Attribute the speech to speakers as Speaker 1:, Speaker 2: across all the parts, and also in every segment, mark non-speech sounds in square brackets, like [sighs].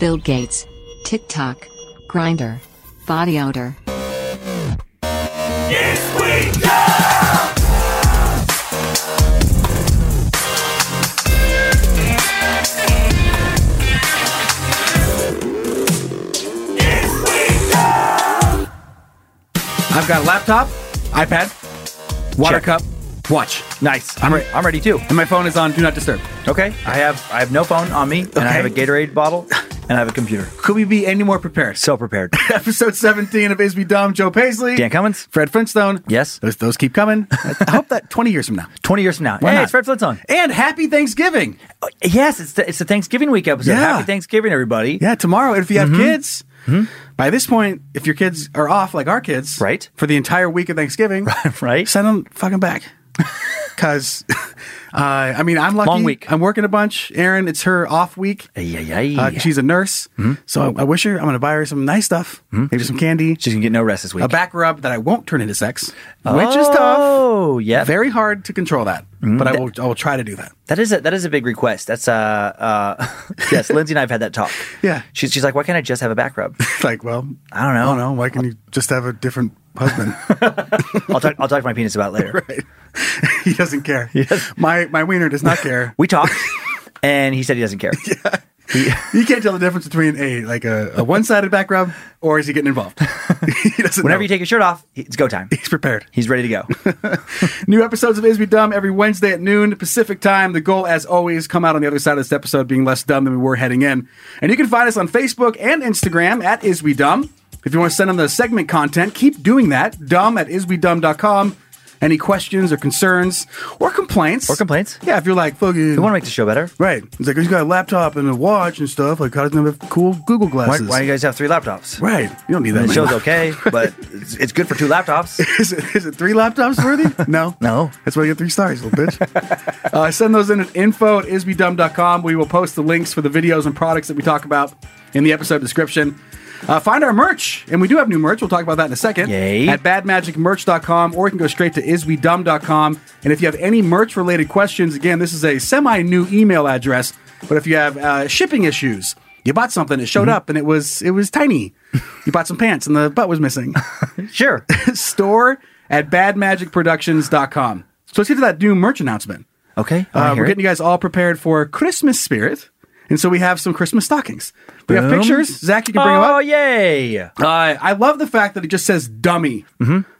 Speaker 1: Bill Gates, TikTok, Grinder, Body Odor.
Speaker 2: I've got a laptop, iPad, water
Speaker 3: Check.
Speaker 2: cup, watch.
Speaker 3: Nice.
Speaker 2: I'm re- I'm ready too. And my phone is on do not disturb.
Speaker 3: Okay.
Speaker 2: I have I have no phone on me, and I
Speaker 3: Okay.
Speaker 2: have a Gatorade bottle, and I have a computer.
Speaker 3: Could we be any more prepared?
Speaker 2: So prepared.
Speaker 3: [laughs] Episode 17 of Is Me Dumb, Joe Paisley.
Speaker 2: Dan Cummins.
Speaker 3: Fred Flintstone.
Speaker 2: Yes.
Speaker 3: Those, those
Speaker 2: [laughs]
Speaker 3: keep coming. I hope that 20 years from now.
Speaker 2: Twenty years from now.
Speaker 3: Why
Speaker 2: hey,
Speaker 3: not?
Speaker 2: it's Fred Flintstone.
Speaker 3: And oh, happy Thanksgiving.
Speaker 2: Yes, it's the, it's the Thanksgiving week episode.
Speaker 3: Yeah.
Speaker 2: Happy Thanksgiving, everybody.
Speaker 3: Yeah, tomorrow, if you
Speaker 2: Mm-hmm.
Speaker 3: have kids, by this point, if your kids are off like our kids,
Speaker 2: Right.
Speaker 3: for the entire week of Thanksgiving,
Speaker 2: Right.
Speaker 3: send them
Speaker 2: [laughs]
Speaker 3: fucking back. Because, [laughs] uh, I mean, I'm lucky.
Speaker 2: Long week.
Speaker 3: I'm working a bunch. Erin, it's her off week.
Speaker 2: Ay, ay, ay.
Speaker 3: Uh, She's a nurse.
Speaker 2: Mm-hmm.
Speaker 3: So I, I wish her, I'm going to buy her some nice stuff, maybe some candy.
Speaker 2: She's gonna get no rest this week.
Speaker 3: a back rub that I won't turn into sex, which is tough.
Speaker 2: Oh, Mm-hmm. yeah.
Speaker 3: Very hard to control that, but I will. I will try to do that. [laughs]
Speaker 2: That is a that is a big request. That's uh uh [laughs] yes, Lindsay and I've had that talk.
Speaker 3: [laughs] Yeah.
Speaker 2: She's she's like, why can't I just have a back rub?
Speaker 3: Like, well,
Speaker 2: I don't know.
Speaker 3: I don't know. Why can you just have a different
Speaker 2: [laughs]
Speaker 3: husband?
Speaker 2: I'll talk I'll talk to my penis about it
Speaker 3: [laughs]
Speaker 2: later.
Speaker 3: he doesn't care. My my wiener does
Speaker 2: [laughs]
Speaker 3: not care.
Speaker 2: We talked and he said he doesn't
Speaker 3: [laughs]
Speaker 2: care.
Speaker 3: you can't tell the difference between a like a, a one sided back rub or is he
Speaker 2: [laughs]
Speaker 3: getting involved? [laughs] he doesn't.
Speaker 2: Whenever
Speaker 3: know.
Speaker 2: you take your shirt off, it's go time.
Speaker 3: He's prepared.
Speaker 2: He's ready to
Speaker 3: [laughs]
Speaker 2: go.
Speaker 3: New episodes of Is We Dumb every Wednesday at noon Pacific time. The goal, as always, come out on the other side of this episode being less dumb than we were heading in. And you can find us on Facebook and Instagram at Is We Dumb. If you want to send them the segment content, keep doing that. Dumb at iswedumb.com. Any questions or concerns or complaints?
Speaker 2: Or complaints.
Speaker 3: Yeah, if you're like, fucking.
Speaker 2: We want to make the show better.
Speaker 3: right. It's like, he's got a laptop and a watch and stuff. Like, how does he have cool Google
Speaker 2: Why,
Speaker 3: glasses?
Speaker 2: why do you guys have three laptops?
Speaker 3: right. You don't need that
Speaker 2: The
Speaker 3: many.
Speaker 2: show's okay, but it's, it's good for two
Speaker 3: [laughs]
Speaker 2: laptops.
Speaker 3: is, it, is it three laptops worthy? No.
Speaker 2: No.
Speaker 3: That's why you get three stars, little bitch. [laughs] uh, send those in at info at isbedumb.com. We will post the links for the videos and products that we talk about in the episode description. Uh, find our merch, and we do have new merch. We'll talk about that in a second.
Speaker 2: Yay.
Speaker 3: At badmagicmerch.com, or you can go straight to isbedumb.com. And if you have any merch related questions, again, this is a semi new email address, but if you have uh, shipping issues, you bought something, it
Speaker 2: Mm-hmm.
Speaker 3: showed up, and it was it was tiny. you bought some pants, and the butt was missing [laughs]
Speaker 2: Sure.
Speaker 3: store at badmagicproductions.com. So let's get to that new merch announcement.
Speaker 2: Okay. Oh, I wanna
Speaker 3: Uh,
Speaker 2: hear
Speaker 3: we're
Speaker 2: it.
Speaker 3: getting you guys all prepared for Christmas spirit. And so we have some Christmas stockings. We have
Speaker 2: Boom.
Speaker 3: pictures. Zach, you can bring
Speaker 2: Oh,
Speaker 3: them
Speaker 2: yay.
Speaker 3: up. Uh, I love the fact that it just says dummy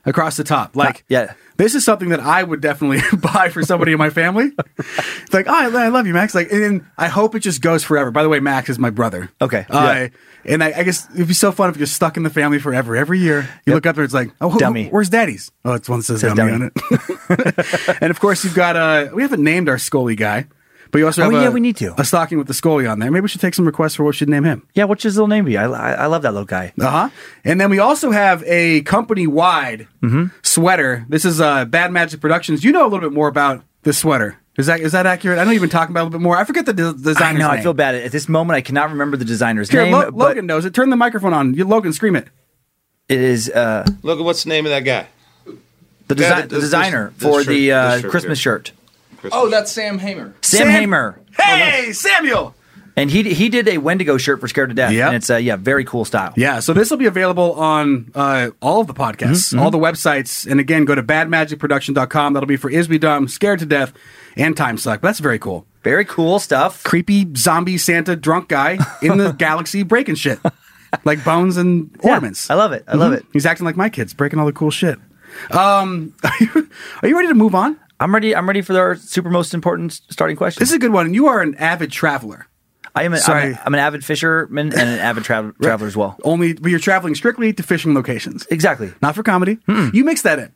Speaker 3: across the top. Like,
Speaker 2: Mm-hmm. yeah.
Speaker 3: this is something that I would definitely [laughs] buy for somebody in my family.
Speaker 2: [laughs]
Speaker 3: It's like, oh, I, I love you, Max. Like, and, then I hope it just goes forever. By the way, Max is my brother.
Speaker 2: Okay,
Speaker 3: Uh, And I, I guess it'd be so fun if you're stuck in the family forever. Every year, you look up there, it's like, oh, wh- wh-
Speaker 2: Dummy.
Speaker 3: where's daddy's? Oh, it's one that says,
Speaker 2: Says
Speaker 3: dummy,
Speaker 2: dummy.
Speaker 3: on it. [laughs] and of course, you've got, uh, we haven't named our Scully guy, but you also
Speaker 2: Oh,
Speaker 3: have
Speaker 2: yeah,
Speaker 3: a,
Speaker 2: we need to.
Speaker 3: a stocking with the Scully on there. Maybe we should take some requests for what we should name him.
Speaker 2: Yeah, what's his little name be? I, I, I love that little guy.
Speaker 3: Uh huh. And then we also have a company wide
Speaker 2: Mm-hmm.
Speaker 3: sweater. This is uh, Bad Magic Productions. You know a little bit more about this sweater. Is that is that accurate? I know you've been talking about it a little bit more. I forget the de-
Speaker 2: I
Speaker 3: designer's
Speaker 2: know.
Speaker 3: name.
Speaker 2: I feel bad. At this moment, I cannot remember the designer's
Speaker 3: Here,
Speaker 2: name.
Speaker 3: Lo-
Speaker 2: but
Speaker 3: Logan knows it. Turn the microphone on. You, Logan, scream it.
Speaker 2: It is uh,
Speaker 4: Look at what's the name of that guy.
Speaker 2: the,
Speaker 4: Yeah,
Speaker 2: desi-
Speaker 4: this-
Speaker 2: the
Speaker 4: this-
Speaker 2: designer
Speaker 4: this
Speaker 2: for
Speaker 4: shirt-
Speaker 2: the
Speaker 4: this
Speaker 2: uh,
Speaker 4: shirt
Speaker 2: Christmas shirt.
Speaker 4: Oh, that's Sam Hamer.
Speaker 2: Sam, Hamer.
Speaker 3: Hey, Samuel.
Speaker 2: And he he did a Wendigo shirt for Scared to Death.
Speaker 3: Yep.
Speaker 2: And it's, uh, yeah, very cool style.
Speaker 3: Yeah, so this will be available on uh, all of the podcasts,
Speaker 2: Mm-hmm.
Speaker 3: all the websites. And again, go to badmagicproduction.com. That'll be for Is We Dumb, Scared to Death, and Time Suck. That's very cool.
Speaker 2: Very cool stuff.
Speaker 3: creepy zombie Santa drunk guy
Speaker 2: [laughs]
Speaker 3: in the galaxy breaking shit, like bones and
Speaker 2: Yeah,
Speaker 3: ornaments.
Speaker 2: I love it. I love
Speaker 3: Mhm.
Speaker 2: it.
Speaker 3: He's acting like my kids, breaking all the cool shit. Um, [laughs] are you, are you ready to move on?
Speaker 2: I'm ready. I'm ready for our super most important s- starting question.
Speaker 3: This is a good one. You are an avid traveler.
Speaker 2: I am. An, I'm,
Speaker 3: sorry. Oh.
Speaker 2: a, I'm an avid fisherman and an avid tra- traveler as well.
Speaker 3: Only, but you're traveling strictly to fishing locations,
Speaker 2: Exactly.
Speaker 3: not for comedy. You mix that in,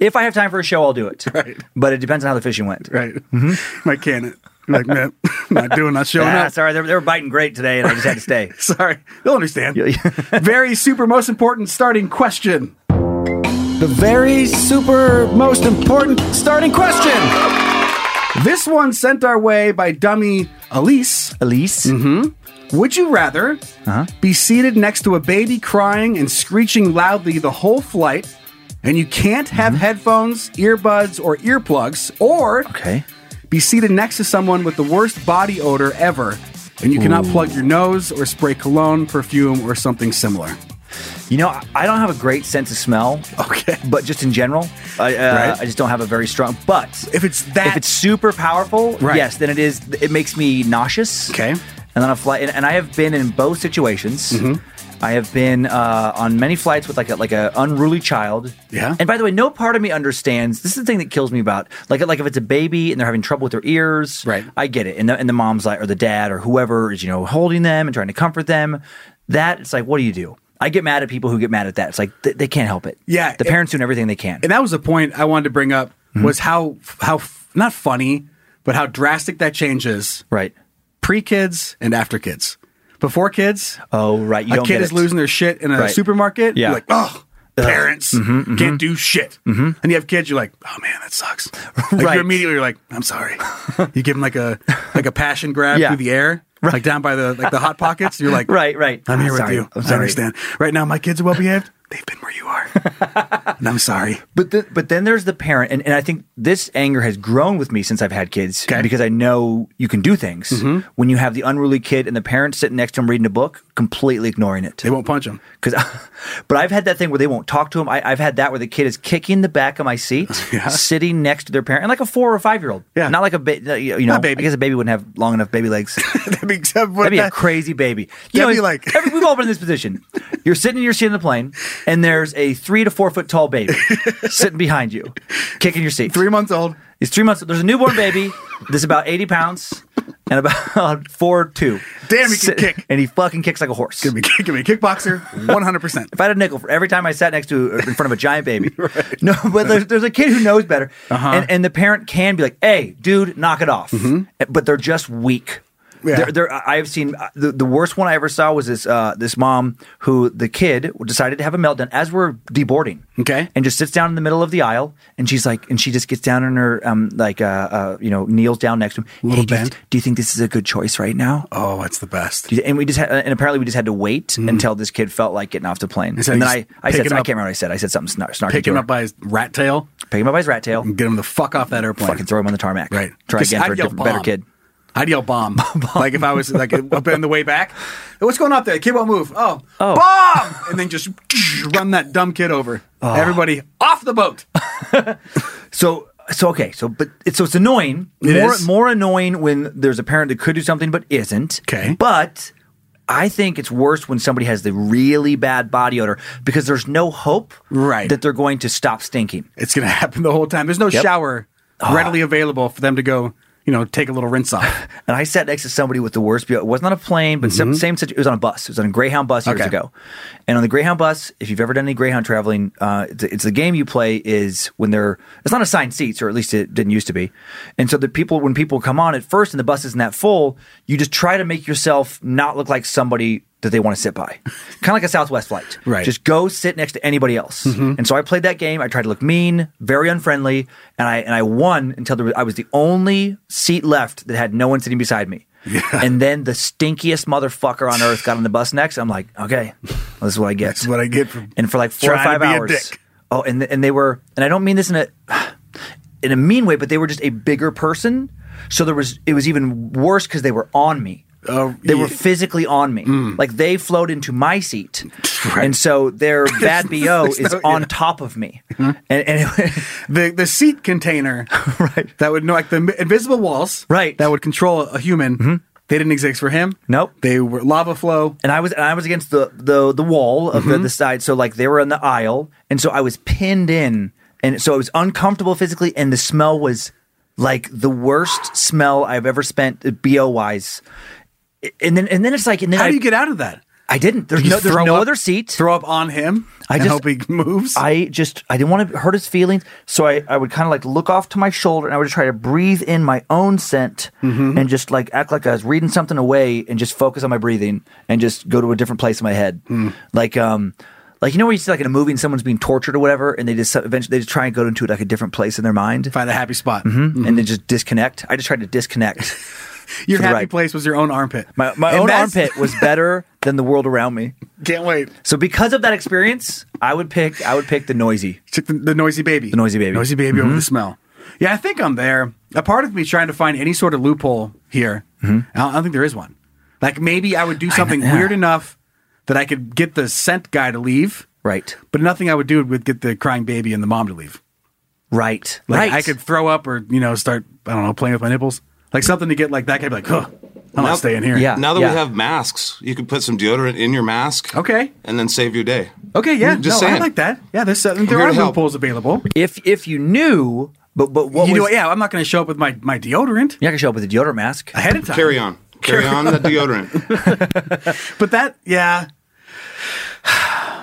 Speaker 2: if Hmm. I have time for a show, I'll do it.
Speaker 3: Right.
Speaker 2: But it depends on how the fishing went.
Speaker 3: [laughs] right?
Speaker 2: Mm-hmm.
Speaker 3: My canon, like man, [laughs] not doing, not showing
Speaker 2: Ah,
Speaker 3: up.
Speaker 2: sorry, they were, they were biting great today, and I just had to stay.
Speaker 3: [laughs] Sorry, they'll understand.
Speaker 2: [laughs]
Speaker 3: Very super most important starting question.
Speaker 5: The very super most important starting question.
Speaker 3: This one sent our way by dummy Elise.
Speaker 2: Elise,
Speaker 3: Would you rather
Speaker 2: Uh-huh.
Speaker 3: be seated next to a baby crying and screeching loudly the whole flight, and you can't have headphones, earbuds, or earplugs, or
Speaker 2: Mm-hmm. okay,
Speaker 3: be seated next to someone with the worst body odor ever, and you cannot plug your nose or spray cologne, perfume, or something similar? [laughs]
Speaker 2: you know I- I don't have a great sense of smell,
Speaker 3: Okay.
Speaker 2: but just in general, I, uh,
Speaker 3: Right.
Speaker 2: I just don't have a very strong. But
Speaker 3: If it's that,
Speaker 2: if it's super powerful,
Speaker 3: Right.
Speaker 2: yes, then it is. It makes me nauseous.
Speaker 3: [laughs] Okay.
Speaker 2: And then I fly, and, and I have been in both situations.
Speaker 3: Mm-hmm.
Speaker 2: I have been uh, on many flights with like a like a unruly child.
Speaker 3: Yeah.
Speaker 2: And by the way, no part of me understands. This is the thing that kills me about like like if it's a baby and they're having trouble with their ears.
Speaker 3: Right.
Speaker 2: I get it, and the and the mom's like or the dad or whoever is you know holding them and trying to comfort them. That it's like, what do you do? I get mad at people who get mad at that. It's like th- they can't help it.
Speaker 3: Yeah,
Speaker 2: The
Speaker 3: it-
Speaker 2: parents doing everything they can.
Speaker 3: and that was the point I wanted to bring up
Speaker 2: Mm-hmm.
Speaker 3: was how how f- not funny, but how drastic that changes
Speaker 2: right.
Speaker 3: pre kids and after kids. Before kids,
Speaker 2: Oh, right. You
Speaker 3: a
Speaker 2: don't
Speaker 3: kid
Speaker 2: get
Speaker 3: is
Speaker 2: it.
Speaker 3: losing their shit in a
Speaker 2: Right.
Speaker 3: supermarket.
Speaker 2: Yeah. Mm-hmm,
Speaker 3: You're like, oh, parents can't do shit. And you have kids, you're like, oh man, that
Speaker 2: [laughs]
Speaker 3: sucks. Like,
Speaker 2: Right.
Speaker 3: You're immediately you're like, I'm sorry. You give them like a like a passion grab
Speaker 2: Yeah.
Speaker 3: through the air, like down by the like the hot pockets. You're like,
Speaker 2: [laughs] Right, right.
Speaker 3: I'm here
Speaker 2: Sorry.
Speaker 3: with you.
Speaker 2: I'm
Speaker 3: I
Speaker 2: sorry.
Speaker 3: understand. Right now, my kids are well behaved. They've been where you are, and I'm sorry.
Speaker 2: But the, but then there's the parent, and, and I think this anger has grown with me since I've had kids
Speaker 3: Okay. Mm-hmm.
Speaker 2: because I know you can do things. When you have the unruly kid and the parent sitting next to him reading a book, completely ignoring it.
Speaker 3: They won't punch [laughs] them.
Speaker 2: Because, [laughs] but I've had that thing where they won't talk to him. I, I've had that where the kid is kicking the back of my
Speaker 3: [laughs]
Speaker 2: seat, sitting next to their parent, and like a four or five year old.
Speaker 3: Yeah.
Speaker 2: not like a ba- you know.
Speaker 3: Not
Speaker 2: I
Speaker 3: baby.
Speaker 2: guess a baby wouldn't have long enough baby
Speaker 3: [laughs]
Speaker 2: legs.
Speaker 3: That'd be, that'd
Speaker 2: That'd be a crazy baby. You
Speaker 3: That'd
Speaker 2: know,
Speaker 3: be like-
Speaker 2: every, we've all been in this position.
Speaker 3: [laughs]
Speaker 2: You're sitting in your seat in the plane, and there's a three to four foot tall
Speaker 3: [laughs]
Speaker 2: baby sitting behind you, kicking your seat.
Speaker 3: three months old.
Speaker 2: He's three months. There's a newborn baby that's about 80 pounds and about [laughs] four or two.
Speaker 3: Damn, he can kick.
Speaker 2: And he fucking kicks like a horse.
Speaker 3: Give me, give me a kickboxer. One hundred percent.
Speaker 2: If I had a nickel for every time I sat next to uh, in front of a giant
Speaker 3: [laughs]
Speaker 2: baby, no, but there's, there's a kid who knows better,
Speaker 3: Uh-huh.
Speaker 2: and, and the parent can be like, "Hey, dude, knock it off," Eh, but they're just weak.
Speaker 3: Mm-hmm. Yeah.
Speaker 2: They're, they're, I- I've seen uh, the, the worst one I ever saw was this uh, this mom who the kid decided to have a meltdown as we're deboarding,
Speaker 3: Okay.
Speaker 2: and just sits down in the middle of the aisle, and she's like, and she just gets down on her um like uh, uh you know kneels down next to him.
Speaker 3: Little
Speaker 2: "Hey, do you-
Speaker 3: bent.
Speaker 2: do you think this is a good choice right now?
Speaker 3: Oh, it's the best.
Speaker 2: Do you- and we just had, and apparently we just had to wait
Speaker 3: Mm-hmm.
Speaker 2: until this kid felt like getting off the plane.
Speaker 3: Instead
Speaker 2: and
Speaker 3: of
Speaker 2: then I,
Speaker 3: just
Speaker 2: I
Speaker 3: picking
Speaker 2: said, I
Speaker 3: up-
Speaker 2: can't remember what I said. I said something snark, snarky.
Speaker 3: Pick
Speaker 2: to
Speaker 3: him
Speaker 2: her.
Speaker 3: up by his rat tail.
Speaker 2: pick him up by his rat tail,
Speaker 3: and get him the fuck off that airplane.
Speaker 2: fucking throw him on the tarmac.
Speaker 3: Right.
Speaker 2: Try
Speaker 3: 'Cause
Speaker 2: again
Speaker 3: I'd
Speaker 2: for a
Speaker 3: yell
Speaker 2: different, better
Speaker 3: bomb.
Speaker 2: kid.
Speaker 3: I'd
Speaker 2: [laughs]
Speaker 3: yell bomb. Like if I was like up on the way back, "Hey, what's going on up there? Kid won't move. Oh, bomb! And then just [laughs] run that dumb kid over.
Speaker 2: Oh.
Speaker 3: Everybody off the boat.
Speaker 2: So, so okay. So, but it's, so it's annoying.
Speaker 3: It
Speaker 2: more,
Speaker 3: is.
Speaker 2: more annoying when there's a parent that could do something but isn't.
Speaker 3: 'Kay.
Speaker 2: But I think it's worse when somebody has the really bad body odor because there's no hope
Speaker 3: Right.
Speaker 2: that they're going to stop stinking.
Speaker 3: It's gonna happen the whole time. There's no
Speaker 2: Yep. Oh.
Speaker 3: shower readily available for them to go. You know, take a little
Speaker 2: [laughs]
Speaker 3: rinse off.
Speaker 2: And I sat next to somebody with the worst. bu- It wasn't on a plane, but some, same. situ- It was on a bus. It was on a Greyhound bus years
Speaker 3: Mm-hmm. Okay.
Speaker 2: ago. And on the Greyhound bus, if you've ever done any Greyhound traveling, uh, it's, it's the game you play is when they're it's not assigned seats, or at least it didn't used to be. And so the people when people come on at first, and the bus isn't that full, you just try to make yourself not look like somebody that they want to sit by, [laughs] kind of like a Southwest flight.
Speaker 3: Right.
Speaker 2: Just go sit next to anybody else.
Speaker 3: Mm-hmm.
Speaker 2: And so I played that game. I tried to look mean, very unfriendly, and I and I won until there was, I was the only seat left that had no one sitting beside me. And then the stinkiest motherfucker on earth got on the bus next. I'm like, okay, well, this is what I get.
Speaker 3: That's what I get for
Speaker 2: and for like four or
Speaker 3: trying to
Speaker 2: five
Speaker 3: be a
Speaker 2: hours.
Speaker 3: dick.
Speaker 2: Oh, and and they were, and I don't mean this in a in a mean way, but they were just a bigger person. So there was it was even worse because they were on me.
Speaker 3: Oh,
Speaker 2: they were
Speaker 3: yeah. Mm.
Speaker 2: physically on me. Like they flowed into my
Speaker 3: [laughs]
Speaker 2: seat. And so their bad BO is
Speaker 3: So,
Speaker 2: on
Speaker 3: yeah. Mm-hmm.
Speaker 2: top of me. And, and it, [laughs]
Speaker 3: the the seat container right that would know like the invisible walls
Speaker 2: Right. Mm-hmm.
Speaker 3: that would control a human they didn't exist for him
Speaker 2: Nope.
Speaker 3: they were lava flow
Speaker 2: and I was and I was against the the the wall of
Speaker 3: Mm-hmm.
Speaker 2: the, the side, so like they were in the aisle, and so I was pinned in, and so it was uncomfortable physically, and the smell was like the worst smell I've ever spent bo wise. And then and then it's like and then
Speaker 3: how
Speaker 2: I,
Speaker 3: do you get out of that
Speaker 2: I didn't. There's
Speaker 3: You
Speaker 2: no there's
Speaker 3: throw
Speaker 2: no
Speaker 3: up-
Speaker 2: other seat.
Speaker 3: throw up on him
Speaker 2: I
Speaker 3: i and
Speaker 2: just-
Speaker 3: hope he [laughs] moves
Speaker 2: I just I didn't want to hurt his feelings, so I I would kind of like look off to my shoulder and I would try to breathe in my own scent
Speaker 3: Mm-hmm.
Speaker 2: and just like act like I was reading something away and just focus on my breathing and just go to a different place in my head,
Speaker 3: Hmm.
Speaker 2: like um. Like you know, where you see like in a movie, and someone's being tortured or whatever, and they just eventually they just try and go into like a different place in their mind,
Speaker 3: find a happy spot
Speaker 2: and then just disconnect. I just tried to disconnect.
Speaker 3: your
Speaker 2: to the
Speaker 3: happy
Speaker 2: right.
Speaker 3: place was your own armpit
Speaker 2: My my
Speaker 3: [laughs] And
Speaker 2: own
Speaker 3: that's-
Speaker 2: armpit was better than the world around me.
Speaker 3: can't wait
Speaker 2: So because of that experience, I would pick I would pick the noisy.
Speaker 3: Check the, the noisy baby. Mm-hmm. The
Speaker 2: noisy baby.
Speaker 3: Noisy baby over the smell. Yeah, I think I'm there. A part of me trying to find any sort of loophole here. I, don't, I don't think there is one. Like maybe Mm-hmm. I would do something weird enough that I could get the scent guy to leave,
Speaker 2: Right.
Speaker 3: but nothing I would do would get the crying baby and the mom to leave.
Speaker 2: Right.
Speaker 3: Like
Speaker 2: right.
Speaker 3: I could throw up or you know start I don't know playing with my nipples, like something to get like that guy be like, huh, I'm
Speaker 4: Now-
Speaker 3: not staying here.
Speaker 2: Yeah.
Speaker 4: Now that
Speaker 2: yeah.
Speaker 4: we have masks, you could put some deodorant in your mask.
Speaker 3: Okay.
Speaker 4: And then save your day.
Speaker 3: Okay. Yeah.
Speaker 4: Just
Speaker 3: no, I
Speaker 4: saying.
Speaker 3: like that. Yeah. There's uh, there
Speaker 4: here
Speaker 3: are
Speaker 4: to help.
Speaker 3: loopholes available.
Speaker 2: if if you knew, but but what
Speaker 3: you
Speaker 2: was,
Speaker 3: know, yeah. I'm not going to show up with my my deodorant
Speaker 2: you're not gonna show up with a deodorant mask.
Speaker 3: ahead of time.
Speaker 4: Carry on. Carry on the deodorant.
Speaker 3: But that, yeah,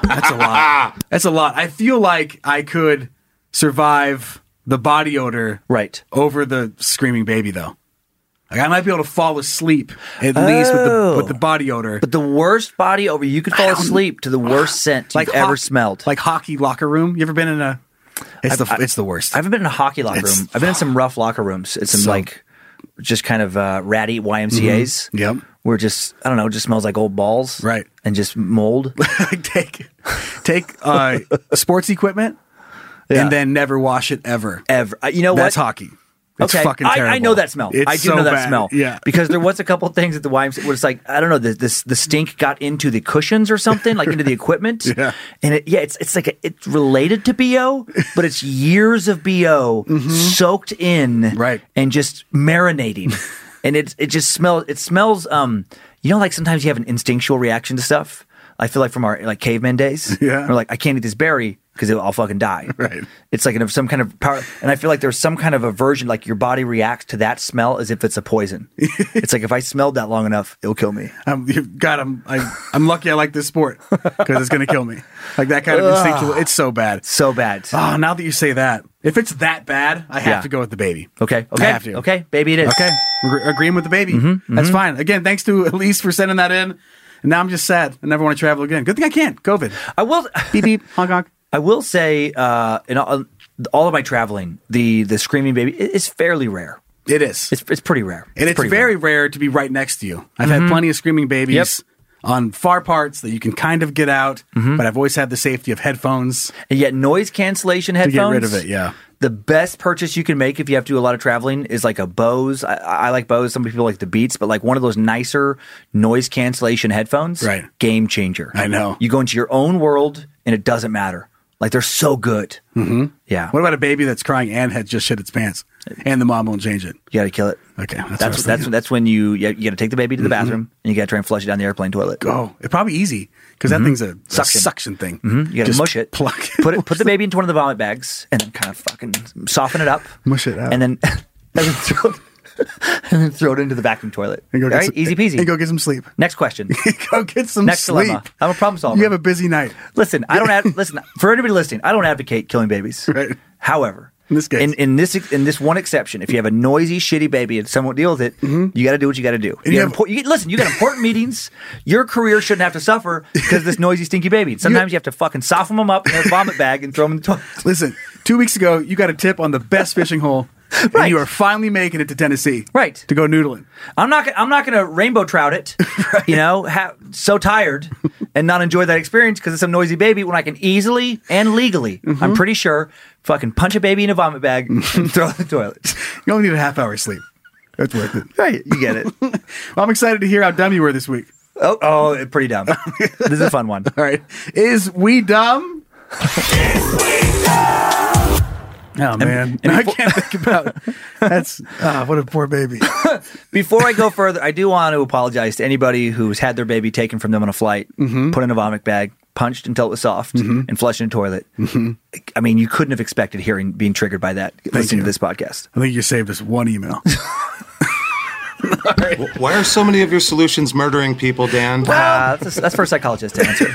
Speaker 3: that's a lot. That's a lot. I feel like I could survive the body odor
Speaker 2: Right.
Speaker 3: over the screaming baby, though. Like I might be able to fall asleep at least with the with the body odor,
Speaker 2: But the worst body over you could fall asleep to the worst scent
Speaker 3: like
Speaker 2: you've ever
Speaker 3: hoc-
Speaker 2: smelled.
Speaker 3: like hockey locker room. You ever been in a? It's the it's the worst.
Speaker 2: I haven't been in a hockey locker room. I've been in some rough locker rooms. It's some
Speaker 3: So- Mm-hmm.
Speaker 2: like just kind of uh, ratty YMCA's.
Speaker 3: Yep.
Speaker 2: Where just I don't know, it just smells like old balls.
Speaker 3: Right.
Speaker 2: And just
Speaker 3: [laughs]
Speaker 2: mold.
Speaker 3: [laughs] Like, take take uh, sports equipment
Speaker 2: Yeah.
Speaker 3: and then never wash it ever.
Speaker 2: Ever I- you know
Speaker 3: That's
Speaker 2: what?
Speaker 3: hockey. It's fucking
Speaker 2: I,
Speaker 3: terrible.
Speaker 2: I know that smell.
Speaker 3: It's
Speaker 2: I do
Speaker 3: so
Speaker 2: know that
Speaker 3: bad.
Speaker 2: smell.
Speaker 3: Yeah.
Speaker 2: Because there was a couple of things at the YMCA where it's like, I don't know, the, this, the stink got into the cushions or something, like into the equipment.
Speaker 3: [laughs] Yeah.
Speaker 2: And it, yeah, it's, it's like, a, it's related to BO, but it's years of BO soaked in
Speaker 3: Mm-hmm. Right.
Speaker 2: and just
Speaker 3: [laughs]
Speaker 2: marinating. and it, it just smells, it smells, um, you know, like sometimes you have an instinctual reaction to stuff. I feel like from our like caveman days,
Speaker 3: [laughs] Yeah.
Speaker 2: we're like, I can't eat this berry because I'll fucking die.
Speaker 3: [laughs] Right.
Speaker 2: It's like an, some kind of power, and I feel like there's some kind of aversion. Like your body reacts to that smell as if it's a
Speaker 3: [laughs]
Speaker 2: poison. it's like if I smelled that long enough, it'll kill me.
Speaker 3: I'm, you- God, I'm I, I'm lucky I like this sport because it's gonna kill me. Like that
Speaker 2: [laughs]
Speaker 3: kind of instinctual. It's so bad.
Speaker 2: So bad.
Speaker 3: Oh, now that you say that, if it's that bad, I have
Speaker 2: Yeah.
Speaker 3: to go with the baby.
Speaker 2: okay.
Speaker 3: I
Speaker 2: Okay.
Speaker 3: have to.
Speaker 2: Okay. Baby, Mm-hmm, it is.
Speaker 3: Okay, we're agreeing with the baby. That's fine. Again, thanks to Elise for sending that in. And now I'm just sad. I never want to travel again. Good thing I can't. COVID.
Speaker 2: I will.
Speaker 3: Beep beep. Hong Kong.
Speaker 2: I will say, uh, in all, all of my traveling, the the screaming baby i- is fairly rare.
Speaker 3: It is.
Speaker 2: It's, it's pretty rare.
Speaker 3: and it's,
Speaker 2: pretty rare.
Speaker 3: very
Speaker 2: Mm-hmm.
Speaker 3: rare to be right next to you. I've had plenty of screaming babies on far parts that you can kind of get out,
Speaker 2: Mm-hmm.
Speaker 3: but I've always had the safety of headphones
Speaker 2: and yet noise cancellation
Speaker 3: to
Speaker 2: headphones.
Speaker 3: get rid of it. Yeah.
Speaker 2: The best purchase you can make if you have to do a lot of traveling is like a Bose. I, I like Bose. Some people like the Beats, but like one of those nicer noise cancellation headphones.
Speaker 3: Right.
Speaker 2: Game changer.
Speaker 3: I know.
Speaker 2: You go into your own world and it doesn't matter. Like they're so good. Mm-hmm. Yeah.
Speaker 3: What about a baby that's crying and had just shit its pants, and the mom won't change it?
Speaker 2: you got to kill it.
Speaker 3: Okay,
Speaker 2: That's
Speaker 3: that's what I was
Speaker 2: that's,
Speaker 3: thinking. Mm-hmm.
Speaker 2: that's when you you got to take the baby to the bathroom and you got to try and flush it down the airplane toilet.
Speaker 3: Oh, it's probably easy because
Speaker 2: Mm-hmm.
Speaker 3: that thing's a a suction,
Speaker 2: Suction.
Speaker 3: thing.
Speaker 2: Mm-hmm. You gotta
Speaker 3: Just
Speaker 2: mush it.
Speaker 3: Pluck
Speaker 2: Put it. Put the baby into one of the vomit bags, and then kind of fucking soften it up.
Speaker 3: Mush it out.
Speaker 2: and then [laughs] and then throw it, [laughs] and then throw it into the vacuum toilet.
Speaker 3: [laughs] and go
Speaker 2: All
Speaker 3: get
Speaker 2: right,
Speaker 3: some-
Speaker 2: easy peasy.
Speaker 3: And go get some sleep. [laughs]
Speaker 2: Next question.
Speaker 3: go get some
Speaker 2: Next
Speaker 3: sleep.
Speaker 2: dilemma. I'm a problem solver.
Speaker 3: You have a busy night.
Speaker 2: listen, I don't ad- listen for anybody listening. I don't advocate killing babies.
Speaker 3: Right.
Speaker 2: However,
Speaker 3: In this case.
Speaker 2: in, in this in this one exception, if you have a noisy, shitty baby and someone deal with it, you got to do what you got to do. You
Speaker 3: Mm-hmm. you
Speaker 2: got
Speaker 3: have-
Speaker 2: impor- you- listen, you got important [laughs] meetings. Your career shouldn't have to suffer because of this noisy, stinky
Speaker 3: [laughs]
Speaker 2: baby. Sometimes you, have to fucking soften them up in a vomit bag and throw them in the toilet.
Speaker 3: Listen, two weeks ago you got a tip on the best
Speaker 2: [laughs]
Speaker 3: fishing hole, and
Speaker 2: Right.
Speaker 3: you are finally making it to Tennessee,
Speaker 2: Right.
Speaker 3: To go noodling.
Speaker 2: I'm not. gonna- I'm not going to rainbow trout [laughs] it. You know, ha- so tired and not enjoy that experience because it's a noisy baby. When I can easily and legally, I'm pretty Mm-hmm. sure, fucking punch a baby in a vomit bag and throw it in the toilet.
Speaker 3: You only need a half hour sleep. That's worth it.
Speaker 2: [laughs] Right, you get it.
Speaker 3: Well, I'm excited to hear how dumb you were this week.
Speaker 2: [laughs] oh, oh, pretty [laughs] dumb. this is a fun one.
Speaker 3: All right. Is we dumb? Oh man,
Speaker 2: and
Speaker 3: I
Speaker 2: befo-
Speaker 3: can't think about that's ah, what a poor baby.
Speaker 2: Before I go further, I do want to apologize to anybody who's had their baby taken from them on a flight, put in a vomit bag, punched until it was soft, and flushed in a toilet. I mean, you couldn't have expected hearing being triggered by that listening
Speaker 3: you.
Speaker 2: to this podcast.
Speaker 3: I think you saved us one email.
Speaker 4: W- Why are so many of your solutions murdering people, Dan?
Speaker 2: Uh, that's, that's for a psychologist to answer.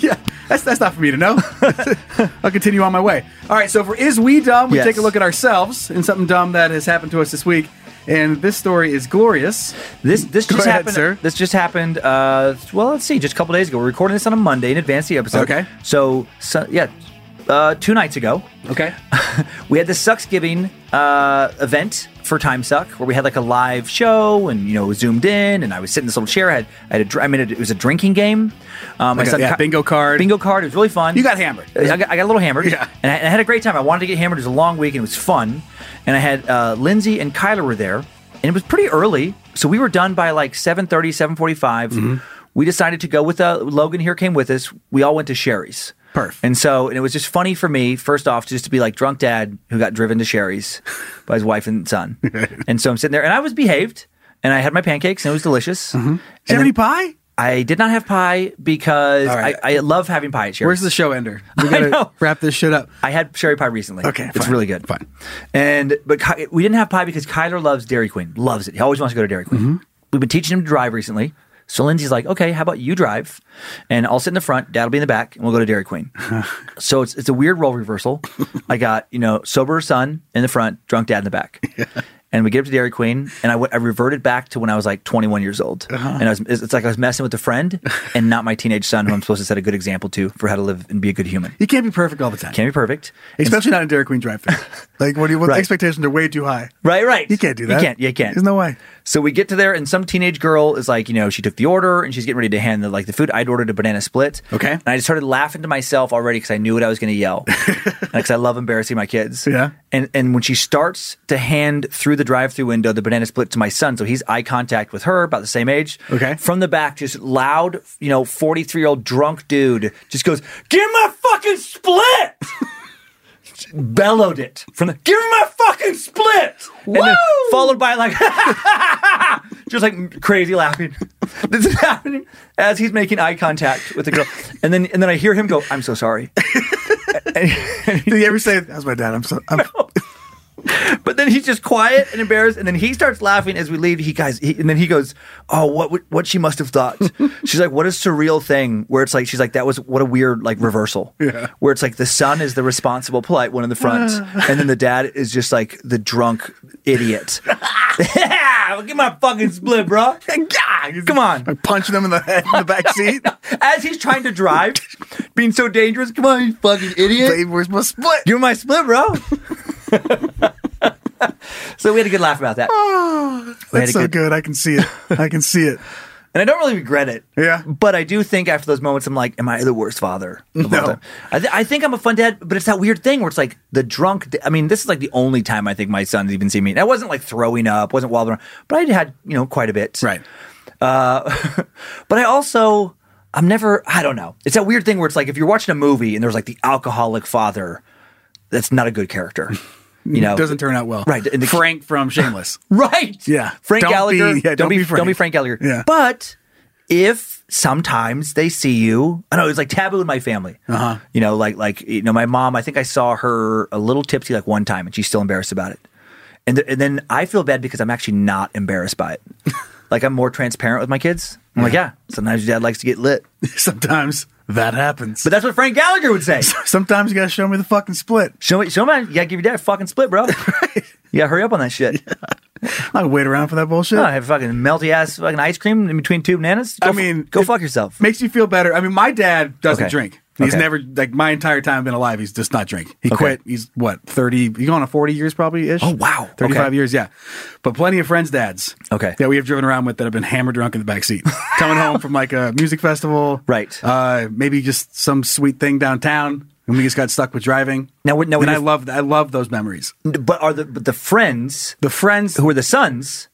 Speaker 3: [laughs] yeah, that's that's not for me to know. [laughs] I'll continue on my way. All right, so for is we dumb, we
Speaker 2: Yes.
Speaker 3: take a look at ourselves and something dumb that has happened to us this week. And this story is glorious.
Speaker 2: [laughs] This this
Speaker 3: Go
Speaker 2: just
Speaker 3: ahead,
Speaker 2: happened.
Speaker 3: sir.
Speaker 2: This just happened. Uh, well, let's see, just a couple days ago. We're recording this on a Monday in advance of the episode.
Speaker 3: Okay.
Speaker 2: So, so yeah, uh, two nights ago,
Speaker 3: Okay.
Speaker 2: [laughs] we had the Sucksgiving uh, event for Time Suck, where we had like a live show, and you know, zoomed in, and I was sitting in this little chair. I had, I had a, dr- I mean, it, it was a drinking game. Um,
Speaker 3: Like
Speaker 2: I
Speaker 3: a- yeah, bingo card.
Speaker 2: Bingo card. It was really fun.
Speaker 3: You got hammered.
Speaker 2: I got, I got a little hammered.
Speaker 3: Yeah.
Speaker 2: And I, and I had a great time. I wanted to get hammered. It was a long week and it was fun. And I had uh, Lindsay and Kyler were there, and it was pretty early, so we were done by like 7.30, 7.45.
Speaker 3: Mm-hmm.
Speaker 2: We decided to go with uh, Logan. Here came with us. We all went to Sherry's.
Speaker 3: Perf.
Speaker 2: And so, and it was just funny for me, first off, just to be like drunk dad who got driven to
Speaker 3: [laughs]
Speaker 2: Sherry's by his wife and son. and so I'm sitting there, and I was behaved, and I had my pancakes, and it was delicious. And
Speaker 3: Did you have
Speaker 2: then
Speaker 3: any pie?
Speaker 2: I did not have pie because
Speaker 3: right.
Speaker 2: I, I love having pie at Sherry's.
Speaker 3: Where's the show ender? [laughs] We
Speaker 2: I
Speaker 3: gotta
Speaker 2: know.
Speaker 3: wrap this shit up.
Speaker 2: I had sherry pie recently.
Speaker 3: Okay,
Speaker 2: it's
Speaker 3: fine,
Speaker 2: really good.
Speaker 3: fine.
Speaker 2: And but Ky- we didn't have pie because Kyler loves Dairy Queen. Loves it. He always wants to go to Dairy Queen.
Speaker 3: Mm-hmm.
Speaker 2: We've been teaching him to drive recently. So Lindsay's like, okay, how about you drive, and I'll sit in the front. Dad'll be in the back, and we'll go to Dairy
Speaker 3: [laughs]
Speaker 2: Queen. so it's it's a weird role reversal. I got you know sober son in the front, drunk dad in the back. And we get up to Dairy Queen, and I went- I reverted back to when I was like 21 years old,
Speaker 3: Uh-huh.
Speaker 2: and I was, it's it's like I was messing with a friend, and not my teenage son, who I'm supposed to set a good example to for how to live and be a good human.
Speaker 3: You can't be perfect all the time.
Speaker 2: Can't be perfect,
Speaker 3: Especially not in Dairy Queen drive thru [laughs] Like what do you what
Speaker 2: Right.
Speaker 3: expectations are way too high.
Speaker 2: Right, right.
Speaker 3: You can't do that.
Speaker 2: You can't. You can't.
Speaker 3: There's no [laughs] way.
Speaker 2: So we get to there, and some teenage girl is like, you know, she took the order and she's getting ready to hand the like the food. I'd ordered a banana split.
Speaker 3: Okay.
Speaker 2: And I just started laughing to myself already because I knew what I was going to
Speaker 3: [laughs]
Speaker 2: yell because I love embarrassing my kids.
Speaker 3: Yeah.
Speaker 2: And and when she starts to hand through the drive-through window the banana split to my son, so he's eye contact with her, about the same age.
Speaker 3: Okay.
Speaker 2: From the back, just loud, you know, forty-three-year-old drunk dude just goes, "Give me my fucking split." [laughs] bellowed it from the give him my fucking split and then followed by like [laughs] just like crazy laughing [laughs] this is happening as he's making eye contact with the girl and then and then i hear him go i'm so sorry
Speaker 3: Did you ever say that's my dad? I'm so [laughs] I'm
Speaker 2: but then he's just quiet and embarrassed and then he starts laughing as we leave he guys he, and then he goes oh what would- what she must have thought she's like what a surreal thing where it's like she's like that was what a weird like reversal yeah. where it's like the son is the responsible polite one in the front and then the dad is just like the drunk idiot [laughs] yeah, get my fucking split bro [laughs] come on
Speaker 3: I'm punching them in the head in the [laughs] back seat.
Speaker 2: as he's trying to drive being so dangerous come on you fucking idiot
Speaker 3: Babe, where's my split?
Speaker 2: you're my split, bro.
Speaker 3: [laughs]
Speaker 2: so we had a good laugh about that. We had
Speaker 3: Ah, That's
Speaker 2: a
Speaker 3: so
Speaker 2: good-
Speaker 3: good. I can see it. I can see [laughs] it.
Speaker 2: And I don't really regret it.
Speaker 3: Yeah.
Speaker 2: But I do think after those moments, I'm like, am I the worst father of
Speaker 3: No.
Speaker 2: all time? I, th- I think I'm a fun dad, but it's that weird thing where it's like the drunk. d- I mean, this is like the only time I think my son's even seen me. And I wasn't like throwing up, wasn't wild around, but I had, you know, quite a bit. Uh, [laughs] but I also, I'm never, I don't know. It's that weird thing where it's like if you're watching a movie and there's like the alcoholic father, that's not a good
Speaker 3: [laughs]
Speaker 2: character. You know,
Speaker 3: Doesn't turn out well.
Speaker 2: Right, and the-
Speaker 3: Frank from [laughs] Shameless.
Speaker 2: [laughs] Right.
Speaker 3: Yeah.
Speaker 2: Frank
Speaker 3: Don't
Speaker 2: Gallagher.
Speaker 3: be- yeah,
Speaker 2: don't, be, Frank. don't be Frank Gallagher.
Speaker 3: Yeah.
Speaker 2: But if sometimes they see you, I know it was like taboo in my family. Uh-huh. You know, like like you know, my mom. I think I saw her a little tipsy like one time, and she's still embarrassed about it. And th- and then I feel bad because I'm actually not embarrassed by it. like I'm more transparent with my kids. I'm like, yeah. Sometimes your dad likes to get lit,
Speaker 3: Sometimes that happens.
Speaker 2: but that's what Frank Gallagher would say.
Speaker 3: [laughs] Sometimes you gotta show me the fucking split.
Speaker 2: show me, show me. You gotta give your dad a fucking split, bro. You gotta hurry up on that shit.
Speaker 3: I can wait around for that bullshit.
Speaker 2: I have fucking melty ass fucking ice cream in between two bananas. Go
Speaker 3: I
Speaker 2: f-
Speaker 3: mean,
Speaker 2: go
Speaker 3: it
Speaker 2: fuck yourself.
Speaker 3: Makes you feel better. I mean, my dad doesn't
Speaker 2: Okay.
Speaker 3: drink. He's
Speaker 2: Okay.
Speaker 3: never like my entire time I've been alive. He's just not drink. He
Speaker 2: Okay.
Speaker 3: quit. He's what thirty? He's going on forty years probably ish.
Speaker 2: Oh, wow.
Speaker 3: thirty five
Speaker 2: Okay.
Speaker 3: years. Yeah, but plenty of friends' dads.
Speaker 2: Okay.
Speaker 3: that we have driven around with that have been hammered drunk in the back seat,
Speaker 2: [laughs]
Speaker 3: coming home from like a music festival,
Speaker 2: Right.
Speaker 3: Uh, maybe just some sweet thing downtown, and we just got stuck with driving.
Speaker 2: Now, when- now when
Speaker 3: and I
Speaker 2: you're-
Speaker 3: love I love those memories.
Speaker 2: But are the but the friends
Speaker 3: The friends
Speaker 2: who are the sons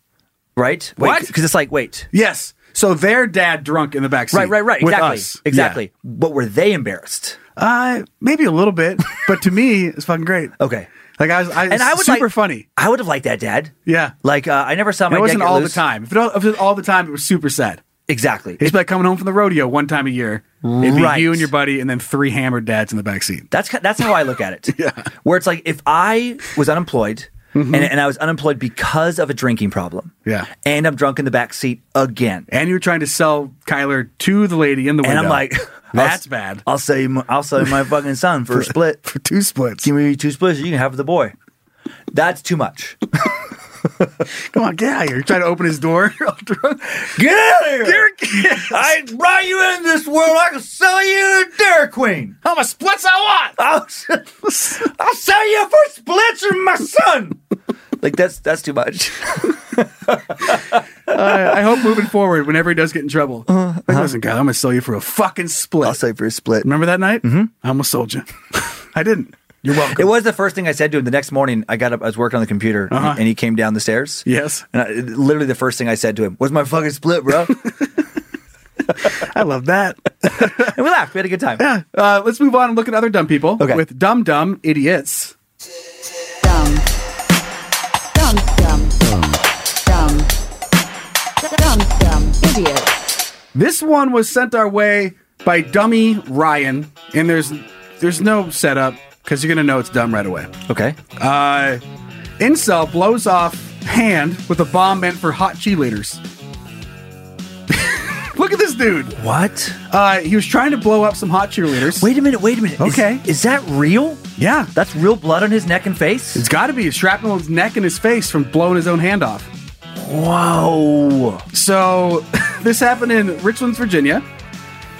Speaker 2: right?
Speaker 3: What?
Speaker 2: Because it's like, wait,
Speaker 3: Yes. So their dad drunk in the backseat.
Speaker 2: right, right, right,
Speaker 3: With
Speaker 2: exactly,
Speaker 3: us.
Speaker 2: exactly. But were they embarrassed?
Speaker 3: Yeah. Uh, maybe a little bit, but to me, it's fucking great.
Speaker 2: Okay.
Speaker 3: Like I was, I,
Speaker 2: And I would
Speaker 3: super
Speaker 2: like-
Speaker 3: funny.
Speaker 2: I would have liked that, Dad.
Speaker 3: Yeah.
Speaker 2: Like uh, I never saw my.
Speaker 3: it
Speaker 2: dad
Speaker 3: wasn't
Speaker 2: get
Speaker 3: all
Speaker 2: loose.
Speaker 3: the time. If it, all- if it was all the time, it was super sad.
Speaker 2: Exactly.
Speaker 3: It's like coming home from the rodeo one time a year. It'd be
Speaker 2: Right.
Speaker 3: you and your buddy, and then three hammered dads in the backseat.
Speaker 2: That's ki- that's how I look at
Speaker 3: [laughs]
Speaker 2: it. yeah. Where it's like if I was unemployed and, and I was unemployed because of a drinking problem.
Speaker 3: Mm-hmm. Yeah.
Speaker 2: And I'm drunk in the back seat again.
Speaker 3: And you were trying to sell Kyler to the lady in the window.
Speaker 2: And I'm
Speaker 3: [laughs]
Speaker 2: like,
Speaker 3: that's
Speaker 2: I'll,
Speaker 3: bad.
Speaker 2: I'll sell you. My, I'll sell you my fucking son [laughs] for a split.
Speaker 3: For two splits.
Speaker 2: Give me two splits. You can have the boy. That's too much.
Speaker 3: Come on, get out of here. You're trying to open his door. [laughs] You're all drunk.
Speaker 2: Get out of
Speaker 3: You're-
Speaker 2: I brought you in this world. I can sell you to Dairy Queen.
Speaker 3: How much splits I want?
Speaker 2: I'll, I'll sell you for splits or my son. like that's that's too much. [laughs] Uh,
Speaker 3: I, I hope moving forward, whenever he does get in trouble, like, listen, Kyler, I'm going to sell you for a fucking split.
Speaker 2: uh-huh. I'll sell you for a split.
Speaker 3: Remember that night? Mm-hmm. I almost sold you. [laughs] I didn't. You're welcome.
Speaker 2: It was the first thing I said to him. The next morning, I got up. I was working on the computer, and he came down the stairs.
Speaker 3: Yes.
Speaker 2: and I, literally the first thing I said to him was, "My fucking split, bro." and
Speaker 3: I love that.
Speaker 2: we laughed. We had a good time.
Speaker 3: [laughs] Uh, let's move on and look at other dumb people
Speaker 2: Okay.
Speaker 3: with dumb, dumb idiots.
Speaker 1: Dumb. Dumb, dumb. Dumb. Dumb, dumb. Idiot.
Speaker 3: This one was sent our way by Dummy Ryan, and there's there's no setup because you're gonna know it's dumb right away.
Speaker 2: Okay.
Speaker 3: Uh, incel blows off hand with a bomb meant for hot cheerleaders. [laughs] look at this dude.
Speaker 2: What?
Speaker 3: Uh, he was trying to blow up some hot cheerleaders.
Speaker 2: Wait a minute. Wait a minute. Is-
Speaker 3: Okay.
Speaker 2: Is, that real?
Speaker 3: yeah,
Speaker 2: That's real blood on his neck and face.
Speaker 3: it's got to be shrapnel in his neck and his face from blowing his own hand off.
Speaker 2: Whoa.
Speaker 3: So, [laughs] this happened in Richlands, Virginia.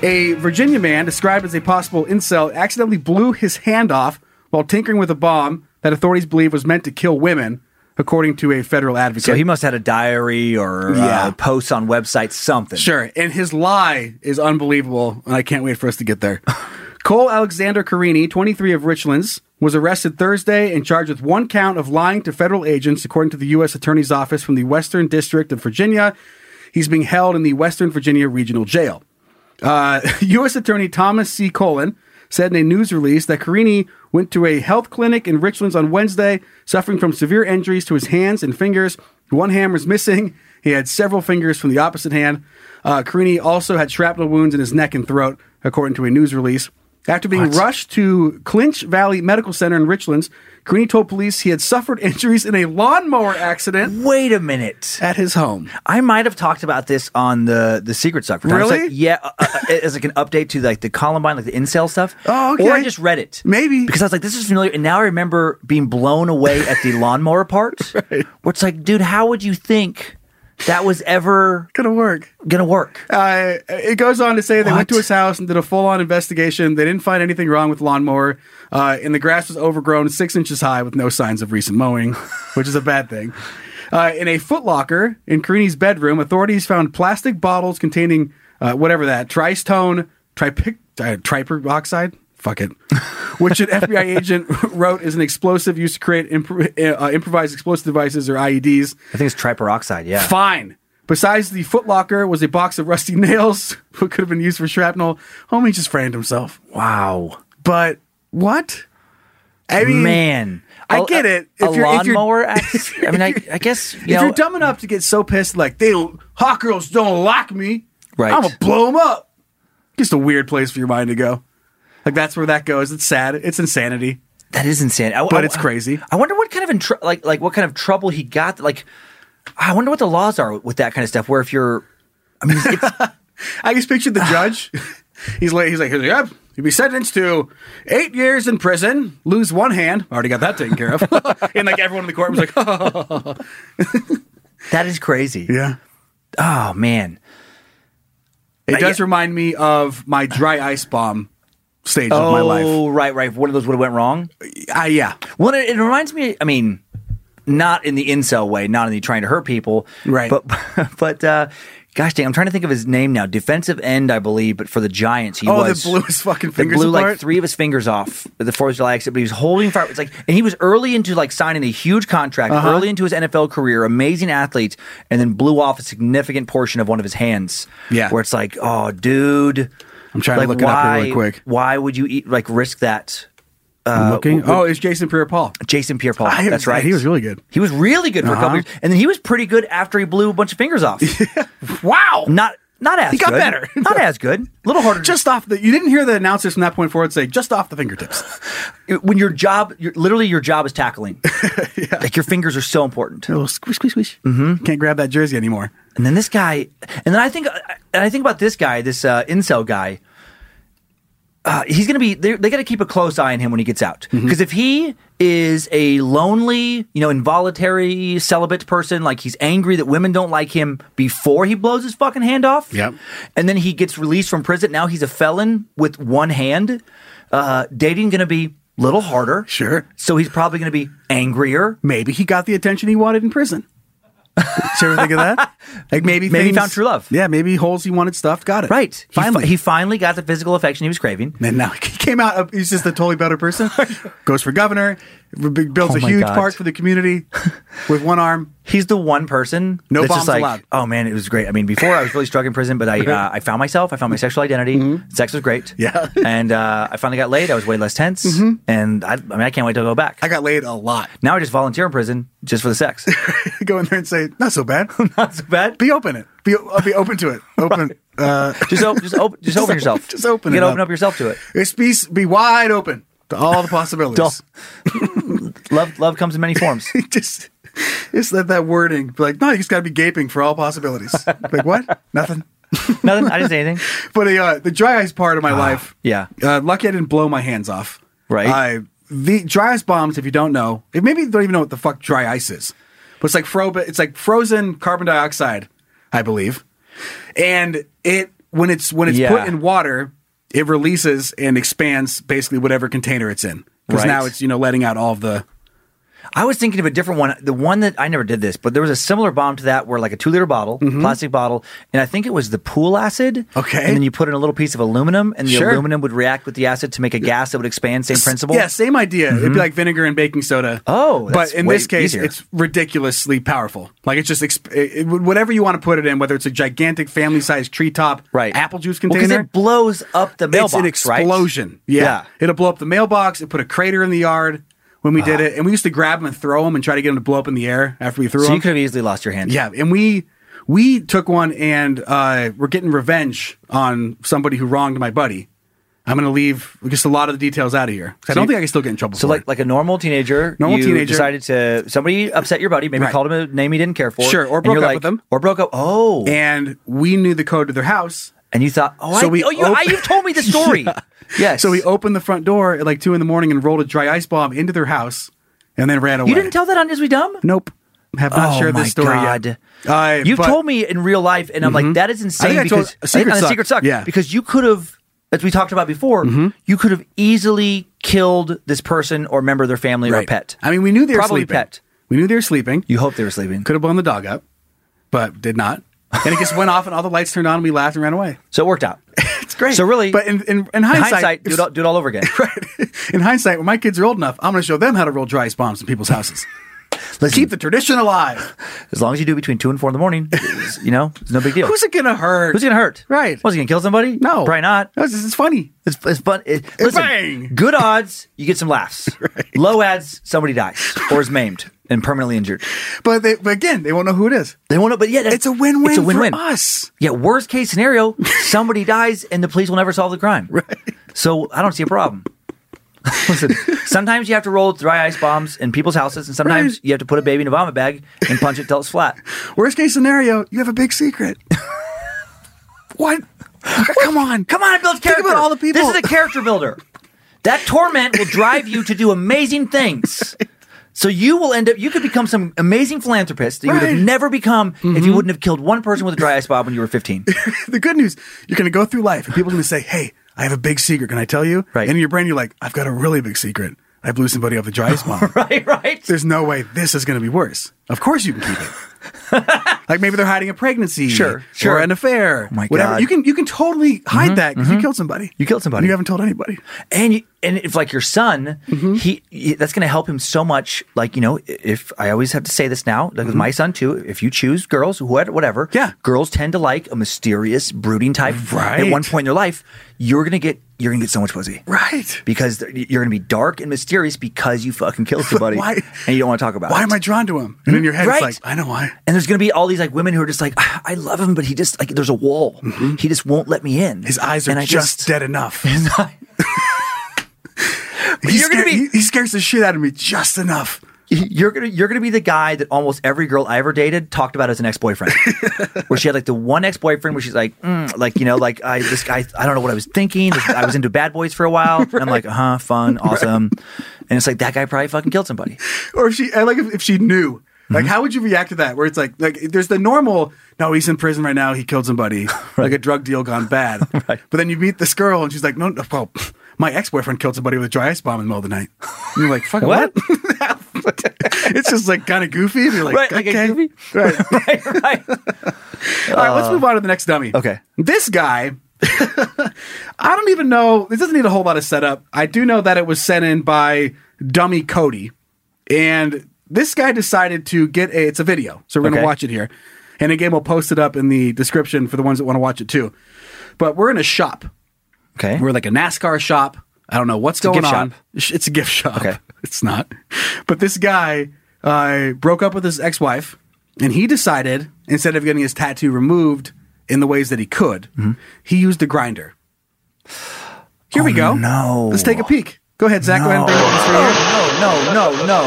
Speaker 3: A Virginia man described as a possible incel accidentally blew his hand off while tinkering with a bomb that authorities believe was meant to kill women, according to a federal advocate.
Speaker 2: So he must have had a diary or
Speaker 3: Yeah.
Speaker 2: uh, posts on websites, something.
Speaker 3: Sure. And his lie is unbelievable, and I can't wait for us to
Speaker 2: [laughs]
Speaker 3: get there. Cole Alexander Carini, 23 of Richlands, was arrested Thursday and charged with one count of lying to federal agents, according to the U.S. Attorney's Office from the Western District of Virginia. He's being held in the Western Virginia Regional Jail. Uh, U.S. Attorney Thomas C. Colon said in a news release that Carini went to a health clinic in Richlands on Wednesday, suffering from severe injuries to his hands and fingers. One hand was missing. He had several fingers from the opposite hand. Uh, Carini also had shrapnel wounds in his neck and throat, according to a news release. After being rushed to Clinch Valley Medical Center in Richlands, Carini told police he had suffered injuries in a lawnmower accident
Speaker 2: Wait a minute.
Speaker 3: at his home.
Speaker 2: I might have talked about this on the the secret stuff.
Speaker 3: Really?
Speaker 2: yeah, uh, uh, as like an update to like the Columbine, like the incel stuff.
Speaker 3: Oh,
Speaker 2: Or I
Speaker 3: okay.
Speaker 2: just read it
Speaker 3: Maybe.
Speaker 2: because I was like, this is familiar, and now I remember being blown away at
Speaker 3: [laughs]
Speaker 2: the lawnmower part. right. Where it's like, dude, how would you think that was ever
Speaker 3: Gonna work.
Speaker 2: gonna work?
Speaker 3: Uh, it goes on to say they went
Speaker 2: What?
Speaker 3: to his house and did a full-on investigation. They didn't find anything wrong with the lawnmower, uh, and the grass was overgrown six inches high with no signs of recent mowing, [laughs] which is a bad thing. Uh, in a footlocker in Karini's bedroom, authorities found plastic bottles containing uh, whatever that tristone, tripic, uh, triperoxide. Fuck it. Which an FBI agent [laughs] wrote is an explosive used to create impro- uh, improvised explosive devices or E IEDs.
Speaker 2: I think it's triperoxide. Yeah.
Speaker 3: Fine. Besides the footlocker was a box of rusty [laughs] nails, what could have been used for shrapnel. Homie just framed himself.
Speaker 2: Wow.
Speaker 3: But what? I mean,
Speaker 2: Man.
Speaker 3: I
Speaker 2: A-
Speaker 3: get it.
Speaker 2: A,
Speaker 3: If you're- if you're- [laughs]
Speaker 2: lawnmower. act- I mean, I, I guess you
Speaker 3: if
Speaker 2: know,
Speaker 3: you're dumb enough to get so pissed, like they hot girls don't like me,
Speaker 2: Right.
Speaker 3: I'm gonna blow them up. Just a weird place for your mind to go. Like that's where that goes. It's sad. It's insanity.
Speaker 2: That is insane. I- I-
Speaker 3: But it's crazy.
Speaker 2: I wonder what kind of intr- like like what kind of trouble he got. Like, I wonder what the laws are with that kind of stuff. Where if you're, I mean, it's,
Speaker 3: I just pictured the
Speaker 2: [sighs]
Speaker 3: judge. [laughs] he's like, he's like, here's up. You'll be sentenced to eight years in prison, lose one hand. Already got that
Speaker 2: [laughs]
Speaker 3: taken care of. and like everyone in the court was like, [laughs]
Speaker 2: that is crazy.
Speaker 3: yeah.
Speaker 2: Oh man,
Speaker 3: It does remind me of my dry ice bomb stage of my life.
Speaker 2: Oh, right, right. If One of those would have went wrong.
Speaker 3: Ah, yeah.
Speaker 2: Well, it, it reminds me. I mean, not in the incel way, not in the trying to hurt people, [laughs]
Speaker 3: Right.
Speaker 2: But but uh, gosh dang, I'm trying to think of his name now. Defensive end, I believe, but for the Giants, he
Speaker 3: Oh, that
Speaker 2: was
Speaker 3: blew his fucking
Speaker 2: that
Speaker 3: fingers
Speaker 2: blew like
Speaker 3: apart?
Speaker 2: three of his fingers off at the Fourth of July exit, but he was holding fire. It's like, and he was early into like signing a huge contract,
Speaker 3: Uh-huh.
Speaker 2: early into his NFL career, amazing athlete, and then blew off a significant portion of one of his hands.
Speaker 3: Yeah.
Speaker 2: where it's like, oh, dude,
Speaker 3: I'm trying to look it up here really quick.
Speaker 2: Why would you eat like risk that?
Speaker 3: I'm looking. oh, it's Jason Pierre-Paul.
Speaker 2: Jason Pierre-Paul.
Speaker 3: I haven't
Speaker 2: That's
Speaker 3: seen-
Speaker 2: right.
Speaker 3: he was really good.
Speaker 2: He was really good for
Speaker 3: Uh-huh.
Speaker 2: a couple years, and then he was pretty good after he blew a bunch of fingers
Speaker 3: [laughs]
Speaker 2: off.
Speaker 3: Wow.
Speaker 2: Not not as
Speaker 3: He got
Speaker 2: good.
Speaker 3: better.
Speaker 2: [laughs] not as good. A little harder.
Speaker 3: Just off the, you didn't hear the announcers from that point forward say, just off the fingertips.
Speaker 2: when your job, your, literally your job is
Speaker 3: [laughs]
Speaker 2: tackling. Like your fingers are so important.
Speaker 3: A [laughs] little squish, squish, squish. Mm-hmm. Can't grab that jersey anymore.
Speaker 2: And then this guy, and then I think, and I think about this guy, this uh, incel guy. Uh, he's gonna be. They, they got to keep a close eye on him when he gets out,
Speaker 3: Mm-hmm.
Speaker 2: because if he is a lonely, you know, involuntary celibate person, like he's angry that women don't like him before he blows his fucking hand off.
Speaker 3: Yep.
Speaker 2: And then he gets released from prison. Now he's a felon with one hand. Uh, dating gonna be a little harder.
Speaker 3: Sure.
Speaker 2: So he's probably gonna be angrier.
Speaker 3: Maybe he got the attention he wanted in [laughs] prison. Did you ever think of that? Like maybe
Speaker 2: Maybe he
Speaker 3: things-
Speaker 2: found true love.
Speaker 3: Yeah, maybe holes he wanted stuffed got it.
Speaker 2: Right. He fi-
Speaker 3: Finally.
Speaker 2: he finally got the physical affection he was craving.
Speaker 3: And now he came out. uh, He's just a totally
Speaker 2: [laughs]
Speaker 3: better person. Goes for governor. b- b- Builds
Speaker 2: Oh
Speaker 3: a
Speaker 2: my
Speaker 3: huge
Speaker 2: God.
Speaker 3: park for
Speaker 2: [laughs]
Speaker 3: the community with one arm.
Speaker 2: he's the one person
Speaker 3: No
Speaker 2: that's
Speaker 3: bombs
Speaker 2: just like,
Speaker 3: allowed.
Speaker 2: Oh man, it was great. I mean, before I was really struck in prison, but
Speaker 3: [laughs]
Speaker 2: I uh, I found myself. I found my sexual identity. Sex was great.
Speaker 3: Mm-hmm. Yeah. [laughs] Mm-hmm.
Speaker 2: and uh, I finally got laid. I was way less tense, and I, I mean, I can't wait to go back.
Speaker 3: I got laid a lot. [laughs]
Speaker 2: now I just volunteer in prison just for the sex. [laughs]
Speaker 3: Go in there and say, not so bad.
Speaker 2: Not so bad.
Speaker 3: be open it. Be uh, be open to
Speaker 2: [laughs]
Speaker 3: it. Open. Uh,
Speaker 2: Just open, just open, just open
Speaker 3: open-
Speaker 2: yourself.
Speaker 3: [laughs] just open
Speaker 2: You
Speaker 3: it
Speaker 2: gotta
Speaker 3: up.
Speaker 2: open up yourself to it.
Speaker 3: it's be be wide open to all the [laughs] possibilities.
Speaker 2: Love, love comes in many
Speaker 3: [laughs]
Speaker 2: forms.
Speaker 3: just it's that that wording. Be Like no, you just got to be gaping for
Speaker 2: [laughs]
Speaker 3: all possibilities. like what? Nothing.
Speaker 2: Nothing. I didn't say anything.
Speaker 3: But the uh, the dry ice part of my life.
Speaker 2: Ah, yeah.
Speaker 3: Uh, lucky I didn't blow my hands off.
Speaker 2: Right.
Speaker 3: I the dry ice bombs. If you don't know, if maybe you don't even know what the fuck dry ice is, but it's like fro. It's like frozen carbon dioxide, I believe. And it when it's when it's
Speaker 2: Yeah.
Speaker 3: put in water, it releases and expands basically whatever container it's in. Because
Speaker 2: Right.
Speaker 3: now it's you know letting out all of the
Speaker 2: I was thinking of a different one. The one that I never did this, but there was a similar bomb to that where like a two liter bottle, plastic bottle, and I think it was the pool acid.
Speaker 3: Mm-hmm. Okay.
Speaker 2: And then you put in a little piece of aluminum and the
Speaker 3: Sure.
Speaker 2: aluminum would react with the acid to make a gas that would expand, same principle. Mm-hmm.
Speaker 3: Yeah, same idea. It'd be like vinegar and baking soda.
Speaker 2: Oh, that's
Speaker 3: but in
Speaker 2: way
Speaker 3: this case,
Speaker 2: easier.
Speaker 3: it's ridiculously powerful. Like it's just exp- it, it- whatever you want to put it in, whether it's a gigantic family-sized treetop
Speaker 2: Right.
Speaker 3: apple juice
Speaker 2: Well, 'cause
Speaker 3: container.
Speaker 2: it blows up the mailbox.
Speaker 3: it's an
Speaker 2: right?
Speaker 3: explosion. Yeah. it'll blow up the mailbox. It put a crater in the yard when we did
Speaker 2: Ah.
Speaker 3: it, and we used to grab them and throw them and try to get them to blow up in the air after we threw
Speaker 2: So
Speaker 3: them.
Speaker 2: you could have easily lost your hand.
Speaker 3: Yeah, and we we took one and uh, we're getting revenge on somebody who wronged my buddy. I'm going to leave just a lot of the details out of here. 'cause I don't
Speaker 2: you-
Speaker 3: think I can still get in trouble.
Speaker 2: So
Speaker 3: for
Speaker 2: like
Speaker 3: it.
Speaker 2: like a normal teenager,
Speaker 3: Normal
Speaker 2: you
Speaker 3: teenager.
Speaker 2: decided to somebody upset your buddy, maybe
Speaker 3: Right.
Speaker 2: called him a name he didn't care for.
Speaker 3: Sure, or
Speaker 2: and you're
Speaker 3: broke up
Speaker 2: like-
Speaker 3: with him.
Speaker 2: Or broke up. Oh. And,
Speaker 3: and we knew the code to their house.
Speaker 2: you thought, oh,
Speaker 3: So
Speaker 2: I,
Speaker 3: we
Speaker 2: oh you,
Speaker 3: op-
Speaker 2: I, you've told me
Speaker 3: [laughs]
Speaker 2: the story. Yes.
Speaker 3: So we opened the front door at like two in the morning and rolled a dry ice bomb into their house, and then ran away.
Speaker 2: You didn't tell that on Is We Dumb?
Speaker 3: Nope. Have not
Speaker 2: oh
Speaker 3: shared
Speaker 2: my
Speaker 3: this story
Speaker 2: God.
Speaker 3: yet. Uh,
Speaker 2: You've
Speaker 3: but- Mm-hmm.
Speaker 2: told me in real life, and I'm like, that is insane.
Speaker 3: I told-
Speaker 2: because
Speaker 3: a
Speaker 2: I think
Speaker 3: secret
Speaker 2: on
Speaker 3: suck.
Speaker 2: secret suck.
Speaker 3: Yeah. Mm-hmm.
Speaker 2: Because you could have, as we talked about before, you could have easily killed this person or member of their family or
Speaker 3: Right.
Speaker 2: pet.
Speaker 3: I mean, we knew they were
Speaker 2: Probably
Speaker 3: sleeping.
Speaker 2: pet.
Speaker 3: We knew they were sleeping.
Speaker 2: You hope they were sleeping.
Speaker 3: Could have blown the dog up, but did not. And it just went off, and all the lights turned on, and we laughed and ran away.
Speaker 2: So it worked
Speaker 3: [laughs]
Speaker 2: out.
Speaker 3: It's great.
Speaker 2: So really-
Speaker 3: but in, in, in
Speaker 2: In
Speaker 3: hindsight,
Speaker 2: hindsight, do, it all,
Speaker 3: [laughs]
Speaker 2: do it all over again.
Speaker 3: in hindsight, when my kids are old enough, I'm going to show them how to roll dry ice bombs in people's houses.
Speaker 2: [laughs] Listen,
Speaker 3: Keep the tradition alive.
Speaker 2: as long as you do it between two and four in the morning, it's, you know, it's no big deal.
Speaker 3: Who's it going to hurt?
Speaker 2: Who's it gonna hurt?
Speaker 3: Right.
Speaker 2: Was he gonna kill somebody?
Speaker 3: No,
Speaker 2: probably not.
Speaker 3: No, It's, it's funny.
Speaker 2: It's, it's fun. It, listen,
Speaker 3: bang!
Speaker 2: good odds, you get some laughs.
Speaker 3: [laughs]
Speaker 2: Low odds, somebody dies or is maimed and permanently injured.
Speaker 3: But they, but again, they won't know who it is.
Speaker 2: They won't know, but yeah, that's-
Speaker 3: It's a win-win
Speaker 2: It's a
Speaker 3: for
Speaker 2: win-win
Speaker 3: us.
Speaker 2: Yeah, worst case scenario, somebody [laughs] dies and the police will never solve the crime. Right. So I don't see a problem. [laughs] Listen, sometimes you have to roll dry ice bombs in people's houses, and sometimes
Speaker 3: Right.
Speaker 2: you have to put a baby in a vomit bag and punch it till it's
Speaker 3: [laughs]
Speaker 2: flat.
Speaker 3: Worst case scenario, you have a
Speaker 2: [laughs]
Speaker 3: big secret. what? [laughs] Come on,
Speaker 2: Come on, it builds
Speaker 3: Think
Speaker 2: character.
Speaker 3: about all the people.
Speaker 2: This is a character builder. That torment will drive you to do amazing things. So you will end up. You could become some amazing philanthropist that you would
Speaker 3: Right. Mm-hmm.
Speaker 2: have never become if you wouldn't have killed one person with a dry ice bomb when you were fifteen. [laughs]
Speaker 3: the good news. You're going to go through life, and people are going to say, "Hey, I have a big secret. Can I tell you?"
Speaker 2: Right.
Speaker 3: And in your brain, you're like, "I've got a really big secret.
Speaker 2: [laughs]
Speaker 3: I blew somebody up the dry ice bomb."
Speaker 2: right, right.
Speaker 3: There's no way this is going to be worse. Of course, you can keep it.
Speaker 2: [laughs]
Speaker 3: like maybe they're hiding a pregnancy,
Speaker 2: Sure, sure.
Speaker 3: or an affair,
Speaker 2: Oh my
Speaker 3: whatever.
Speaker 2: God. Mm-hmm,
Speaker 3: You can you can totally hide that because you killed somebody.
Speaker 2: You killed somebody.
Speaker 3: And you haven't told anybody.
Speaker 2: and you, and if like your son,
Speaker 3: Mm-hmm.
Speaker 2: he, he- that's going to help him so much. Like you know, if I always have to say this now, like with my son too. If you choose girls, whoever, whatever,
Speaker 3: Mm-hmm. Yeah.
Speaker 2: girls tend to like a mysterious, brooding type.
Speaker 3: Right.
Speaker 2: At one point in your life, you're going to get you're going to get so much pussy.
Speaker 3: Right.
Speaker 2: Because th- you're going to be dark and mysterious because you fucking
Speaker 3: [laughs]
Speaker 2: killed somebody,
Speaker 3: why-
Speaker 2: and you don't want to talk about.
Speaker 3: Why
Speaker 2: it.
Speaker 3: am I drawn to him? And in your head,
Speaker 2: Mm-hmm. Right.
Speaker 3: it's like I know why.
Speaker 2: And there's going to be all these like women who are just like, "Ah, I love him, but he just like there's a wall. He just won't let me in.
Speaker 3: Mm-hmm. His eyes are
Speaker 2: And I [laughs]
Speaker 3: just, dead enough.
Speaker 2: His eye-
Speaker 3: He,
Speaker 2: You're gonna
Speaker 3: scared-
Speaker 2: be-
Speaker 3: he, he scares the shit out of me just enough.
Speaker 2: you're gonna you're gonna be the guy that almost every girl I ever dated talked about as an ex
Speaker 3: [laughs]
Speaker 2: boyfriend, where she had like the one ex boyfriend where she's like, mm, like you know, like I this guy I don't know what I was thinking. This- I was into bad boys for a
Speaker 3: [laughs]
Speaker 2: while, and I'm like, uh huh, fun, awesome, and it's like that guy probably fucking killed somebody.
Speaker 3: or if she I like if, if she knew
Speaker 2: Mm-hmm.
Speaker 3: like how would you react to that where it's like like there's the normal no he's in prison right now he
Speaker 2: [laughs]
Speaker 3: killed somebody like a drug deal gone bad but then you meet this girl and she's like no no well, pff, my ex-boyfriend killed somebody with a dry ice bomb in the middle of the night and you're like fuck what,
Speaker 2: [laughs] What?
Speaker 3: [laughs] it's just like kind of goofy and you're like
Speaker 2: Right, like a
Speaker 3: okay.
Speaker 2: goofy?
Speaker 3: [laughs] right
Speaker 2: right, right.
Speaker 3: all right let's move on to the next dummy
Speaker 2: Uh, okay.
Speaker 3: this guy [laughs] I don't even know. This doesn't need a whole lot of setup. I do know that it was sent in by Dummy Cody, and this guy decided to get a. It's a video, so we're gonna
Speaker 2: Okay.
Speaker 3: watch it here. And again, we'll post it up in the description for the ones that want to watch it too. But we're in a shop.
Speaker 2: Okay.
Speaker 3: We're like a NASCAR shop. I don't know what's
Speaker 2: a
Speaker 3: going
Speaker 2: gift
Speaker 3: on.
Speaker 2: shop.
Speaker 3: Sh- [laughs] It's a gift shop.
Speaker 2: Okay.
Speaker 3: It's not. But this guy uh, broke up with his ex wife, and he decided instead of getting his tattoo removed in the ways that he could,
Speaker 2: Mm-hmm.
Speaker 3: he used a grinder. Here we go.
Speaker 2: Oh, no.
Speaker 3: Let's take a peek. Go ahead, Zach. Go ahead and bring up the screen here.
Speaker 2: Oh, no, no, no, no.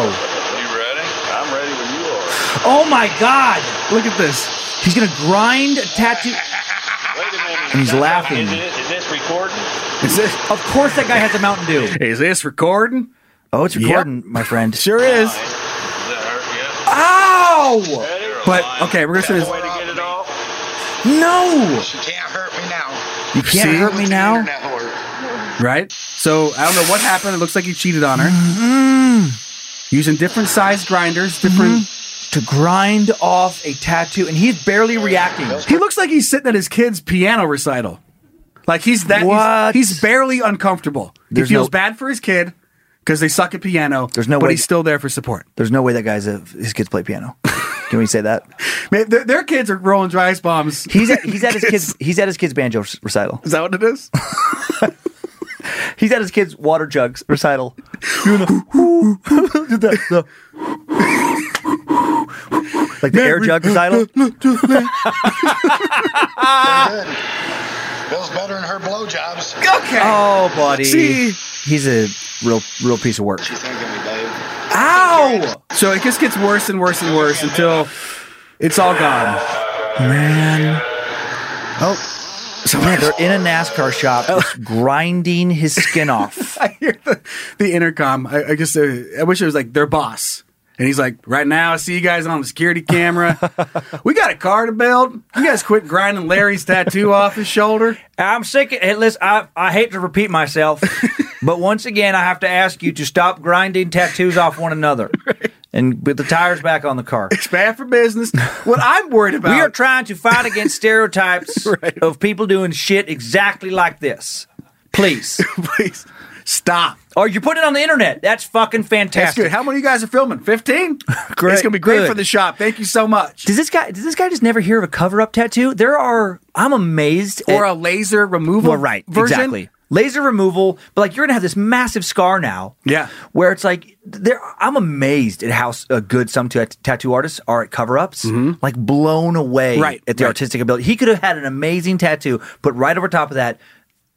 Speaker 6: You ready? I'm ready when you are.
Speaker 2: Oh my God.
Speaker 3: Look at this.
Speaker 2: He's going to grind a tattoo.
Speaker 6: Wait a minute.
Speaker 2: And he's laughing.
Speaker 6: Is, it, is this recording?
Speaker 3: Is this,
Speaker 2: Of course that guy has a Mountain Dew.
Speaker 3: is this recording?
Speaker 2: Oh, it's recording, my friend.
Speaker 3: Sure is.
Speaker 6: Does that hurt
Speaker 2: Ow!
Speaker 6: yet? Ready?
Speaker 3: But okay, we're gonna finish.
Speaker 6: That's the way to get it off.
Speaker 2: No!
Speaker 7: She can't hurt me now.
Speaker 2: You can't
Speaker 3: See?
Speaker 2: hurt me now.
Speaker 7: Internet whore.
Speaker 3: right? So I don't know what happened. It looks like he cheated on her.
Speaker 2: Mm-hmm.
Speaker 3: Using different size grinders, different.
Speaker 2: To grind off a tattoo, and he's barely reacting.
Speaker 3: He looks like he's sitting at his kid's piano recital. Like he's that.
Speaker 2: What?
Speaker 3: He's, he's barely uncomfortable.
Speaker 2: There's
Speaker 3: he feels
Speaker 2: no-
Speaker 3: bad for his kid because they suck at piano.
Speaker 2: There's no
Speaker 3: but
Speaker 2: way-
Speaker 3: he's still there for support.
Speaker 2: There's no way that guy's a, his kids play [laughs] piano. Can we say that?
Speaker 3: Man, their, their kids are rolling dry ice bombs.
Speaker 2: He's at, he's at his [laughs] kids he's at his kids banjo recital.
Speaker 3: Is that what
Speaker 2: [laughs]
Speaker 3: it is?
Speaker 2: He's at his kids water jugs recital. [laughs] like the air jug recital.
Speaker 7: Feels better than her blowjobs.
Speaker 3: okay.
Speaker 2: Oh, buddy.
Speaker 3: See?
Speaker 2: He's a real, real piece of work.
Speaker 7: She's thinking me, babe.
Speaker 2: Ow!
Speaker 3: So it just gets worse and worse and worse until it's all gone. [laughs]
Speaker 2: Man. Oh. So man, they're in a NASCAR shop, just grinding his skin off.
Speaker 3: I hear the, the intercom. I, I just, uh, I wish it was like their boss. And he's like, right now, I see you guys on the
Speaker 2: [laughs]
Speaker 3: security camera. we got a car to build. You guys quit grinding Larry's tattoo off his shoulder.
Speaker 2: I'm sick. Of, hey, listen, I, I hate to repeat
Speaker 3: [laughs]
Speaker 2: myself, but once again, I have to ask you to stop grinding tattoos off one
Speaker 3: [laughs]
Speaker 2: another and put the tires back on the car.
Speaker 3: It's bad for business. What I'm worried about.
Speaker 2: We are trying to fight
Speaker 3: [laughs]
Speaker 2: against stereotypes of people doing shit exactly like this.
Speaker 3: [laughs]
Speaker 2: Please.
Speaker 3: please stop.
Speaker 2: or you put it on the internet. That's fucking
Speaker 3: That's
Speaker 2: fantastic.
Speaker 3: good. How many of you guys are filming? 15?
Speaker 2: [laughs] Great.
Speaker 3: It's going to be great
Speaker 2: Good.
Speaker 3: for the shop. Thank you so much.
Speaker 2: Does this guy? Does this guy just never hear of a cover-up tattoo? There are. I'm amazed.
Speaker 3: Or
Speaker 2: at-
Speaker 3: a laser removal
Speaker 2: well, right,
Speaker 3: version.
Speaker 2: exactly. Laser removal, but like you're gonna have this massive scar now.
Speaker 3: Yeah.
Speaker 2: where it's like there. I'm amazed at how s- uh, good some tat- tattoo artists are at cover-ups. Like blown away
Speaker 3: Mm-hmm. Right,
Speaker 2: at the
Speaker 3: right.
Speaker 2: artistic ability. He could have had an amazing tattoo, but right over top of that,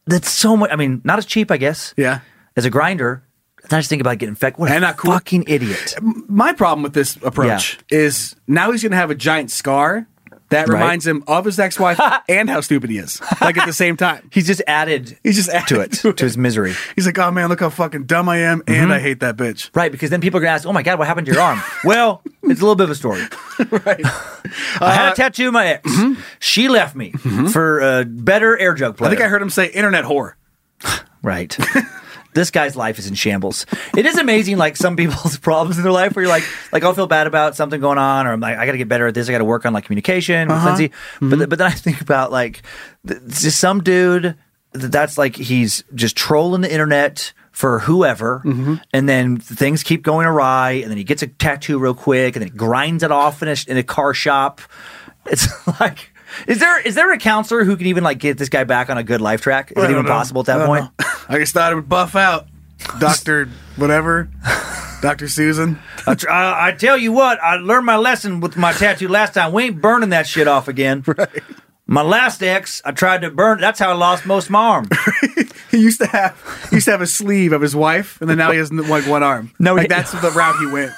Speaker 2: that's so much. I mean, not as cheap, I guess.
Speaker 3: Yeah.
Speaker 2: as a grinder. I just think about getting infected. What a
Speaker 3: And not cool.
Speaker 2: fucking idiot!
Speaker 3: my problem with this approach is now he's going to have a giant scar that
Speaker 2: Right.
Speaker 3: reminds him of
Speaker 2: [laughs]
Speaker 3: his ex-wife and how stupid he is like at the same time
Speaker 2: He's just added.
Speaker 3: he's just added
Speaker 2: to
Speaker 3: [laughs]
Speaker 2: it to his Mm-hmm. misery.
Speaker 3: he's like oh man look how fucking dumb i am and i hate that bitch
Speaker 2: Right, because then people are gonna ask, "Oh my god, what happened to your arm?" well, it's a little bit of a story. I had a tattoo of my ex. She left me for a better air jug player.
Speaker 3: i think i heard him say internet whore
Speaker 2: Right. [laughs] This guy's life is in shambles. It is amazing, like some people's [laughs] problems in their life, where you're like, like I'll feel bad about something going on, or I'm like, I got to get better at this. I got to work on like communication with
Speaker 8: Uh-huh.
Speaker 2: Lindsay.
Speaker 3: Mm-hmm.
Speaker 2: But th- but then I think about like th- just some dude th- that's like he's just trolling the internet for whoever,
Speaker 3: Mm-hmm.
Speaker 2: and then things keep going awry, and then he gets a tattoo real quick, and then he grinds it off in a, sh- in a car shop. It's [laughs] like. Is there is there a counselor who can even like get this guy back on a good life track? Is
Speaker 3: I
Speaker 2: it even
Speaker 3: don't know.
Speaker 2: possible at that
Speaker 3: I don't
Speaker 2: point?
Speaker 3: know. I just thought it would buff out Doctor whatever, Doctor Susan.
Speaker 2: I, tr- I, I tell you what, I learned my lesson with my tattoo last time. We ain't burning that shit off
Speaker 3: [laughs]
Speaker 2: again. Right. My last ex, I tried to burn. That's how I lost most of my
Speaker 3: [laughs]
Speaker 2: arm.
Speaker 3: [laughs] He used to have he used to have a sleeve of his wife, and then now he has like one arm. No, like that's the route he went.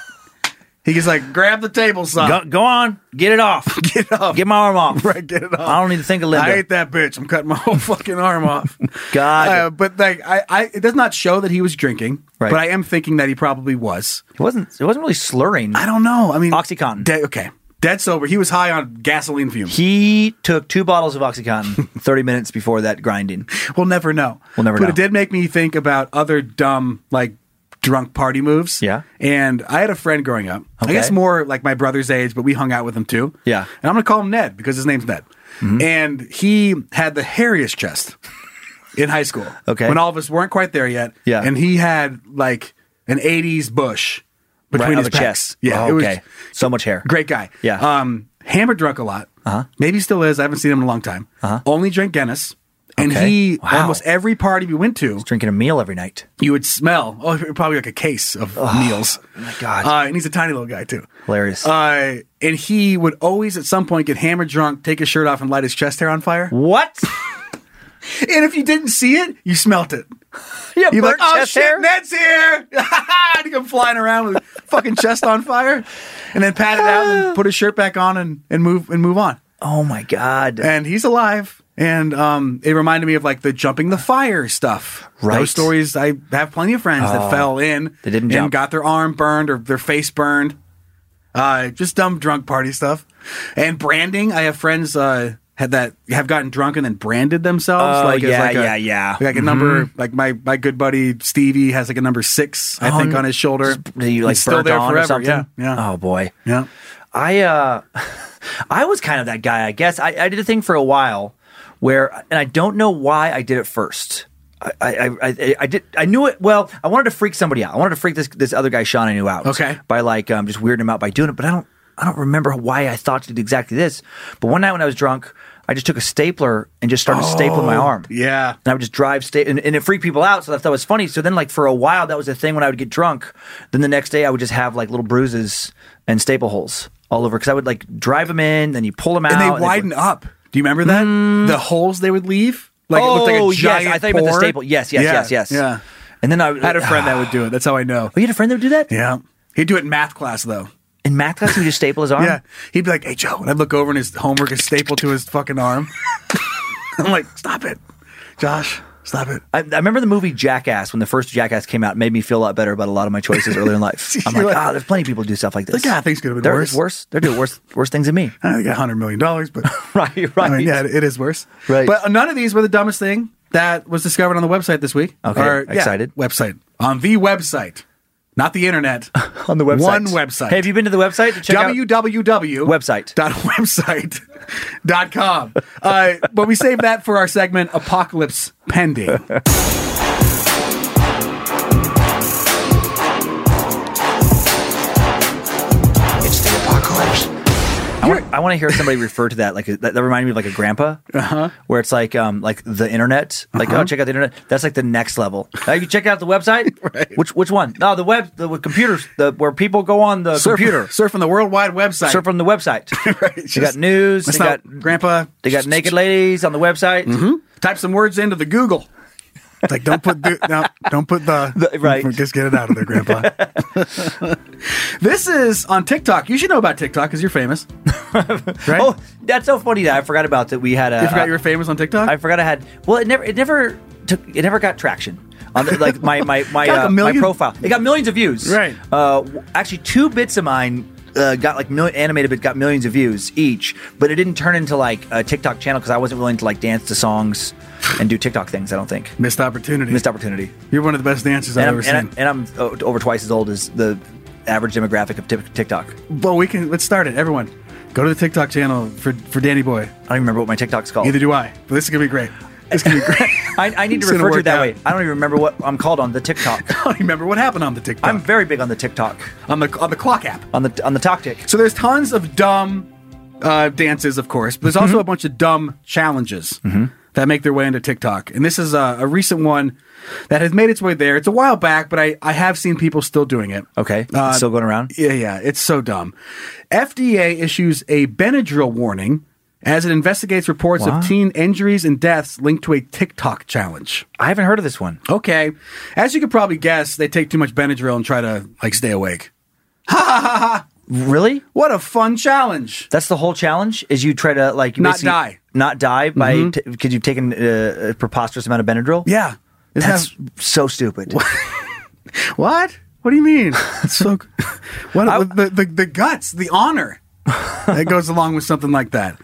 Speaker 3: He just like grab the table saw.
Speaker 2: Go, go on, get it off.
Speaker 3: [laughs] get it off.
Speaker 2: Get my arm off.
Speaker 3: Right, get it off.
Speaker 2: I don't need to think of Linda.
Speaker 3: I hate that bitch. I'm cutting my [laughs] whole fucking arm off.
Speaker 2: God.
Speaker 3: Uh, but like, I, I, it does not show that he was drinking.
Speaker 2: Right.
Speaker 3: But I am thinking that he probably was.
Speaker 2: He wasn't. It wasn't really slurring.
Speaker 3: I don't know. I mean,
Speaker 2: OxyContin.
Speaker 3: dead, okay, dead sober. He was high on gasoline fumes.
Speaker 2: He took two bottles of OxyContin
Speaker 3: [laughs]
Speaker 2: 30 minutes before that grinding.
Speaker 3: We'll never know.
Speaker 2: We'll never
Speaker 3: but
Speaker 2: know.
Speaker 3: it did make me think about other dumb like drunk party moves.
Speaker 2: Yeah.
Speaker 3: And I had a friend growing up.
Speaker 2: Okay.
Speaker 3: I guess more like my brother's age, but we hung out with him too.
Speaker 2: Yeah. Mm-hmm.
Speaker 3: And I'm gonna call him Ned because his name's Ned. And he had the hairiest chest in high school.
Speaker 2: Okay.
Speaker 3: When all of us weren't quite there yet.
Speaker 2: Yeah.
Speaker 3: And he had like an 80s bush between
Speaker 2: right
Speaker 3: his
Speaker 2: on the
Speaker 3: pecs.
Speaker 2: chest. Oh,
Speaker 3: Yeah.
Speaker 2: okay.
Speaker 3: It was
Speaker 2: so much hair.
Speaker 3: great guy.
Speaker 2: Yeah.
Speaker 3: Um, hammered drunk a lot. Uh-huh. Maybe still is. I haven't seen him in a long time. Uh-huh. Only drank Guinness. And
Speaker 2: Okay.
Speaker 3: he
Speaker 2: Wow.
Speaker 3: almost every party we went to,
Speaker 2: Drinking a meal every night.
Speaker 3: you would smell. Oh, probably like a case of meals.
Speaker 2: Oh my God.
Speaker 3: Uh, and he's a tiny little guy too.
Speaker 2: Hilarious.
Speaker 3: Uh, and he would always at some point get hammered drunk, take his shirt off, and light his chest hair on fire. [laughs]
Speaker 2: what?
Speaker 3: And if you didn't see it, you smelt it.
Speaker 2: Yeah,
Speaker 3: You'd be like,
Speaker 2: burnt
Speaker 3: oh
Speaker 2: chest
Speaker 3: shit,
Speaker 2: hair?
Speaker 3: Ned's here! [laughs] and he come flying around with fucking chest on fire, and then pat it
Speaker 2: [sighs]
Speaker 3: out and put his shirt back on and, and move and move on.
Speaker 2: Oh my God.
Speaker 3: and he's alive. And um, it reminded me of like the jumping the fire stuff.
Speaker 2: Right. Oh,
Speaker 3: Those stories. I have plenty of friends that fell in.
Speaker 2: They didn't
Speaker 3: and
Speaker 2: jump.
Speaker 3: got their arm burned or their face burned. Uh, just dumb drunk party stuff. And branding. I have friends uh, had that have gotten drunk and then branded themselves.
Speaker 2: Oh,
Speaker 3: like as
Speaker 2: yeah,
Speaker 3: like a,
Speaker 2: yeah, yeah. Mm-hmm.
Speaker 3: Like a number. Like my my good buddy Stevie has like a number six. I
Speaker 2: Oh,
Speaker 3: think on his shoulder.
Speaker 2: Do you like
Speaker 3: It's
Speaker 2: burnt on or something?
Speaker 3: Yeah. Yeah.
Speaker 2: Oh boy.
Speaker 3: Yeah.
Speaker 2: I uh [laughs] I was kind of that guy, I guess. I, I did a thing for a while where and I don't know why I did it first. I, I, I, I did I knew it well, I wanted to freak somebody out. I wanted to freak this this other guy Sean I knew out.
Speaker 3: Okay.
Speaker 2: By like um just weirding him out by doing it, but I don't I don't remember why I thought to do exactly this. But one night when I was drunk, I just took a stapler and just started stapling
Speaker 3: Oh.
Speaker 2: my arm.
Speaker 3: Yeah.
Speaker 2: And I would just drive state and, and it freaked people out. So I thought it was funny. So then, like, for a while, that was a thing when I would get drunk. Then the next day, I would just have like little bruises and staple holes all over because I would like drive them in, then you pull them out.
Speaker 3: and they
Speaker 2: they'd-
Speaker 3: widen up. Do you remember that? The holes they would leave, like
Speaker 2: Mm. oh,
Speaker 3: it looked like a giant.
Speaker 2: yes. I thought you meant the
Speaker 3: pore.
Speaker 2: staple. Yes, yes,
Speaker 3: Yeah,
Speaker 2: yes, yes.
Speaker 3: Yeah,
Speaker 2: And then I Ah.
Speaker 3: I had a friend that would do it. That's how I know.
Speaker 2: Oh, you had a friend that would do that?
Speaker 3: Yeah, he'd do it in math class though.
Speaker 2: In math class, he would just staple his arm?
Speaker 3: Yeah, he'd be like, "Hey Joe," and I'd look over and his homework is stapled to his fucking arm. [laughs] I'm like, "Stop it, Josh, stop it."
Speaker 2: I, I remember the movie Jackass when the first Jackass came out. It made me feel a lot better about a lot of my choices earlier in
Speaker 3: [laughs]
Speaker 2: life. I'm
Speaker 3: You're
Speaker 2: like,
Speaker 3: like-
Speaker 2: ah, there's plenty of people who do stuff like this.
Speaker 3: Like, yeah, things could have been
Speaker 2: They're
Speaker 3: worse.
Speaker 2: worse. They're doing worse, worse things than me.
Speaker 3: I think hundred million dollars, but
Speaker 2: [laughs] right, right.
Speaker 3: I mean, yeah, it is worse.
Speaker 2: Right.
Speaker 3: But none of these were the dumbest thing that was discovered on the website this week.
Speaker 2: Okay,
Speaker 3: yeah,
Speaker 2: excited.
Speaker 3: website on the website, not
Speaker 2: [laughs]
Speaker 3: the internet.
Speaker 2: on the website.
Speaker 3: One website.
Speaker 2: Hey, have you been to the website to check out? Website.
Speaker 3: [laughs] www.website.com. Uh, but we saved that for our segment Apocalypse Pending.
Speaker 2: [laughs]
Speaker 7: It's the apocalypse.
Speaker 2: I want, I want to hear somebody refer to that like that, that reminded me of like a grandpa, uh-huh. where it's like um like the internet, like
Speaker 3: Uh-huh.
Speaker 2: oh check out the internet. That's like the next
Speaker 3: [laughs]
Speaker 2: level. Uh, you check out the website. Which which one? No, the web, the computers, the where people go on the
Speaker 3: [laughs]
Speaker 2: computer,
Speaker 3: Surfing the World Wide Website.
Speaker 2: surf on the website.
Speaker 3: [laughs] Right,
Speaker 2: They got
Speaker 3: just-
Speaker 2: news. They
Speaker 3: Let's not- Mm-hmm.
Speaker 2: got
Speaker 3: Grandpa.
Speaker 2: they got naked ladies on the website.
Speaker 3: Type some words into the Google. It's Like don't
Speaker 2: [laughs]
Speaker 3: put the, no, don't put the,
Speaker 2: The- right.
Speaker 3: Just get it out of
Speaker 2: [laughs]
Speaker 3: there, Grandpa. this is on TikTok. You should know about TikTok because
Speaker 2: [laughs]
Speaker 3: you're famous, right?
Speaker 2: Oh, that's so funny that I forgot about that. We had a
Speaker 3: you forgot
Speaker 2: uh,
Speaker 3: you were famous on TikTok.
Speaker 2: I forgot I had. Well, it never it never took it never got traction on the, like my
Speaker 3: [laughs]
Speaker 2: my my
Speaker 3: Got like a
Speaker 2: uh, my
Speaker 3: million?
Speaker 2: profile. It got millions of views.
Speaker 3: Right.
Speaker 2: Uh, w- actually, two bits of mine. Uh, got like mil- animated, but got millions of views each. But it didn't turn into like a TikTok channel because I wasn't willing to like dance to songs and do TikTok things. I don't think
Speaker 3: missed opportunity.
Speaker 2: Missed opportunity.
Speaker 3: You're one of the best dancers
Speaker 2: And
Speaker 3: I've
Speaker 2: I'm,
Speaker 3: ever
Speaker 2: and,
Speaker 3: seen.
Speaker 2: I'm, and I'm o- over twice as old as the average demographic of Tik- TikTok.
Speaker 3: But we can let's start it. Everyone, go to the TikTok channel for for Danny Boy. I don't
Speaker 2: even remember what my TikTok's called.
Speaker 3: Neither do I. But this is gonna be great. This is gonna be [laughs] great.
Speaker 2: I, I need to
Speaker 3: It's gonna
Speaker 2: refer to
Speaker 3: work
Speaker 2: it that
Speaker 3: out.
Speaker 2: way. I don't even remember what I'm called on the TikTok.
Speaker 3: [laughs]
Speaker 2: I
Speaker 3: don't remember what happened on the TikTok.
Speaker 2: I'm very big on the TikTok.
Speaker 3: On the on the clock app.
Speaker 2: On the on the Toktik.
Speaker 3: So there's tons of dumb uh, dances, of course, but there's also a bunch of dumb challenges that make their way into TikTok. And this is a, a recent one that has made its way there. It's a while back, but I, I have seen people still doing it.
Speaker 2: Okay.
Speaker 3: Uh,
Speaker 2: Still going around?
Speaker 3: Yeah, yeah. It's so dumb. FDA issues a Benadryl warning as it investigates reports
Speaker 2: Wow.
Speaker 3: of teen injuries and deaths linked to a TikTok challenge.
Speaker 2: I haven't heard of this one.
Speaker 3: Okay. As you could probably guess, they take too much Benadryl and try to like stay awake.
Speaker 2: Really?
Speaker 3: What a fun challenge.
Speaker 2: That's the whole challenge is you try to like
Speaker 3: Not
Speaker 2: basically
Speaker 3: die.
Speaker 2: Not die Mm-hmm. by
Speaker 3: Mhm.
Speaker 2: t- cuz you've taken uh, a preposterous amount of Benadryl?
Speaker 3: Yeah. Isn't
Speaker 2: That's
Speaker 3: that-
Speaker 2: so stupid.
Speaker 3: What? What do you mean? It's so what the, the the guts, the honor that goes along with something like that.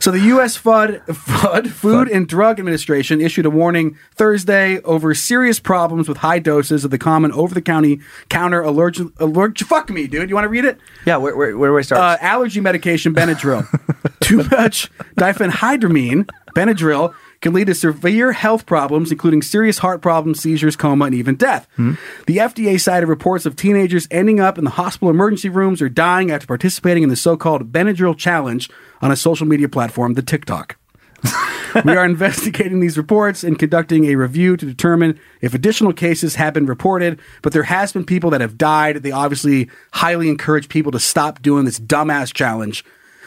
Speaker 3: So the U.S. FUD, FUD Food and Drug Administration issued a warning Thursday over serious problems with high doses of the common over-the-counter counter allergic. Allerg- fuck me, dude. You want to read it?
Speaker 2: [laughs] Yeah. Where where, where do I start?
Speaker 3: Uh, allergy medication Benadryl. Too much diphenhydramine Benadryl can lead to severe health problems, including serious heart problems, seizures, coma, and even death. The FDA cited reports of teenagers ending up in the hospital emergency rooms or dying after participating in the so-called Benadryl challenge on a social media platform, the TikTok. [laughs] we are investigating these reports and conducting a review to determine if additional cases have been reported. But there has been people that have died. They obviously highly encourage people to stop doing this dumbass challenge.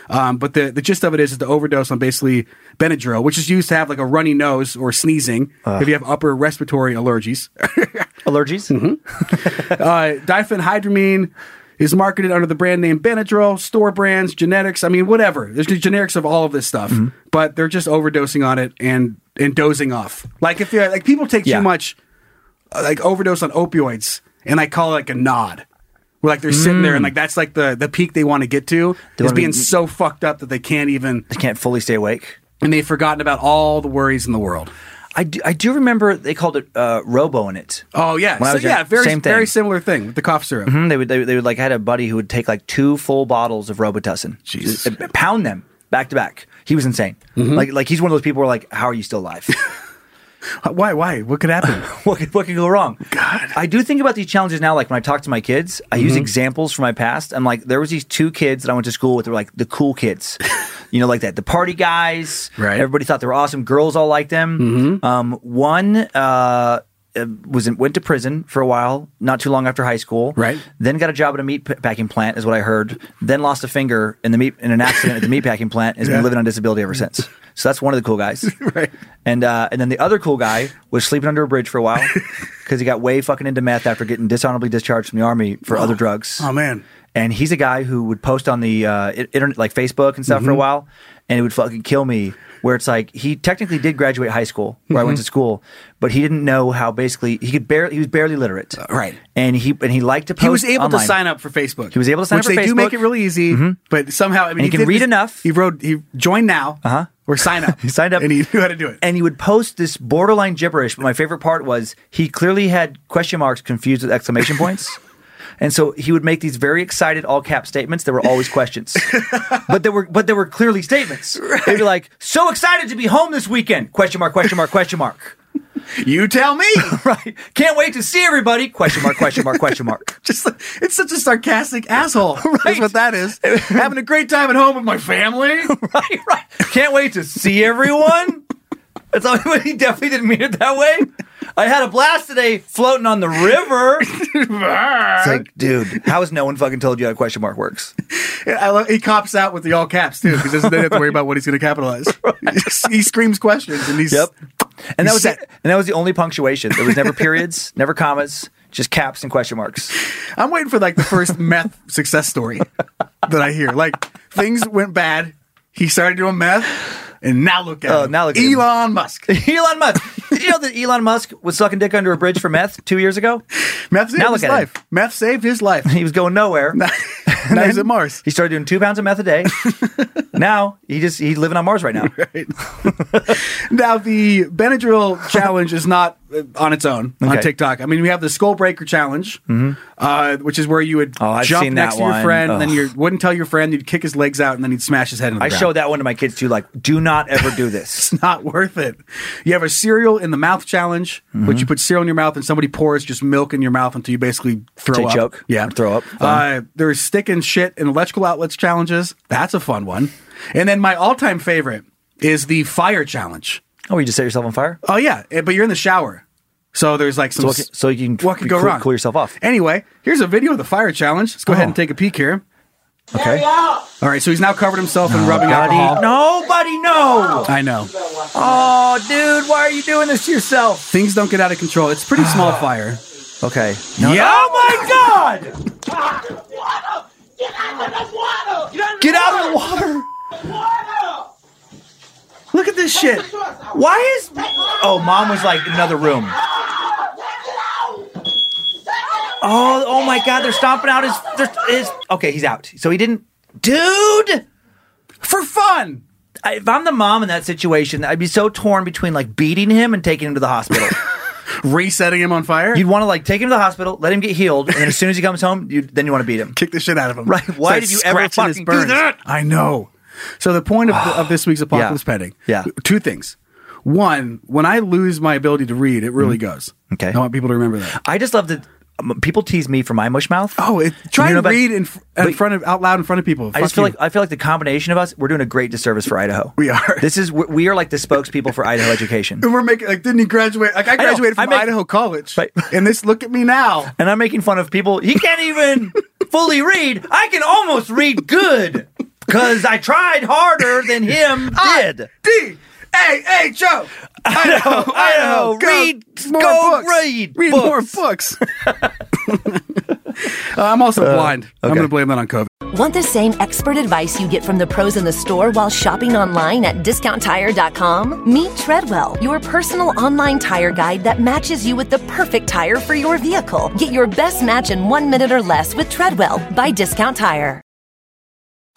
Speaker 3: Um, but the, the gist of it is, is the overdose on basically Benadryl, which is used to have like a runny nose or sneezing if you have upper respiratory allergies.
Speaker 2: allergies?
Speaker 3: uh, diphenhydramine is marketed under the brand name Benadryl, store brands, genetics. I mean, whatever. There's the generics of all of this stuff,
Speaker 2: Mm-hmm.
Speaker 3: but they're just overdosing on it and and dozing off. Like if you're like people take
Speaker 2: Yeah.
Speaker 3: too much, uh, like overdose on opioids, and I call it like a nod. Where like they're sitting there and like that's like the the peak they want to get to
Speaker 2: Mm. They
Speaker 3: is
Speaker 2: wanna be-
Speaker 3: being so fucked up that they can't even
Speaker 2: I can't fully stay awake.
Speaker 3: and they've forgotten about all the worries in the world.
Speaker 2: I do, I do remember they called it uh, Robo in it.
Speaker 3: Oh yeah,
Speaker 2: When I
Speaker 3: so,
Speaker 2: was young,
Speaker 3: yeah, very
Speaker 2: same thing.
Speaker 3: very similar thing with the cough syrup.
Speaker 2: Mhm, They would, they, would- they would like I had a buddy who would take like two full bottles of Robitussin,
Speaker 3: Jeez.
Speaker 2: Uh, pound them back to back. He was insane. Like like he's one of those people where like, how are you still [laughs] alive?
Speaker 3: Why? Why? What could [sighs] happen?
Speaker 2: [laughs] what, could, what could go wrong? God, I do think about these challenges now. Like when I talk to my kids, I use examples from my past. I'm like, there was these two kids that I went to school with. They were like the cool kids, you know, like that. The party guys.
Speaker 3: Right.
Speaker 2: Everybody thought they were awesome. Girls all liked them. Um, one uh, uh, was in, went to prison for a while, not too long after high school.
Speaker 3: Right.
Speaker 2: Then got a job at a meat p- packing plant, is what I heard. Then lost a finger in the meat in an accident at the meat packing plant. Has
Speaker 3: Yeah.
Speaker 2: been living on disability ever
Speaker 3: [laughs]
Speaker 2: since. So that's one of the cool guys.
Speaker 3: Right.
Speaker 2: And uh, and then the other cool guy was sleeping under a bridge for a
Speaker 3: [laughs]
Speaker 2: while because he got way fucking into meth after getting dishonorably discharged from the army for other drugs.
Speaker 3: Oh man.
Speaker 2: And he's a guy who would post on the uh, i- internet, like Facebook and stuff,
Speaker 3: Mm-hmm.
Speaker 2: for a while, and it would fucking kill me. Where it's like he technically did graduate high school, where I
Speaker 3: Mm-hmm.
Speaker 2: went to school, but he didn't know how basically he could barely he was barely literate,
Speaker 3: Uh, right.
Speaker 2: And he and he liked to post.
Speaker 3: He was able to
Speaker 2: online.
Speaker 3: sign up for Facebook.
Speaker 2: He was able to sign
Speaker 3: which
Speaker 2: up for
Speaker 3: they do
Speaker 2: Facebook. Mm-hmm.
Speaker 3: make it really easy, but somehow I
Speaker 2: And
Speaker 3: mean
Speaker 2: he can
Speaker 3: did
Speaker 2: read
Speaker 3: this-
Speaker 2: enough.
Speaker 3: He wrote he joined now, uh-huh. or sign up.
Speaker 2: [laughs] He signed up.
Speaker 3: and he knew how to do it.
Speaker 2: and he would post this borderline gibberish. But my favorite part was he clearly had question marks confused with exclamation points. And so he would make these very excited all cap statements that were always questions. but they were but they were clearly statements. They'd be like, so excited to be home this weekend. Question mark, question mark, question mark. [laughs]
Speaker 3: you tell me. [laughs]
Speaker 2: right. Can't wait to see everybody. Question mark, question mark, question mark.
Speaker 3: Just it's such a
Speaker 2: [laughs]
Speaker 3: sarcastic asshole. That's what that is. Having a great time at home with
Speaker 2: [laughs]
Speaker 3: my family.
Speaker 2: right, right. Can't wait to see everyone. That's all, [laughs] he definitely didn't mean it that way. I had a blast today floating on the river. [laughs] It's like, dude, how has no one fucking told you how question mark works?
Speaker 3: I love, he cops out with the all caps too, because doesn't then have to worry about what he's going to
Speaker 2: [laughs]
Speaker 3: capitalize. [laughs] he screams questions, and he's
Speaker 2: And that
Speaker 3: He's
Speaker 2: was
Speaker 3: set.
Speaker 2: it. And that was the only punctuation. There was never periods, [laughs] never commas, just caps and question marks. [laughs]
Speaker 3: I'm waiting for like the first meth success story that I hear. Like things went bad. He started doing meth, and now look at
Speaker 2: Oh,
Speaker 3: him.
Speaker 2: now look at him. [laughs]
Speaker 3: Elon Musk.
Speaker 2: Elon Musk. Did you know that Elon Musk was sucking dick under a bridge for meth two years ago? [laughs]
Speaker 3: Meth saved
Speaker 2: Now look
Speaker 3: his
Speaker 2: at him. [laughs]
Speaker 3: life. [laughs] Meth saved his life.
Speaker 2: He was going nowhere.
Speaker 3: now he's at Mars.
Speaker 2: He started doing two pounds of meth a [laughs] day. now he just he's living on Mars right now.
Speaker 3: Right. now
Speaker 2: [laughs]
Speaker 3: the Benadryl challenge is not uh, on its own on
Speaker 2: Okay.
Speaker 3: TikTok. I mean, we have the Skull Breaker challenge,
Speaker 2: Mhm.
Speaker 3: uh, which is where you would
Speaker 2: Oh, I've
Speaker 3: jump
Speaker 2: seen
Speaker 3: next
Speaker 2: that
Speaker 3: to your
Speaker 2: one.
Speaker 3: friend, and then
Speaker 2: Ugh.
Speaker 3: you wouldn't tell your friend. You'd kick his legs out, and then he'd smash his head. Into the
Speaker 2: I
Speaker 3: ground.
Speaker 2: showed that one to my kids too. Like, do not ever do this.
Speaker 3: It's [laughs] not worth it. You have a cereal in the mouth challenge, which you put cereal in your mouth, and somebody pours just milk in your mouth until you basically throw
Speaker 2: Till you
Speaker 3: up.
Speaker 2: choke
Speaker 3: yeah,
Speaker 2: or throw up.
Speaker 3: Uh, there's stick and shit and electrical outlets challenges. That's a fun one. And then my all-time favorite is the fire challenge.
Speaker 2: [laughs] Oh, you just set yourself on fire.
Speaker 3: Oh yeah, eh, but you're in the shower, so there's like some.
Speaker 2: So what can- so you can
Speaker 3: what could
Speaker 2: c-
Speaker 3: go
Speaker 2: cool-
Speaker 3: wrong?
Speaker 2: cool yourself off. Oh.
Speaker 3: Anyway, here's a video of the fire challenge. Let's go ahead and take a peek here. Okay. All right, so he's now covered himself in rubbing
Speaker 2: Buddy,
Speaker 3: alcohol.
Speaker 2: nobody knows.
Speaker 3: I know.
Speaker 2: Oh, dude, why are you doing this to yourself?
Speaker 3: Things don't get out of control. It's a
Speaker 2: [sighs]
Speaker 3: pretty small fire.
Speaker 2: Okay.
Speaker 3: Yeah.
Speaker 2: Oh my God! Get out of the water! Look at this shit. Why is? Oh, mom was like in another room. Oh, oh my God! They're stomping out his. they're- His. Okay, he's out. So he didn't. Dude,
Speaker 3: For fun.
Speaker 2: I- if I'm the mom in that situation, I'd be so torn between like beating him and taking him to the [laughs] hospital.
Speaker 3: Resetting him on fire?
Speaker 2: You'd want to like take him to the hospital, let him get healed, and then as soon as he comes home, you then you want to beat him.
Speaker 3: kick the shit out of him.
Speaker 2: Right, why
Speaker 3: Start
Speaker 2: did you ever
Speaker 3: scratching his
Speaker 2: fucking do
Speaker 3: burns.
Speaker 2: that?
Speaker 3: I know. So the point of, of this week's
Speaker 2: [sighs]
Speaker 3: Apocalypse
Speaker 2: Yeah.
Speaker 3: Pending.
Speaker 2: Yeah.
Speaker 3: Two things. One, when I lose my ability to read, it really goes.
Speaker 2: Mm-hmm. Okay.
Speaker 3: I want people to remember that.
Speaker 2: I just love that um, people tease me for my mush mouth.
Speaker 3: Oh, it, try
Speaker 2: You know
Speaker 3: and
Speaker 2: about-
Speaker 3: read in, fr- in
Speaker 2: but-
Speaker 3: front of out loud in front of people.
Speaker 2: I just feel like I feel like the combination of us, we're doing a great disservice for Idaho.
Speaker 3: [laughs] We are.
Speaker 2: This is we- we are like the spokespeople for Idaho
Speaker 3: [laughs]
Speaker 2: education.
Speaker 3: and we're making like didn't he graduate? Like I
Speaker 2: know.
Speaker 3: graduated
Speaker 2: I
Speaker 3: from
Speaker 2: make-
Speaker 3: Idaho College,
Speaker 2: Right.
Speaker 3: [laughs] and this look at me now.
Speaker 2: And I'm making fun of people. He can't even fully read. I can almost read good because I tried harder than
Speaker 3: [laughs]
Speaker 2: him
Speaker 3: Ah.
Speaker 2: did.
Speaker 3: D A H O. Idaho,
Speaker 2: Idaho, read-
Speaker 3: more
Speaker 2: go
Speaker 3: books.
Speaker 2: read
Speaker 3: read more
Speaker 2: [laughs]
Speaker 3: books. Uh, I'm also blind. I'm
Speaker 2: okay.
Speaker 3: going to blame that on COVID.
Speaker 8: Want the same expert advice you get from the pros in the store while shopping online at discounttire.com? Meet Treadwell, your personal online tire guide that matches you with the perfect tire for your vehicle. Get your best match in one minute or less with Treadwell by Discount Tire.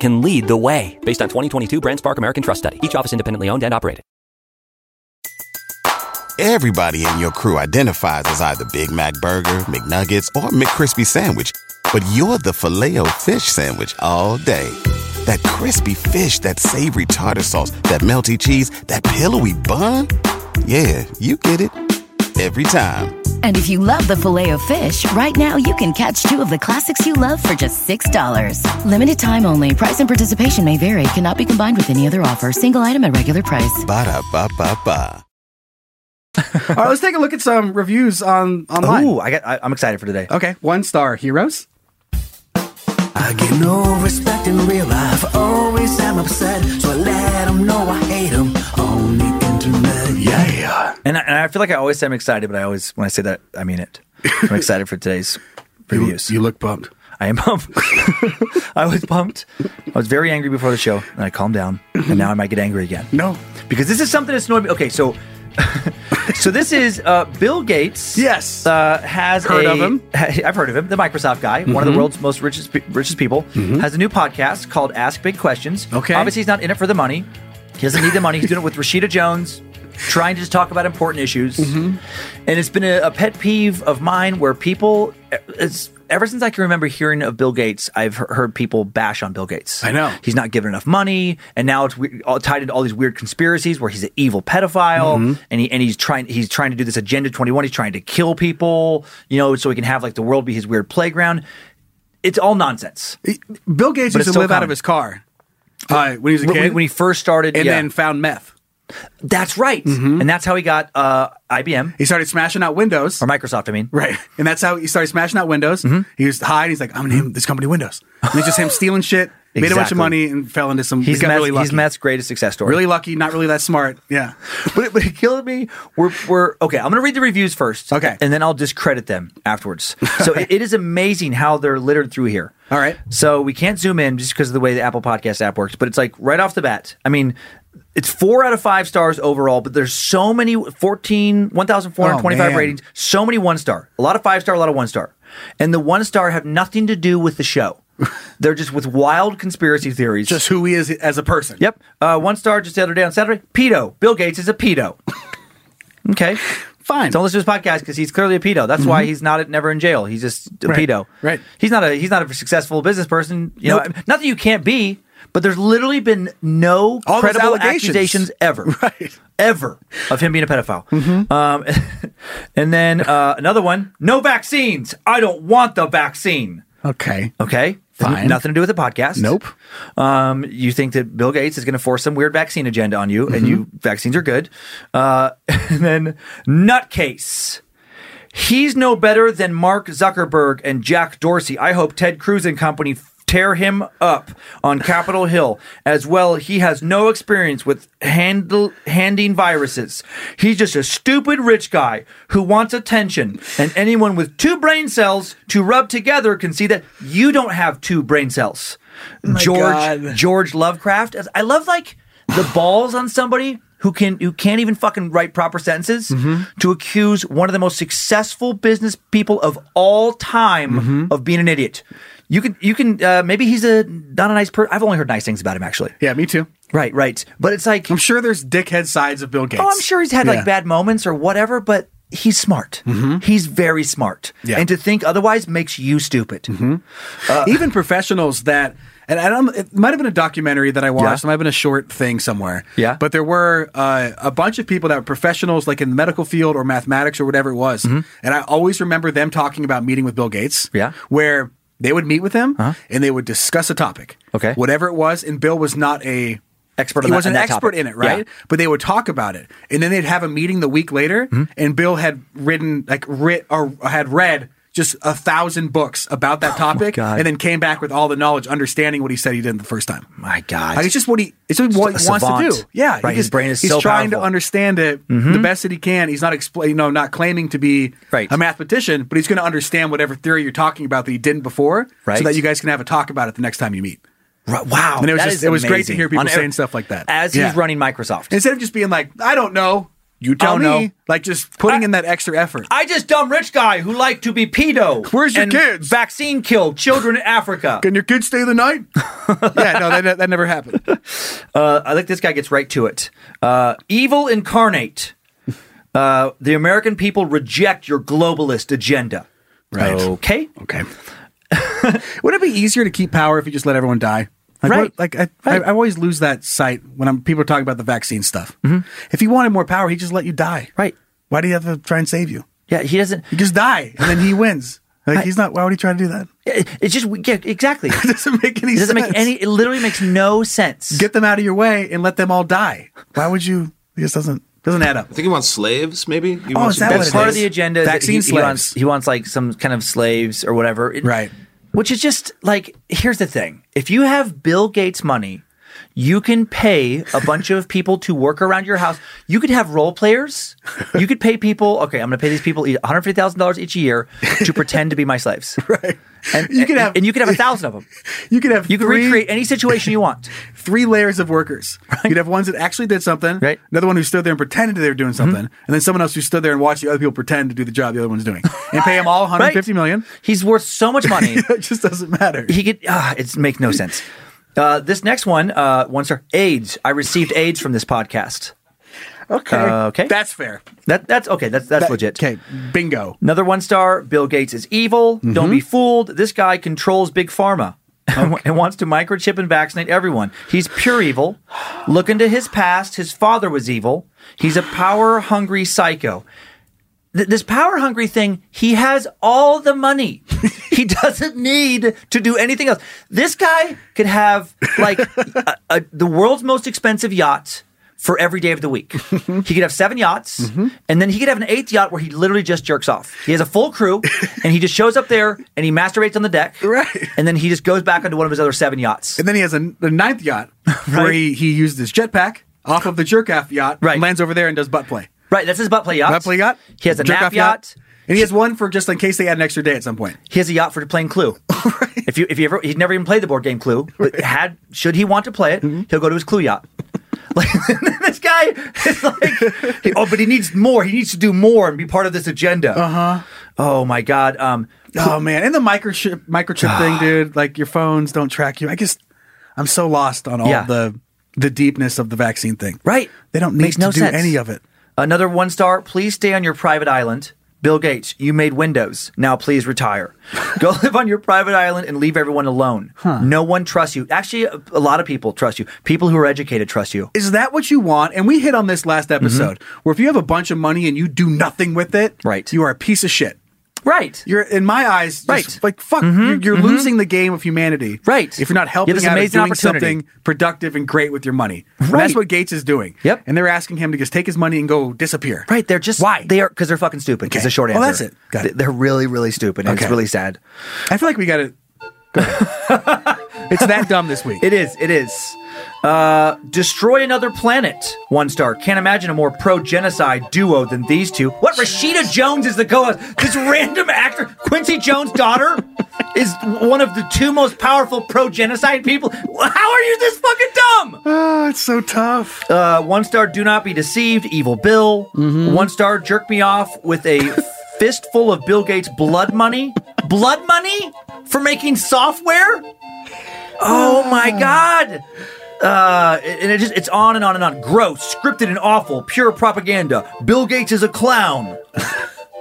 Speaker 9: can lead the way. Based on 2022 Brand Spark American Trust Study, each office independently owned and operated.
Speaker 10: Everybody in your crew identifies as either Big Mac Burger, McNuggets, or McCrispy Sandwich. But you're the filet fish Sandwich all day. That crispy fish, that savory tartar sauce, that melty cheese, that pillowy bun. Yeah, you get it. Every time.
Speaker 11: And if you love the filet of fish, right now you can catch two of the classics you love for just $6. Limited time only. Price and participation may vary. Cannot be combined with any other offer. Single item at regular price.
Speaker 10: Ba-da-ba-ba-ba.
Speaker 3: All right, let's take a look at some reviews on Ah. online.
Speaker 2: Ooh, I got. I, I'm excited for today.
Speaker 3: Okay, one star heroes.
Speaker 7: I get no respect in real life. Always am upset, so I let 'em know I hate 'em on the internet. Yeah.
Speaker 2: And I, and I feel like I always say I'm excited, but I always when I say that I mean it. I'm excited for today's reviews.
Speaker 3: [laughs] You look pumped.
Speaker 2: I am pumped. [laughs] I was pumped. I was very angry before the show, and I calmed down, and now I might get angry again.
Speaker 3: No.
Speaker 2: because this is something that's annoyed me. Okay, so. [laughs] so this is uh, Bill Gates.
Speaker 3: Yes,
Speaker 2: uh, has
Speaker 3: Heard
Speaker 2: a-
Speaker 3: of him.
Speaker 2: [laughs]
Speaker 3: Mm-hmm.
Speaker 2: I've heard of him. The Microsoft guy, one of the world's most richest pe- richest people, has a new podcast called Ask Big Questions.
Speaker 3: Okay.
Speaker 2: obviously he's not in it for the money. He doesn't need the money. He's doing it with Rashida Jones, trying to just talk about important issues.
Speaker 3: Mm-hmm.
Speaker 2: And it's been a, a pet peeve of mine where people, it's, ever since I can remember hearing of Bill Gates, I've he- heard people bash on Bill Gates.
Speaker 3: I know.
Speaker 2: He's not given enough money. And now it's we- all tied into all these weird conspiracies where he's an evil pedophile
Speaker 3: Mm-hmm.
Speaker 2: and, he, and he's trying he's trying to do this Agenda 21. He's trying to kill people, you know, so he can have like the world be his weird playground. It's all nonsense.
Speaker 3: Bill Gates
Speaker 2: But
Speaker 3: used
Speaker 2: it's
Speaker 3: to
Speaker 2: so
Speaker 3: live out of
Speaker 2: common.
Speaker 3: his car uh, when he was a
Speaker 2: When,
Speaker 3: kid,
Speaker 2: when he first started,
Speaker 3: and
Speaker 2: yeah.
Speaker 3: then Mm-hmm. found meth.
Speaker 2: that's right, and that's how he got uh, IBM
Speaker 3: He started smashing out windows.
Speaker 2: or Microsoft. I mean,
Speaker 3: Right.
Speaker 2: Mm-hmm.
Speaker 3: And that's how he started smashing out windows. He was high and he's like, I'm going to name this company Windows. And it's just him stealing shit, made a bunch
Speaker 2: Exactly.
Speaker 3: of money, and fell into some.
Speaker 2: He's,
Speaker 3: got
Speaker 2: Matt's,
Speaker 3: really lucky.
Speaker 2: he's Matt's greatest success story.
Speaker 3: Really lucky, not really that smart. Yeah.
Speaker 2: but, it, but it killed me. We're, we're okay. I'm going to read the reviews first. Okay. And then I'll discredit them [laughs] afterwards. So it, it is amazing how they're littered through here. All right. So we can't zoom in just because of the way the Apple Podcast app works, but it's like right off the bat. I mean, it's four out of five stars overall, but there's so many 14, 1,425
Speaker 3: Oh, man.
Speaker 2: ratings, so many one star, a lot of five star, a lot of one star. And the one star have nothing to do with the [laughs] show. They're just with wild conspiracy theories. Just
Speaker 3: who he is as a person.
Speaker 2: Yep. Uh, one star just the other day on Saturday. Pedo. Bill Gates is a pedo. [laughs] okay.
Speaker 3: Fine.
Speaker 2: Don't listen to his podcast because he's clearly a pedo. That's why
Speaker 3: Mhm.
Speaker 2: he's not never in jail. He's just a
Speaker 3: Right.
Speaker 2: pedo.
Speaker 3: Right.
Speaker 2: He's not a he's not a successful business person. You know, not that you can't be, but there's literally been no
Speaker 3: All those
Speaker 2: credible
Speaker 3: allegations.
Speaker 2: accusations
Speaker 3: [laughs]
Speaker 2: ever, right. ever of him being a pedophile.
Speaker 3: Mm-hmm.
Speaker 2: Um, [laughs] and then uh, another one: no vaccines. I don't want the vaccine.
Speaker 3: Okay.
Speaker 2: Okay.
Speaker 3: Fine.
Speaker 2: Nothing to do with the podcast. Nope. Um, you think that Bill Gates is going to force some weird vaccine agenda on you, and you vaccines are good. Uh, [laughs] and then nutcase. He's no better than Mark Zuckerberg and Jack Dorsey. I hope Ted Cruz and company f- tear him up on Capitol Hill. As well, he has no experience with handle, handing viruses. He's just a stupid rich guy who wants attention. And anyone with two brain cells to rub together can see that you don't have two brain cells. George
Speaker 3: God.
Speaker 2: George Lovecraft. I love like the balls on somebody who can who can't even fucking write proper sentences
Speaker 3: Mm-hmm.
Speaker 2: to accuse one of the most successful business people of all time
Speaker 3: Mm-hmm.
Speaker 2: of being an idiot. You can you can uh, maybe he's a not a nice person. I've only heard nice things about him actually.
Speaker 3: Yeah, me too.
Speaker 2: Right, right. But it's like
Speaker 3: I'm sure there's dickhead sides of Bill Gates.
Speaker 2: Oh, I'm sure he's had
Speaker 3: Yeah. Mm-hmm.
Speaker 2: like bad moments or whatever, but he's smart. He's very smart.
Speaker 3: Yeah. Mm-hmm.
Speaker 2: And to think otherwise makes you stupid. Uh.
Speaker 3: Even professionals that, and I don't, it might have been a documentary that I watched, it might have been a short thing somewhere.
Speaker 2: Yeah.
Speaker 3: But there were uh, a bunch of people that were professionals, like in the medical field or mathematics or whatever it was.
Speaker 2: Mm-hmm.
Speaker 3: And I always remember them talking about meeting with Bill Gates. Yeah. Where they would meet with him
Speaker 2: Uh-huh.
Speaker 3: and they would discuss a topic. Okay. Whatever it was. And Bill was not a.
Speaker 2: Expert on
Speaker 3: he
Speaker 2: that-
Speaker 3: was an
Speaker 2: on that
Speaker 3: expert
Speaker 2: topic.
Speaker 3: in it, right?
Speaker 2: Yeah.
Speaker 3: But they would talk about it, and then they'd have a meeting the week later,
Speaker 2: Mm-hmm.
Speaker 3: and Bill had written like writ or had read just a thousand books about that topic,
Speaker 2: Oh God.
Speaker 3: and then came back with all the knowledge, understanding what he said he did the first time.
Speaker 2: My God.
Speaker 3: Like, it's just what he it's just what
Speaker 2: Just
Speaker 3: he
Speaker 2: a
Speaker 3: wants
Speaker 2: savant.
Speaker 3: to do. Yeah, he
Speaker 2: Right, his brain is
Speaker 3: he's
Speaker 2: so
Speaker 3: trying
Speaker 2: powerful. Mm-hmm.
Speaker 3: to understand it the best that he can. He's not expla- you know, not claiming to be
Speaker 2: Right.
Speaker 3: a mathematician, but he's going to understand whatever theory you're talking about that he didn't before,
Speaker 2: Right.
Speaker 3: so that you guys can have a talk about it the next time you meet.
Speaker 2: Right. Wow.
Speaker 3: and it was
Speaker 2: that
Speaker 3: just
Speaker 2: is
Speaker 3: it was great to
Speaker 2: amazing.
Speaker 3: hear people
Speaker 2: On ev-
Speaker 3: saying stuff like that
Speaker 2: As
Speaker 3: Yeah.
Speaker 2: he's running Microsoft.
Speaker 3: Instead of just being like, I don't know, you tell
Speaker 2: don't
Speaker 3: me.
Speaker 2: know.
Speaker 3: Like just putting in that extra effort.
Speaker 2: I just dumb rich guy who like to be pedo.
Speaker 3: Where's your
Speaker 2: and
Speaker 3: kids?
Speaker 2: Vaccine kill children in Africa.
Speaker 3: Can your kids stay the
Speaker 2: [laughs]
Speaker 3: night? yeah, no, that, that never happened.
Speaker 2: Uh, I think this guy gets right to it. Uh, evil incarnate. Uh, the American people reject your globalist agenda.
Speaker 3: Right.
Speaker 2: Okay.
Speaker 3: [laughs] Okay. Would it be easier to keep power if you just let everyone die? Like,
Speaker 2: Right.
Speaker 3: what- like I, I, I always lose that sight when I'm people are talking about the vaccine stuff.
Speaker 2: Mm-hmm.
Speaker 3: If he wanted more power, he just let you die.
Speaker 2: Right.
Speaker 3: Why do you have to try and save you?
Speaker 2: Yeah, he doesn't.
Speaker 3: You just die, and then he
Speaker 2: [laughs]
Speaker 3: wins. Like he's not. Why would he try to do that? [laughs]
Speaker 2: It- It's just yeah, exactly.
Speaker 3: It doesn't make any.
Speaker 2: It doesn't
Speaker 3: sense.
Speaker 2: make any. It literally makes no sense.
Speaker 3: Get them out of your way and let them all die. Why would you? It just doesn't doesn't add up.
Speaker 4: I think he wants slaves, maybe? He
Speaker 3: Oh,
Speaker 4: wants
Speaker 3: is that what
Speaker 4: some
Speaker 2: That's
Speaker 3: it
Speaker 2: part
Speaker 3: is?
Speaker 2: of the agenda. is that
Speaker 3: Vaccine
Speaker 2: he, he
Speaker 3: slaves.
Speaker 2: wants, he wants like some kind of slaves or whatever. It-
Speaker 3: Right.
Speaker 2: Which is just like here's the thing: if you have Bill Gates money, you can pay a bunch of people to work around your house. You could have role players. You could pay people. Okay, I'm going to pay these people one hundred fifty thousand dollars each year to pretend to be my
Speaker 3: [laughs]
Speaker 2: slaves. Right. And
Speaker 3: You could
Speaker 2: and-
Speaker 3: have-
Speaker 2: and you could have a thousand of them.
Speaker 3: You could have
Speaker 2: You could
Speaker 3: three-
Speaker 2: recreate any situation you want.
Speaker 3: three layers of workers. You'd have ones that actually did something,
Speaker 2: Right. Mm-hmm.
Speaker 3: another one who stood there and pretended they were doing something, and then someone else who stood there and watched the other people pretend to do the job the other one's doing, and pay
Speaker 2: [laughs]
Speaker 3: them all 150 million. [laughs]
Speaker 2: He's worth so much money.
Speaker 3: it just doesn't matter.
Speaker 2: He could. Uh, it makes no sense. Uh, this next one, uh, one star. AIDS. I received AIDS from this podcast.
Speaker 3: Okay,
Speaker 2: Uh, okay.
Speaker 3: that's fair.
Speaker 2: That that's okay. That's that's
Speaker 3: That-
Speaker 2: legit.
Speaker 3: Okay, bingo.
Speaker 2: Another one star. Bill Gates is evil.
Speaker 3: Mm-hmm.
Speaker 2: Don't be fooled. This guy controls big pharma. and wants to microchip and vaccinate everyone. He's pure evil. Look into his past. His father was evil. He's a power hungry psycho. Th- this power hungry thing, he has all the money.
Speaker 3: [laughs]
Speaker 2: he doesn't need to do anything else.
Speaker 3: [laughs]
Speaker 2: This guy could have like a, a, the world's most expensive yacht for every day of the
Speaker 3: [laughs]
Speaker 2: week. he could have seven yachts,
Speaker 3: Mm-hmm.
Speaker 2: and then he could have an eighth yacht where he literally just jerks off. He has a full
Speaker 3: [laughs]
Speaker 2: crew, and he just shows up there and he masturbates on the deck, right? And then he just goes back onto one of his other seven yachts.
Speaker 3: And then he has a, the
Speaker 2: [laughs]
Speaker 3: ninth yacht where he, he used his jetpack off of the jerk off yacht, right. lands over there and does butt play.
Speaker 2: Right, that's his butt play yacht.
Speaker 3: Butt play yacht.
Speaker 2: He has a
Speaker 3: Jerk
Speaker 2: nap
Speaker 3: off
Speaker 2: yacht.
Speaker 3: And he has one for just in case they add an extra day at some point.
Speaker 2: He has a yacht for playing
Speaker 3: [laughs]
Speaker 2: Clue. If you if you ever he'd never even played the board game Clue, but had should he want to play it,
Speaker 3: Mm-hmm.
Speaker 2: he'll go to his Clue yacht. [laughs] Like this guy is like, he- oh, but he needs more. He needs to do more and be part of this agenda. Uh
Speaker 3: Uh-huh.
Speaker 2: huh. Oh my god. Um.
Speaker 3: Oh man, and the microchip microchip
Speaker 2: [sighs]
Speaker 3: thing, dude. Like your phones don't track you. I guess I'm so lost on all
Speaker 2: Yeah.
Speaker 3: the the deepness of the vaccine thing.
Speaker 2: Right.
Speaker 3: They don't need
Speaker 2: Makes
Speaker 3: to
Speaker 2: no
Speaker 3: do
Speaker 2: sense.
Speaker 3: any of it.
Speaker 2: Another one star. Please stay on your private island. Bill Gates, you made Windows. Now please retire. Go
Speaker 3: [laughs]
Speaker 2: live on your private island and leave everyone alone. No one trusts you. Actually, a, a lot of people trust you. People who are educated trust you.
Speaker 3: Is that what you want? And we hit on this last
Speaker 2: Mm-hmm.
Speaker 3: episode, where if you have a bunch of money and you do nothing with it, right. you are a piece of shit.
Speaker 2: Right.
Speaker 3: You're in my eyes, just
Speaker 2: Right.
Speaker 3: Like fuck,
Speaker 2: Mhm,
Speaker 3: you're, you're
Speaker 2: mhm.
Speaker 3: losing the game of humanity, right? If you're not helping
Speaker 2: this
Speaker 3: out or
Speaker 2: amazing
Speaker 3: doing
Speaker 2: opportunity.
Speaker 3: something productive and great with your money, And
Speaker 2: Right.
Speaker 3: that's what Gates is doing. Yep. And they're asking him to just take his money and go disappear.
Speaker 2: Right. They're just why they are because they're fucking stupid. Is
Speaker 3: Okay.
Speaker 2: the short
Speaker 3: Well,
Speaker 2: answer.
Speaker 3: that's it. Got
Speaker 2: They- They're really really stupid. And It's
Speaker 3: Okay.
Speaker 2: really sad.
Speaker 3: I feel like we got to It's that dumb this week.
Speaker 2: It is. It is. Uh, destroy another planet. One star. Can't imagine a more pro genocide duo than these two. What? Rashida Jones is the co-host. This random actor, Quincy Jones' daughter, is one of the two most powerful pro genocide people. How are you this fucking dumb?
Speaker 3: Oh, it's so tough.
Speaker 2: Uh, one star. Do not be deceived. Evil Bill. One star. Jerk me off with a fistful of Bill Gates' blood money. Blood money for making software. Oh my god. Uh, and it just it's on and on and on. Gross, scripted and awful, pure propaganda. Bill Gates is a clown.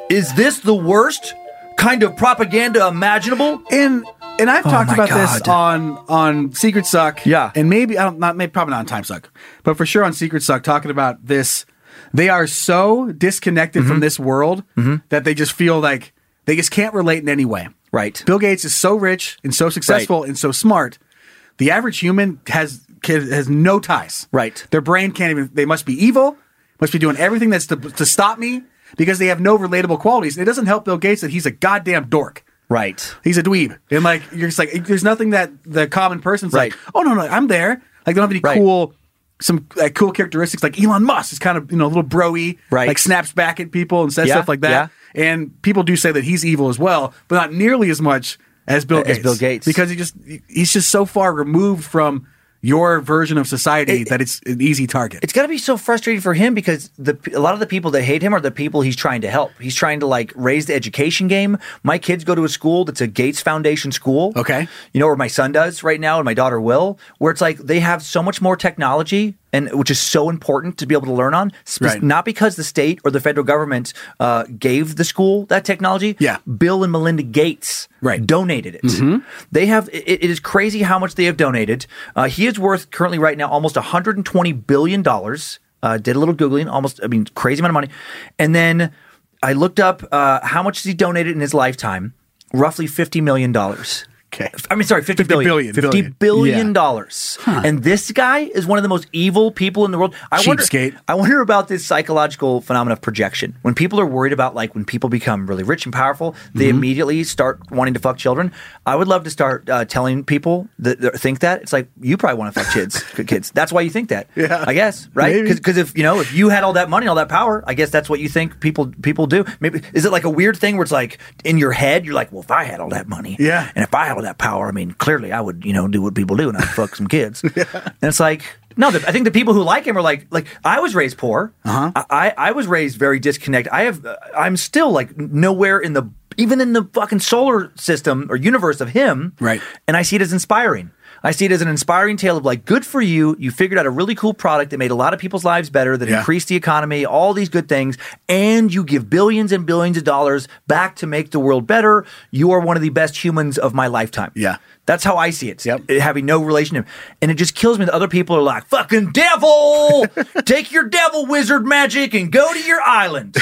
Speaker 2: is this the worst kind of propaganda imaginable?
Speaker 3: And and I've
Speaker 2: Oh
Speaker 3: talked
Speaker 2: my
Speaker 3: about this
Speaker 2: God.
Speaker 3: on on Secret Suck. Yeah, and maybe I don't not maybe probably not on Time Suck, but for sure on Secret Suck, talking about this, they are so disconnected
Speaker 2: Mm-hmm.
Speaker 3: from this world that they just feel like they just can't relate in any way.
Speaker 2: Right.
Speaker 3: Bill Gates is so rich and so successful and so smart. The average human has can- has no ties.
Speaker 2: Right.
Speaker 3: Their brain can't even. They must be evil. Must be doing everything that's to, to stop me because they have no relatable qualities. It doesn't help Bill Gates that he's a goddamn dork.
Speaker 2: Right.
Speaker 3: He's a dweeb. And like you're just like there's nothing that the common person's like, oh no, no, I'm there. Like they don't have any cool some like cool characteristics like Elon Musk is kind of you know a little broy,
Speaker 2: Right.
Speaker 3: Like snaps back at people and says
Speaker 2: Yeah,
Speaker 3: stuff like that. And people do say that he's evil as well, but not nearly as much as Bill
Speaker 2: As
Speaker 3: Gates.
Speaker 2: Bill Gates.
Speaker 3: because he just he's just so far removed from your version of society that it's an easy target.
Speaker 2: It's got to be so frustrating for him because the a lot of the people that hate him are the people he's trying to help. He's trying to like raise the education game. My kids go to a school that's a Gates Foundation school. Okay, you know where my son does right now, and my daughter will. Where it's like they have so much more technology, and which is so important to be able to learn on. Spe-
Speaker 3: Right.
Speaker 2: Not because the state or the federal government uh, gave the school that technology. Yeah, Bill and Melinda Gates right. donated it. They have it, it is crazy how much they have donated. Uh, he is worth currently right now almost 120 billion dollars. Uh, did a little googling, almost I mean crazy amount of money. And then I looked up uh, how much he donated in his lifetime. Roughly 50 million dollars. Okay. I mean sorry, 50 billion.
Speaker 3: billion,
Speaker 2: 50
Speaker 3: billion.
Speaker 2: billion
Speaker 3: Yeah.
Speaker 2: dollars. And this guy is one of the most evil people in the world. I
Speaker 3: Cheapskate.
Speaker 2: wonder I wonder about this psychological phenomenon of projection. When people are worried about like when people become really rich and powerful, they
Speaker 3: Mm-hmm.
Speaker 2: immediately start wanting to fuck children. I would love to start uh, telling people that, that think that it's like you probably want to fuck kids. [laughs] kids. That's why you think that. Yeah. I guess right
Speaker 3: Maybe.
Speaker 2: because if you know if you had all that money, all that power, I guess that's what you think people people do. Maybe is it like a weird thing where it's like in your head you're like, well, if I had all that money,
Speaker 3: Yeah.
Speaker 2: and if I had all that power, I mean, clearly I would, you know, do what people do and I'd fuck some [laughs] kids. And it's like, no, the, I think the people who like him are like, like I was raised poor. Uh-huh. I, I was raised very disconnected. I have, uh, I'm still like nowhere in the, even in the fucking solar system or universe of him. Right. And I see it as inspiring. I see it as an inspiring tale of like, good for you. You figured out a really cool product that made a lot of people's lives better, that
Speaker 3: Yeah.
Speaker 2: increased the economy, all these good things, and you give billions and billions of dollars back to make the world better. You are one of the best humans of my lifetime. Yeah. That's how I see it. Yep. Having no relationship. And it just kills me that other people are like, fucking [laughs] devil, take your devil wizard magic and go to your [laughs] island.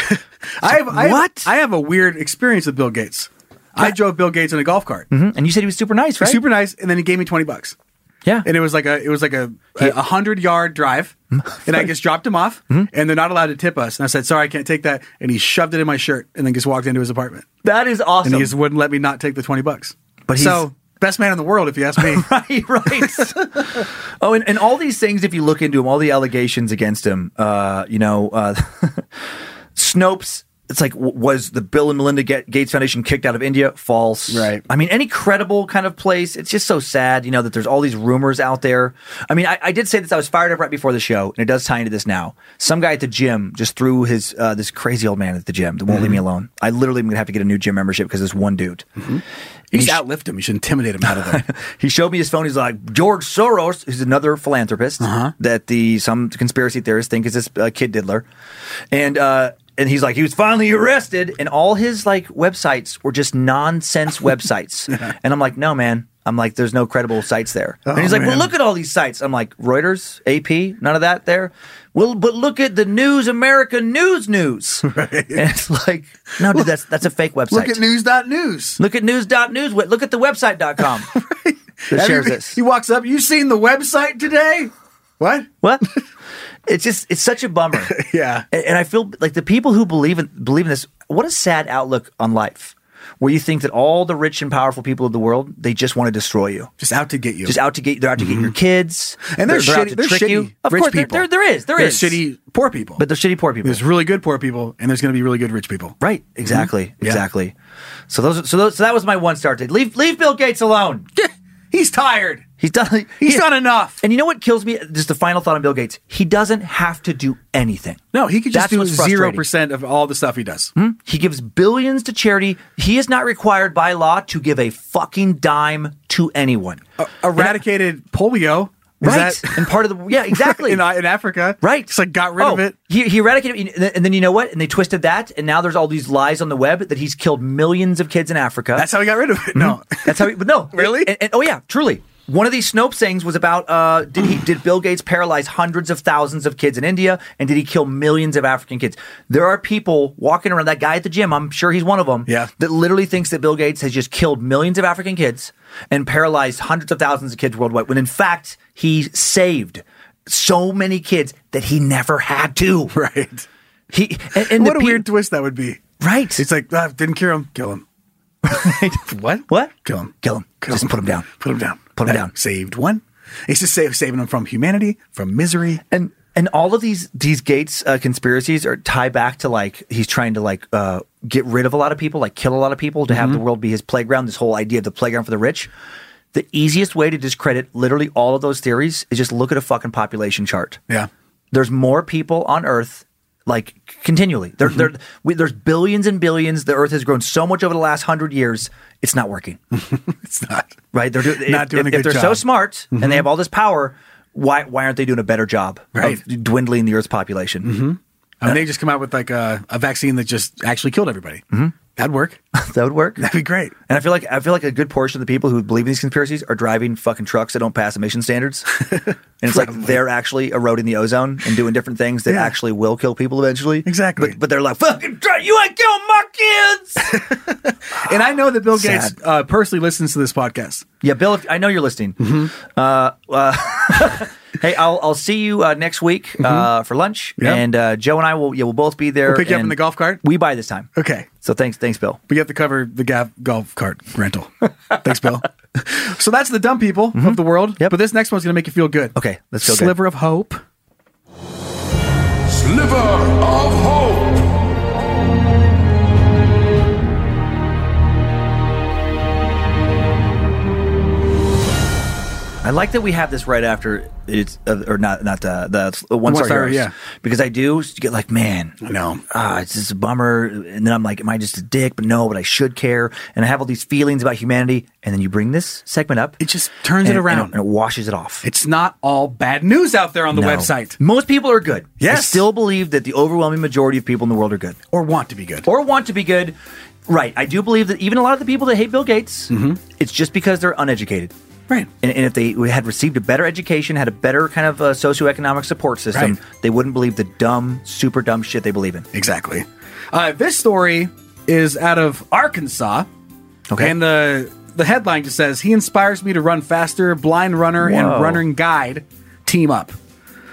Speaker 3: I have I what? Have, I have a weird experience with Bill Gates. I drove Bill Gates in a golf cart.
Speaker 2: Mhm. And you said he was super nice,
Speaker 3: He's
Speaker 2: right?
Speaker 3: Super nice, and then he gave me twenty bucks.
Speaker 2: Yeah,
Speaker 3: and it was like a it was like a a hundred yard drive, and
Speaker 2: [laughs]
Speaker 3: I just dropped him off,
Speaker 2: Mm-hmm.
Speaker 3: and they're not allowed to tip us. And I said, "Sorry, I can't take that," and he shoved it in my shirt, and then just walked into his apartment.
Speaker 2: That is awesome.
Speaker 3: And he just wouldn't let me not take the twenty bucks.
Speaker 2: But he's-
Speaker 3: so best man in the world, if
Speaker 2: [laughs]
Speaker 3: you ask me.
Speaker 2: Oh, and, and all these things, if you look into them, all the allegations against him, uh, you know, uh, [laughs] Snopes, it's like, w- was the Bill and Melinda Ga- Gates Foundation kicked out of India? False. Right. I mean, any credible kind of place, it's just so sad, you know, that there's all these rumors out there. I mean, I, I did say this, I was fired up right before the show, and it does tie into this now. Some guy at the gym just threw his, uh, this crazy old man at the gym that won't leave me alone. I literally am going to have to get a new gym membership because this one dude.
Speaker 3: You should outlift him. You should intimidate him out of there.
Speaker 2: he showed me his phone. He's like George Soros, who's another philanthropist that the some conspiracy theorists think is this uh, kid diddler, and uh, and he's like he was finally arrested, and all his like websites were just nonsense websites, and I'm like, no man. I'm like, there's no credible sites there. and
Speaker 12: Oh,
Speaker 2: he's like, well,
Speaker 12: man.
Speaker 2: look at all these sites. I'm like, Reuters, AP, none of that there. Well, but look at the News America News News. And [laughs] it's like, no, dude, that's that's a fake website.
Speaker 3: [laughs] Look at news.news.
Speaker 2: Look at news.news. Look at the website.com. that shares
Speaker 3: Everybody-
Speaker 2: this.
Speaker 3: He walks up. You seen the website today? What?
Speaker 2: What? It's just it's such a
Speaker 3: [laughs]
Speaker 2: bummer.
Speaker 3: yeah.
Speaker 2: And, and I feel like the people who believe in believe in this, what a sad outlook on life. Where you think that all the rich and powerful people of the world, they just want to destroy you.
Speaker 3: Just out to get you.
Speaker 2: Just out to get they're out to get your kids.
Speaker 3: Mm-hmm. And they're,
Speaker 2: they're out
Speaker 3: shitty.
Speaker 2: to
Speaker 3: They're
Speaker 2: trick
Speaker 3: shitty
Speaker 2: you. Of
Speaker 3: rich
Speaker 2: course there-
Speaker 3: people.
Speaker 2: there there is. There
Speaker 3: They're
Speaker 2: is.
Speaker 3: shitty poor people.
Speaker 2: But they're shitty poor people.
Speaker 3: There's really good poor people, and there's going to be really good rich people.
Speaker 2: Right. Exactly. Exactly. So those. are- So those. So that was my one start date. Leave. Leave Bill Gates alone.
Speaker 3: He's tired.
Speaker 2: He's done. [laughs]
Speaker 3: He's done enough.
Speaker 2: And you know what kills me? Just the final thought on Bill Gates. He doesn't have to do anything.
Speaker 3: No, he could just
Speaker 2: That's what's
Speaker 3: do zero
Speaker 2: frustrating.
Speaker 3: percent of all the stuff he does.
Speaker 2: Hmm? He gives billions to charity. He is not required by law to give a fucking dime to anyone.
Speaker 3: Uh, Eradicated polio. Is
Speaker 2: Right.
Speaker 3: that-
Speaker 2: and part of the
Speaker 3: [laughs]
Speaker 2: yeah, exactly.
Speaker 3: in, in Africa.
Speaker 2: Right.
Speaker 3: Just like got rid
Speaker 2: oh,
Speaker 3: of it.
Speaker 2: He, he eradicated, and then- and then you know what? And they twisted that, and now there's all these lies on the web that he's killed millions of kids in Africa.
Speaker 3: That's how he got rid of it. No.
Speaker 2: That's how. He, but no,
Speaker 3: Really?
Speaker 2: And, and- oh yeah, truly. One of these Snopes things was about uh, did he did Bill Gates paralyze hundreds of thousands of kids in India, and did he kill millions of African kids? There are people walking around. That guy at the gym, I'm sure he's one of them. Yeah. That literally thinks that Bill Gates has just killed millions of African kids and paralyzed hundreds of thousands of kids worldwide. When in fact he saved so many kids that he never had to.
Speaker 3: [laughs] Right.
Speaker 2: He and, and
Speaker 3: what
Speaker 2: the
Speaker 3: a
Speaker 2: pe-
Speaker 3: weird twist that would be.
Speaker 2: Right.
Speaker 3: It's like ah, didn't cure him, kill him. what?
Speaker 2: [laughs] What?
Speaker 3: Kill him.
Speaker 2: Kill him. Just put him down.
Speaker 3: Put him down.
Speaker 2: Put him
Speaker 3: That
Speaker 2: down.
Speaker 3: Saved one. It's just save, saving him from humanity, from misery.
Speaker 2: and and all of these these Gates uh, conspiracies are tie back to like he's trying to like uh, get rid of a lot of people, like kill a lot of people to have the world be his playground. This whole idea of the playground for the rich. The easiest way to discredit literally all of those theories is just look at a fucking population chart.
Speaker 3: Yeah.
Speaker 2: There's more people on Earth, like continually. There, there, we, there's billions and billions. The Earth has grown so much over the last hundred years. It's not working.
Speaker 3: It's not.
Speaker 2: right? They're do-
Speaker 3: Not
Speaker 2: if,
Speaker 3: doing a
Speaker 2: if,
Speaker 3: good
Speaker 2: if they're so
Speaker 3: job. Mm-hmm.
Speaker 2: smart and they have all this power, why why aren't they doing a better job
Speaker 3: Right. Mm-hmm.
Speaker 2: of dwindling the Earth's population?
Speaker 3: I mean, they just come out with like a, a vaccine that just actually killed everybody.
Speaker 2: Mm-hmm.
Speaker 3: That'd
Speaker 2: [laughs]
Speaker 3: work.
Speaker 2: [laughs] that would work. That'd
Speaker 3: be great.
Speaker 2: And I feel like I feel like a good portion of the people who believe in these conspiracies are driving fucking trucks that don't pass emission
Speaker 3: [laughs]
Speaker 2: standards, and it's like they're actually eroding the ozone and doing different things that actually will kill people eventually. Exactly. But, but they're like, fucking, dri- you ain't killing my kids.
Speaker 3: And I know that Bill Gates
Speaker 2: Sad.
Speaker 3: uh, personally listens to this podcast.
Speaker 2: Yeah, Bill, if, I know you're listening.
Speaker 3: Mm-hmm.
Speaker 2: Uh, uh, [laughs] hey, I'll, I'll see you uh, next week uh, for lunch,
Speaker 3: Mm-hmm. Yeah.
Speaker 2: and uh, Joe and I will yeah, we'll both be there.
Speaker 3: We'll pick you up in
Speaker 2: and
Speaker 3: the golf cart.
Speaker 2: We buy this time.
Speaker 3: Okay.
Speaker 2: So thanks, thanks, Bill.
Speaker 3: But you have to cover the gav- golf cart rental. Thanks,
Speaker 2: [laughs]
Speaker 3: Bill. so that's the dumb people of the world. But this next one's going to make you feel good.
Speaker 2: Mm-hmm. Okay, let's feel good.
Speaker 3: Sliver of hope.
Speaker 13: Sliver of hope.
Speaker 2: I like that we have this right after it's uh, or not not uh, the uh, one
Speaker 3: One
Speaker 2: star
Speaker 3: Star,
Speaker 2: heroes.
Speaker 3: yeah.
Speaker 2: because I do get like man I know ah it's just a bummer and then I'm like am I just a dick but no but I should care and I have all these feelings about humanity and then you bring this segment up it
Speaker 3: just turns it
Speaker 2: and,
Speaker 3: around.
Speaker 2: and it, and it washes it off
Speaker 3: It's not all bad news out there on the
Speaker 2: No.
Speaker 3: website.
Speaker 2: Most people are good.
Speaker 3: Yes.
Speaker 2: I still believe that the overwhelming majority of people in the world are good.
Speaker 3: Or want to be good.
Speaker 2: Or want to be good. Right. I do believe that even a lot of the people that hate Bill Gates,
Speaker 3: Mm-hmm.
Speaker 2: it's just because they're uneducated.
Speaker 3: Right.
Speaker 2: And, and if they had received a better education, had a better kind of uh, socioeconomic support system, they wouldn't believe the dumb, super dumb shit they believe in.
Speaker 3: Exactly. Uh, this story is out of Arkansas.
Speaker 2: Okay.
Speaker 3: And the the headline just says he inspires me to run faster. Blind runner
Speaker 2: Whoa.
Speaker 3: and running guide team up.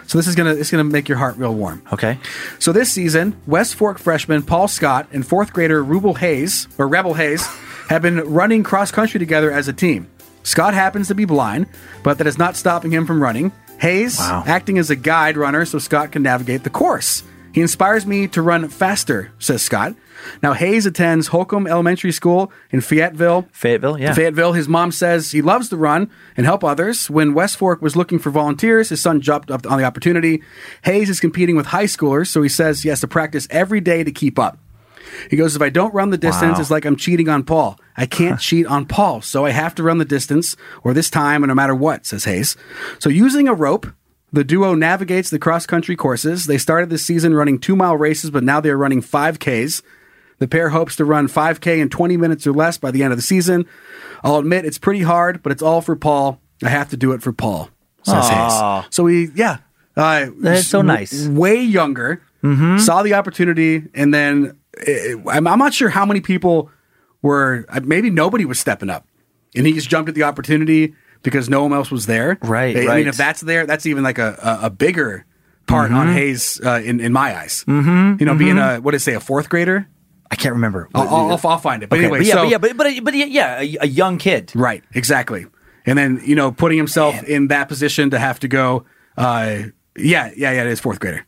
Speaker 3: So this is gonna it's gonna make your heart real warm.
Speaker 2: Okay.
Speaker 3: So this season, West Fork freshman Paul Scott and fourth grader Rubel Hayes or Rebel Hayes have been running cross country together as a team. Scott happens to be blind, but that is not stopping him from running. Hayes acting as a guide runner so Scott can navigate the course. He inspires me to run faster, says Scott. Now Hayes attends Holcomb Elementary School in Fayetteville.
Speaker 2: Fayetteville, yeah.
Speaker 3: Fayetteville. His mom says he loves to run and help others. When West Fork was looking for volunteers, his son jumped up on the opportunity. Hayes is competing with high schoolers, so he says he has to practice every day to keep up. He goes, If I don't run the distance,
Speaker 2: Wow.
Speaker 3: it's like I'm cheating on Paul. I can't cheat on Paul, so I have to run the distance or this time and no matter what, says Hayes. So using a rope, the duo navigates the cross country courses. They started this season running two mile races, but now they're running 5Ks. The pair hopes to run 5K in 20 minutes or less by the end of the season. I'll admit it's pretty hard, but it's all for Paul. I have to do it for Paul, says
Speaker 2: Aw.
Speaker 3: Hayes. So we, yeah. Uh,
Speaker 2: That's so
Speaker 3: w-
Speaker 2: nice. Mm-hmm.
Speaker 3: Way younger, saw the opportunity, and then eh, I'm, I'm not sure how many people were. uh, Maybe nobody was stepping up, and he just jumped at the opportunity because no one else was there. Right. I
Speaker 2: right.
Speaker 3: mean, if that's there, that's even like a a, a bigger part on
Speaker 2: Mhm.
Speaker 3: Hayes uh, in in my eyes.
Speaker 2: Mhm,
Speaker 3: You know, being
Speaker 2: mhm.
Speaker 3: a what did I say a fourth grader?
Speaker 2: I can't remember.
Speaker 3: I'll, I'll, I'll- I'll find it. But
Speaker 2: Okay,
Speaker 3: Oh, anyway,
Speaker 2: but yeah,
Speaker 3: so
Speaker 2: but yeah, but but, but yeah, yeah, a, a young kid.
Speaker 3: Right. Exactly. And then you know, putting himself in that position to have to go. Uh, yeah, yeah, yeah. It is fourth grader.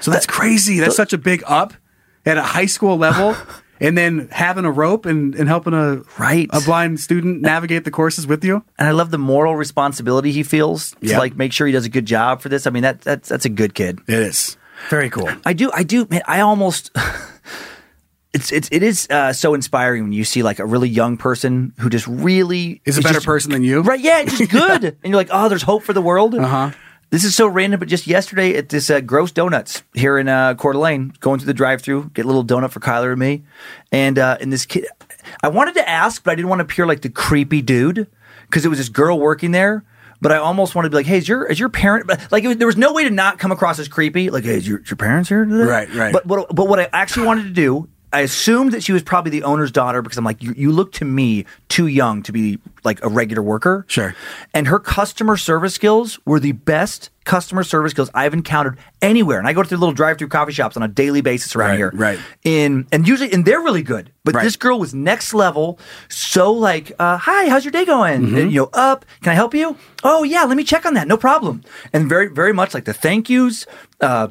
Speaker 3: So that's crazy. That's such a big up at a high school [laughs] level. And then having a rope and, and helping a
Speaker 2: right
Speaker 3: a blind student navigate the courses with you.
Speaker 2: And I love the moral responsibility he feels to
Speaker 3: Yep.
Speaker 2: like make sure he does a good job for this. I mean, that that's that's a good kid.
Speaker 3: It is very cool.
Speaker 2: I do, I do, man. I almost. [laughs] It's, it's it is uh, so inspiring when you see like a really young person who just really
Speaker 3: Is a better
Speaker 2: just-
Speaker 3: person than you. Uh-huh.
Speaker 2: right? Yeah,
Speaker 3: [laughs]
Speaker 2: just good, and you're like, oh, there's hope for the world. Uh huh. This is so random, but just yesterday at this uh, Gross Donuts here in uh, Coeur d'Alene, going through the drive-through, get a little donut for Kyler and me, and uh, and this kid, I wanted to ask, but I didn't want to appear like the creepy dude because it was this girl working there. But I almost wanted to be like, "Hey, is your is your parent?" But like, it was, there was no way to not come across as creepy. Like, "Hey, is your, your parents here today?"
Speaker 3: Right, right.
Speaker 2: But what, but what I actually wanted to do, I assumed that she was probably the owner's daughter because I'm like, you, you look to me too young to be like a regular worker. Sure. And her customer service skills were the best customer service skills I've encountered anywhere. And I go to little drive-through coffee shops on a daily basis around here. Right. In and usually and they're really good, but this girl was next level. So like, uh, hi, how's your day going? And, you know, up. Can I help you? Oh yeah, let me check on that. No problem. And very very much like the thank yous. Uh,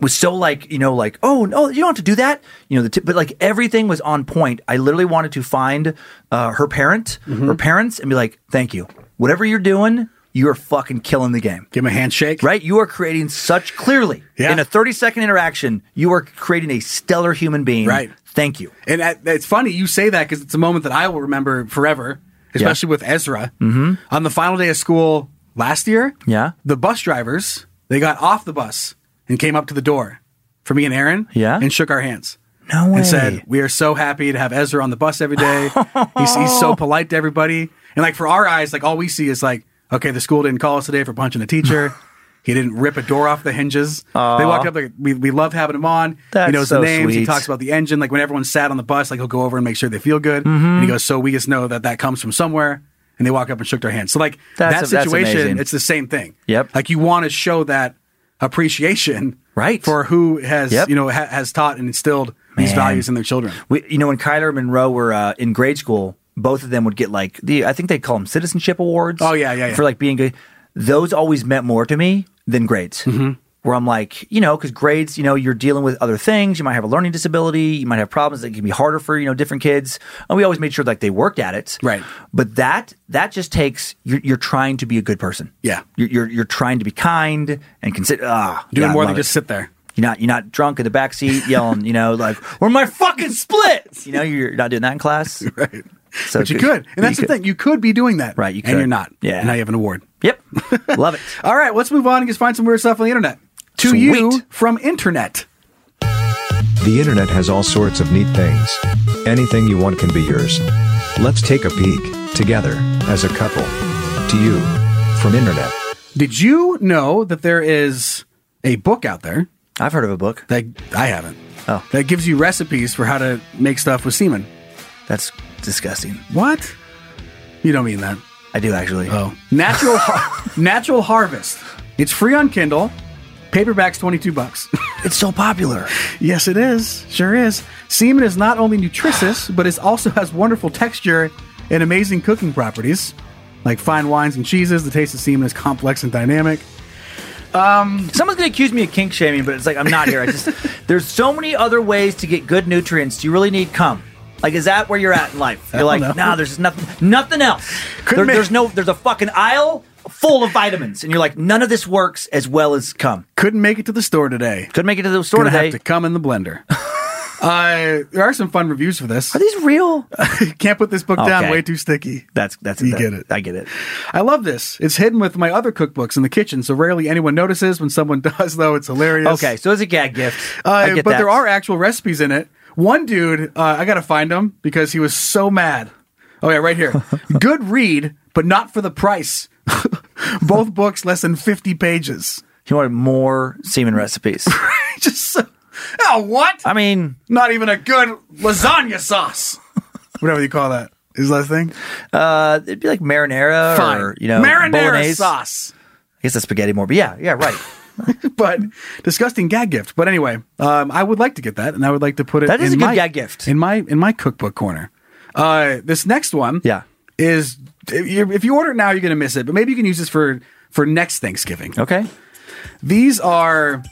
Speaker 2: was so like you know like oh no you don't have to do that you know the tip but like everything was on point i literally wanted to find uh, her parent her parents and be like thank you whatever you're doing you're fucking killing the game
Speaker 3: give him a handshake
Speaker 2: right you are creating such clearly in a 30 second interaction you are creating a stellar human being
Speaker 3: Right.
Speaker 2: thank you
Speaker 3: And that, it's funny you say that because it's a moment that I will remember forever, especially with Ezra.
Speaker 2: Mhm.
Speaker 3: On the final day of school last year,
Speaker 2: yeah
Speaker 3: the bus drivers they got off the bus and came up to the door for me and Aaron, yeah, and shook our hands.
Speaker 2: No way.
Speaker 3: And said, "We are so happy to have Ezra on the bus every day. he's,
Speaker 2: [laughs]
Speaker 3: he's so polite to everybody." And like for our eyes, like all we see is like, "Okay, the school didn't call us today for punching
Speaker 2: [laughs]
Speaker 3: a teacher. he didn't rip a door off the hinges." They
Speaker 2: Aw.
Speaker 3: walked up like, "We, we love having him on.
Speaker 2: That's
Speaker 3: he knows
Speaker 2: so
Speaker 3: the names. He
Speaker 2: sweet.
Speaker 3: talks about the engine. Like when everyone's sat on the bus, like he'll go over and make sure they feel good.
Speaker 2: Mhm.
Speaker 3: And he goes, "So we just know that that comes from somewhere." And they walk up and shook their hands. So like
Speaker 2: That's-
Speaker 3: that
Speaker 2: that's
Speaker 3: situation,
Speaker 2: amazing.
Speaker 3: it's the same thing.
Speaker 2: Yep.
Speaker 3: Like you want to show that appreciation,
Speaker 2: right,
Speaker 3: for who has
Speaker 2: Yep.
Speaker 3: you know ha- has taught and instilled these
Speaker 2: Man.
Speaker 3: values in their children.
Speaker 2: We, you know, when Kyler and Monroe were uh, in grade school, both of them would get like the I think they call them citizenship awards. Oh yeah, yeah,
Speaker 3: yeah.
Speaker 2: for like being good. Those always meant more to me than grades. Where I'm like, you know, because grades, you know, you're dealing with other things. You might have a learning disability. You might have problems that can be harder for you know different kids. And we always made sure like they worked at it. Right. But that that just takes you're, you're trying to be a good person.
Speaker 3: Yeah.
Speaker 2: You're you're, you're trying to be kind and consider. Ah,
Speaker 3: Doing
Speaker 2: yeah, I
Speaker 3: more
Speaker 2: love
Speaker 3: than
Speaker 2: it.
Speaker 3: just sit there.
Speaker 2: You're not you're not drunk in the back seat yelling, you know, like where my fucking splits. You know, you're not doing that in class,
Speaker 3: [laughs] right?
Speaker 2: So
Speaker 3: but you could, and that's the thing. You could be doing that, right? You
Speaker 2: could.
Speaker 3: and you're not.
Speaker 2: Yeah.
Speaker 3: And now you have an award.
Speaker 2: Yep.
Speaker 3: [laughs]
Speaker 2: Love it.
Speaker 3: All right, let's move on and just find some weird stuff on the internet. To you from internet.
Speaker 12: The internet has all sorts of neat things. Anything you want can be yours. Let's take a peek, together, as a couple. To you, from internet.
Speaker 3: Did you know that there is a book out there?
Speaker 2: I've heard of a book.
Speaker 3: That I haven't.
Speaker 2: Oh.
Speaker 3: That gives you recipes for how to make stuff with semen.
Speaker 2: That's disgusting.
Speaker 3: What? You don't mean that.
Speaker 2: I do actually.
Speaker 3: Oh. Natural [laughs] Har- Natural Harvest. It's free on Kindle. Paperback's 22 bucks. [laughs]
Speaker 2: it's so popular.
Speaker 3: yes, it is. Sure is. Semen is not only nutritious, but it also has wonderful texture and amazing cooking properties. Like fine wines and cheeses, the taste of semen is complex and dynamic.
Speaker 2: Um, Someone's gonna accuse me of kink shaming, but it's like I'm not here. I just [laughs] there's so many other ways to get good nutrients. Do you really need cum? Like, is that where you're at in life?
Speaker 3: I
Speaker 2: You're like,
Speaker 3: don't know.
Speaker 2: nah, there's just nothing, nothing else. There-
Speaker 3: make-
Speaker 2: there's no, there's a fucking aisle full of vitamins, and you're like, none of this works as well as cum.
Speaker 3: Couldn't make it to the store today.
Speaker 2: Couldn't make it to the store
Speaker 3: Gonna
Speaker 2: today.
Speaker 3: have to come in the blender.
Speaker 2: [laughs]
Speaker 3: uh, there are some fun reviews for this. Are
Speaker 2: these real?
Speaker 3: Can't put this book down.
Speaker 2: Okay.
Speaker 3: Way too sticky.
Speaker 2: [laughs] That's that's
Speaker 3: You
Speaker 2: that-
Speaker 3: get it.
Speaker 2: I get it.
Speaker 3: I love this. It's hidden with my other cookbooks in the kitchen, so rarely anyone notices. When someone [laughs] does, though, it's hilarious.
Speaker 2: Okay, so it's a gag gift.
Speaker 3: Uh,
Speaker 2: I get
Speaker 3: but
Speaker 2: that.
Speaker 3: there are actual recipes in it. One dude, uh, I gotta find him because he was so mad. Oh yeah,
Speaker 2: [laughs]
Speaker 3: right here. Good read, but not for the price. Both books less than fifty pages. [laughs]
Speaker 2: You wanted more semen recipes.
Speaker 3: Just so. Oh what?
Speaker 2: I mean,
Speaker 3: not even a good
Speaker 2: [laughs]
Speaker 3: lasagna sauce. Whatever you call that. His last thing?
Speaker 2: Uh, it'd be like marinara
Speaker 3: Fine.
Speaker 2: or you know
Speaker 3: Marinara
Speaker 2: bolognese.
Speaker 3: sauce.
Speaker 2: I guess that's spaghetti more, but yeah, yeah,
Speaker 3: [laughs]
Speaker 2: right.
Speaker 3: but disgusting gag gift. But anyway, um, I would like to get that, and I would like to put it.
Speaker 2: That is
Speaker 3: in
Speaker 2: a good
Speaker 3: my,
Speaker 2: gag gift.
Speaker 3: in my in my cookbook corner. Uh, this next one, yeah, is if you- if you order it now, you're going to miss it, but maybe you can use this for for next Thanksgiving.
Speaker 2: Okay,
Speaker 3: these are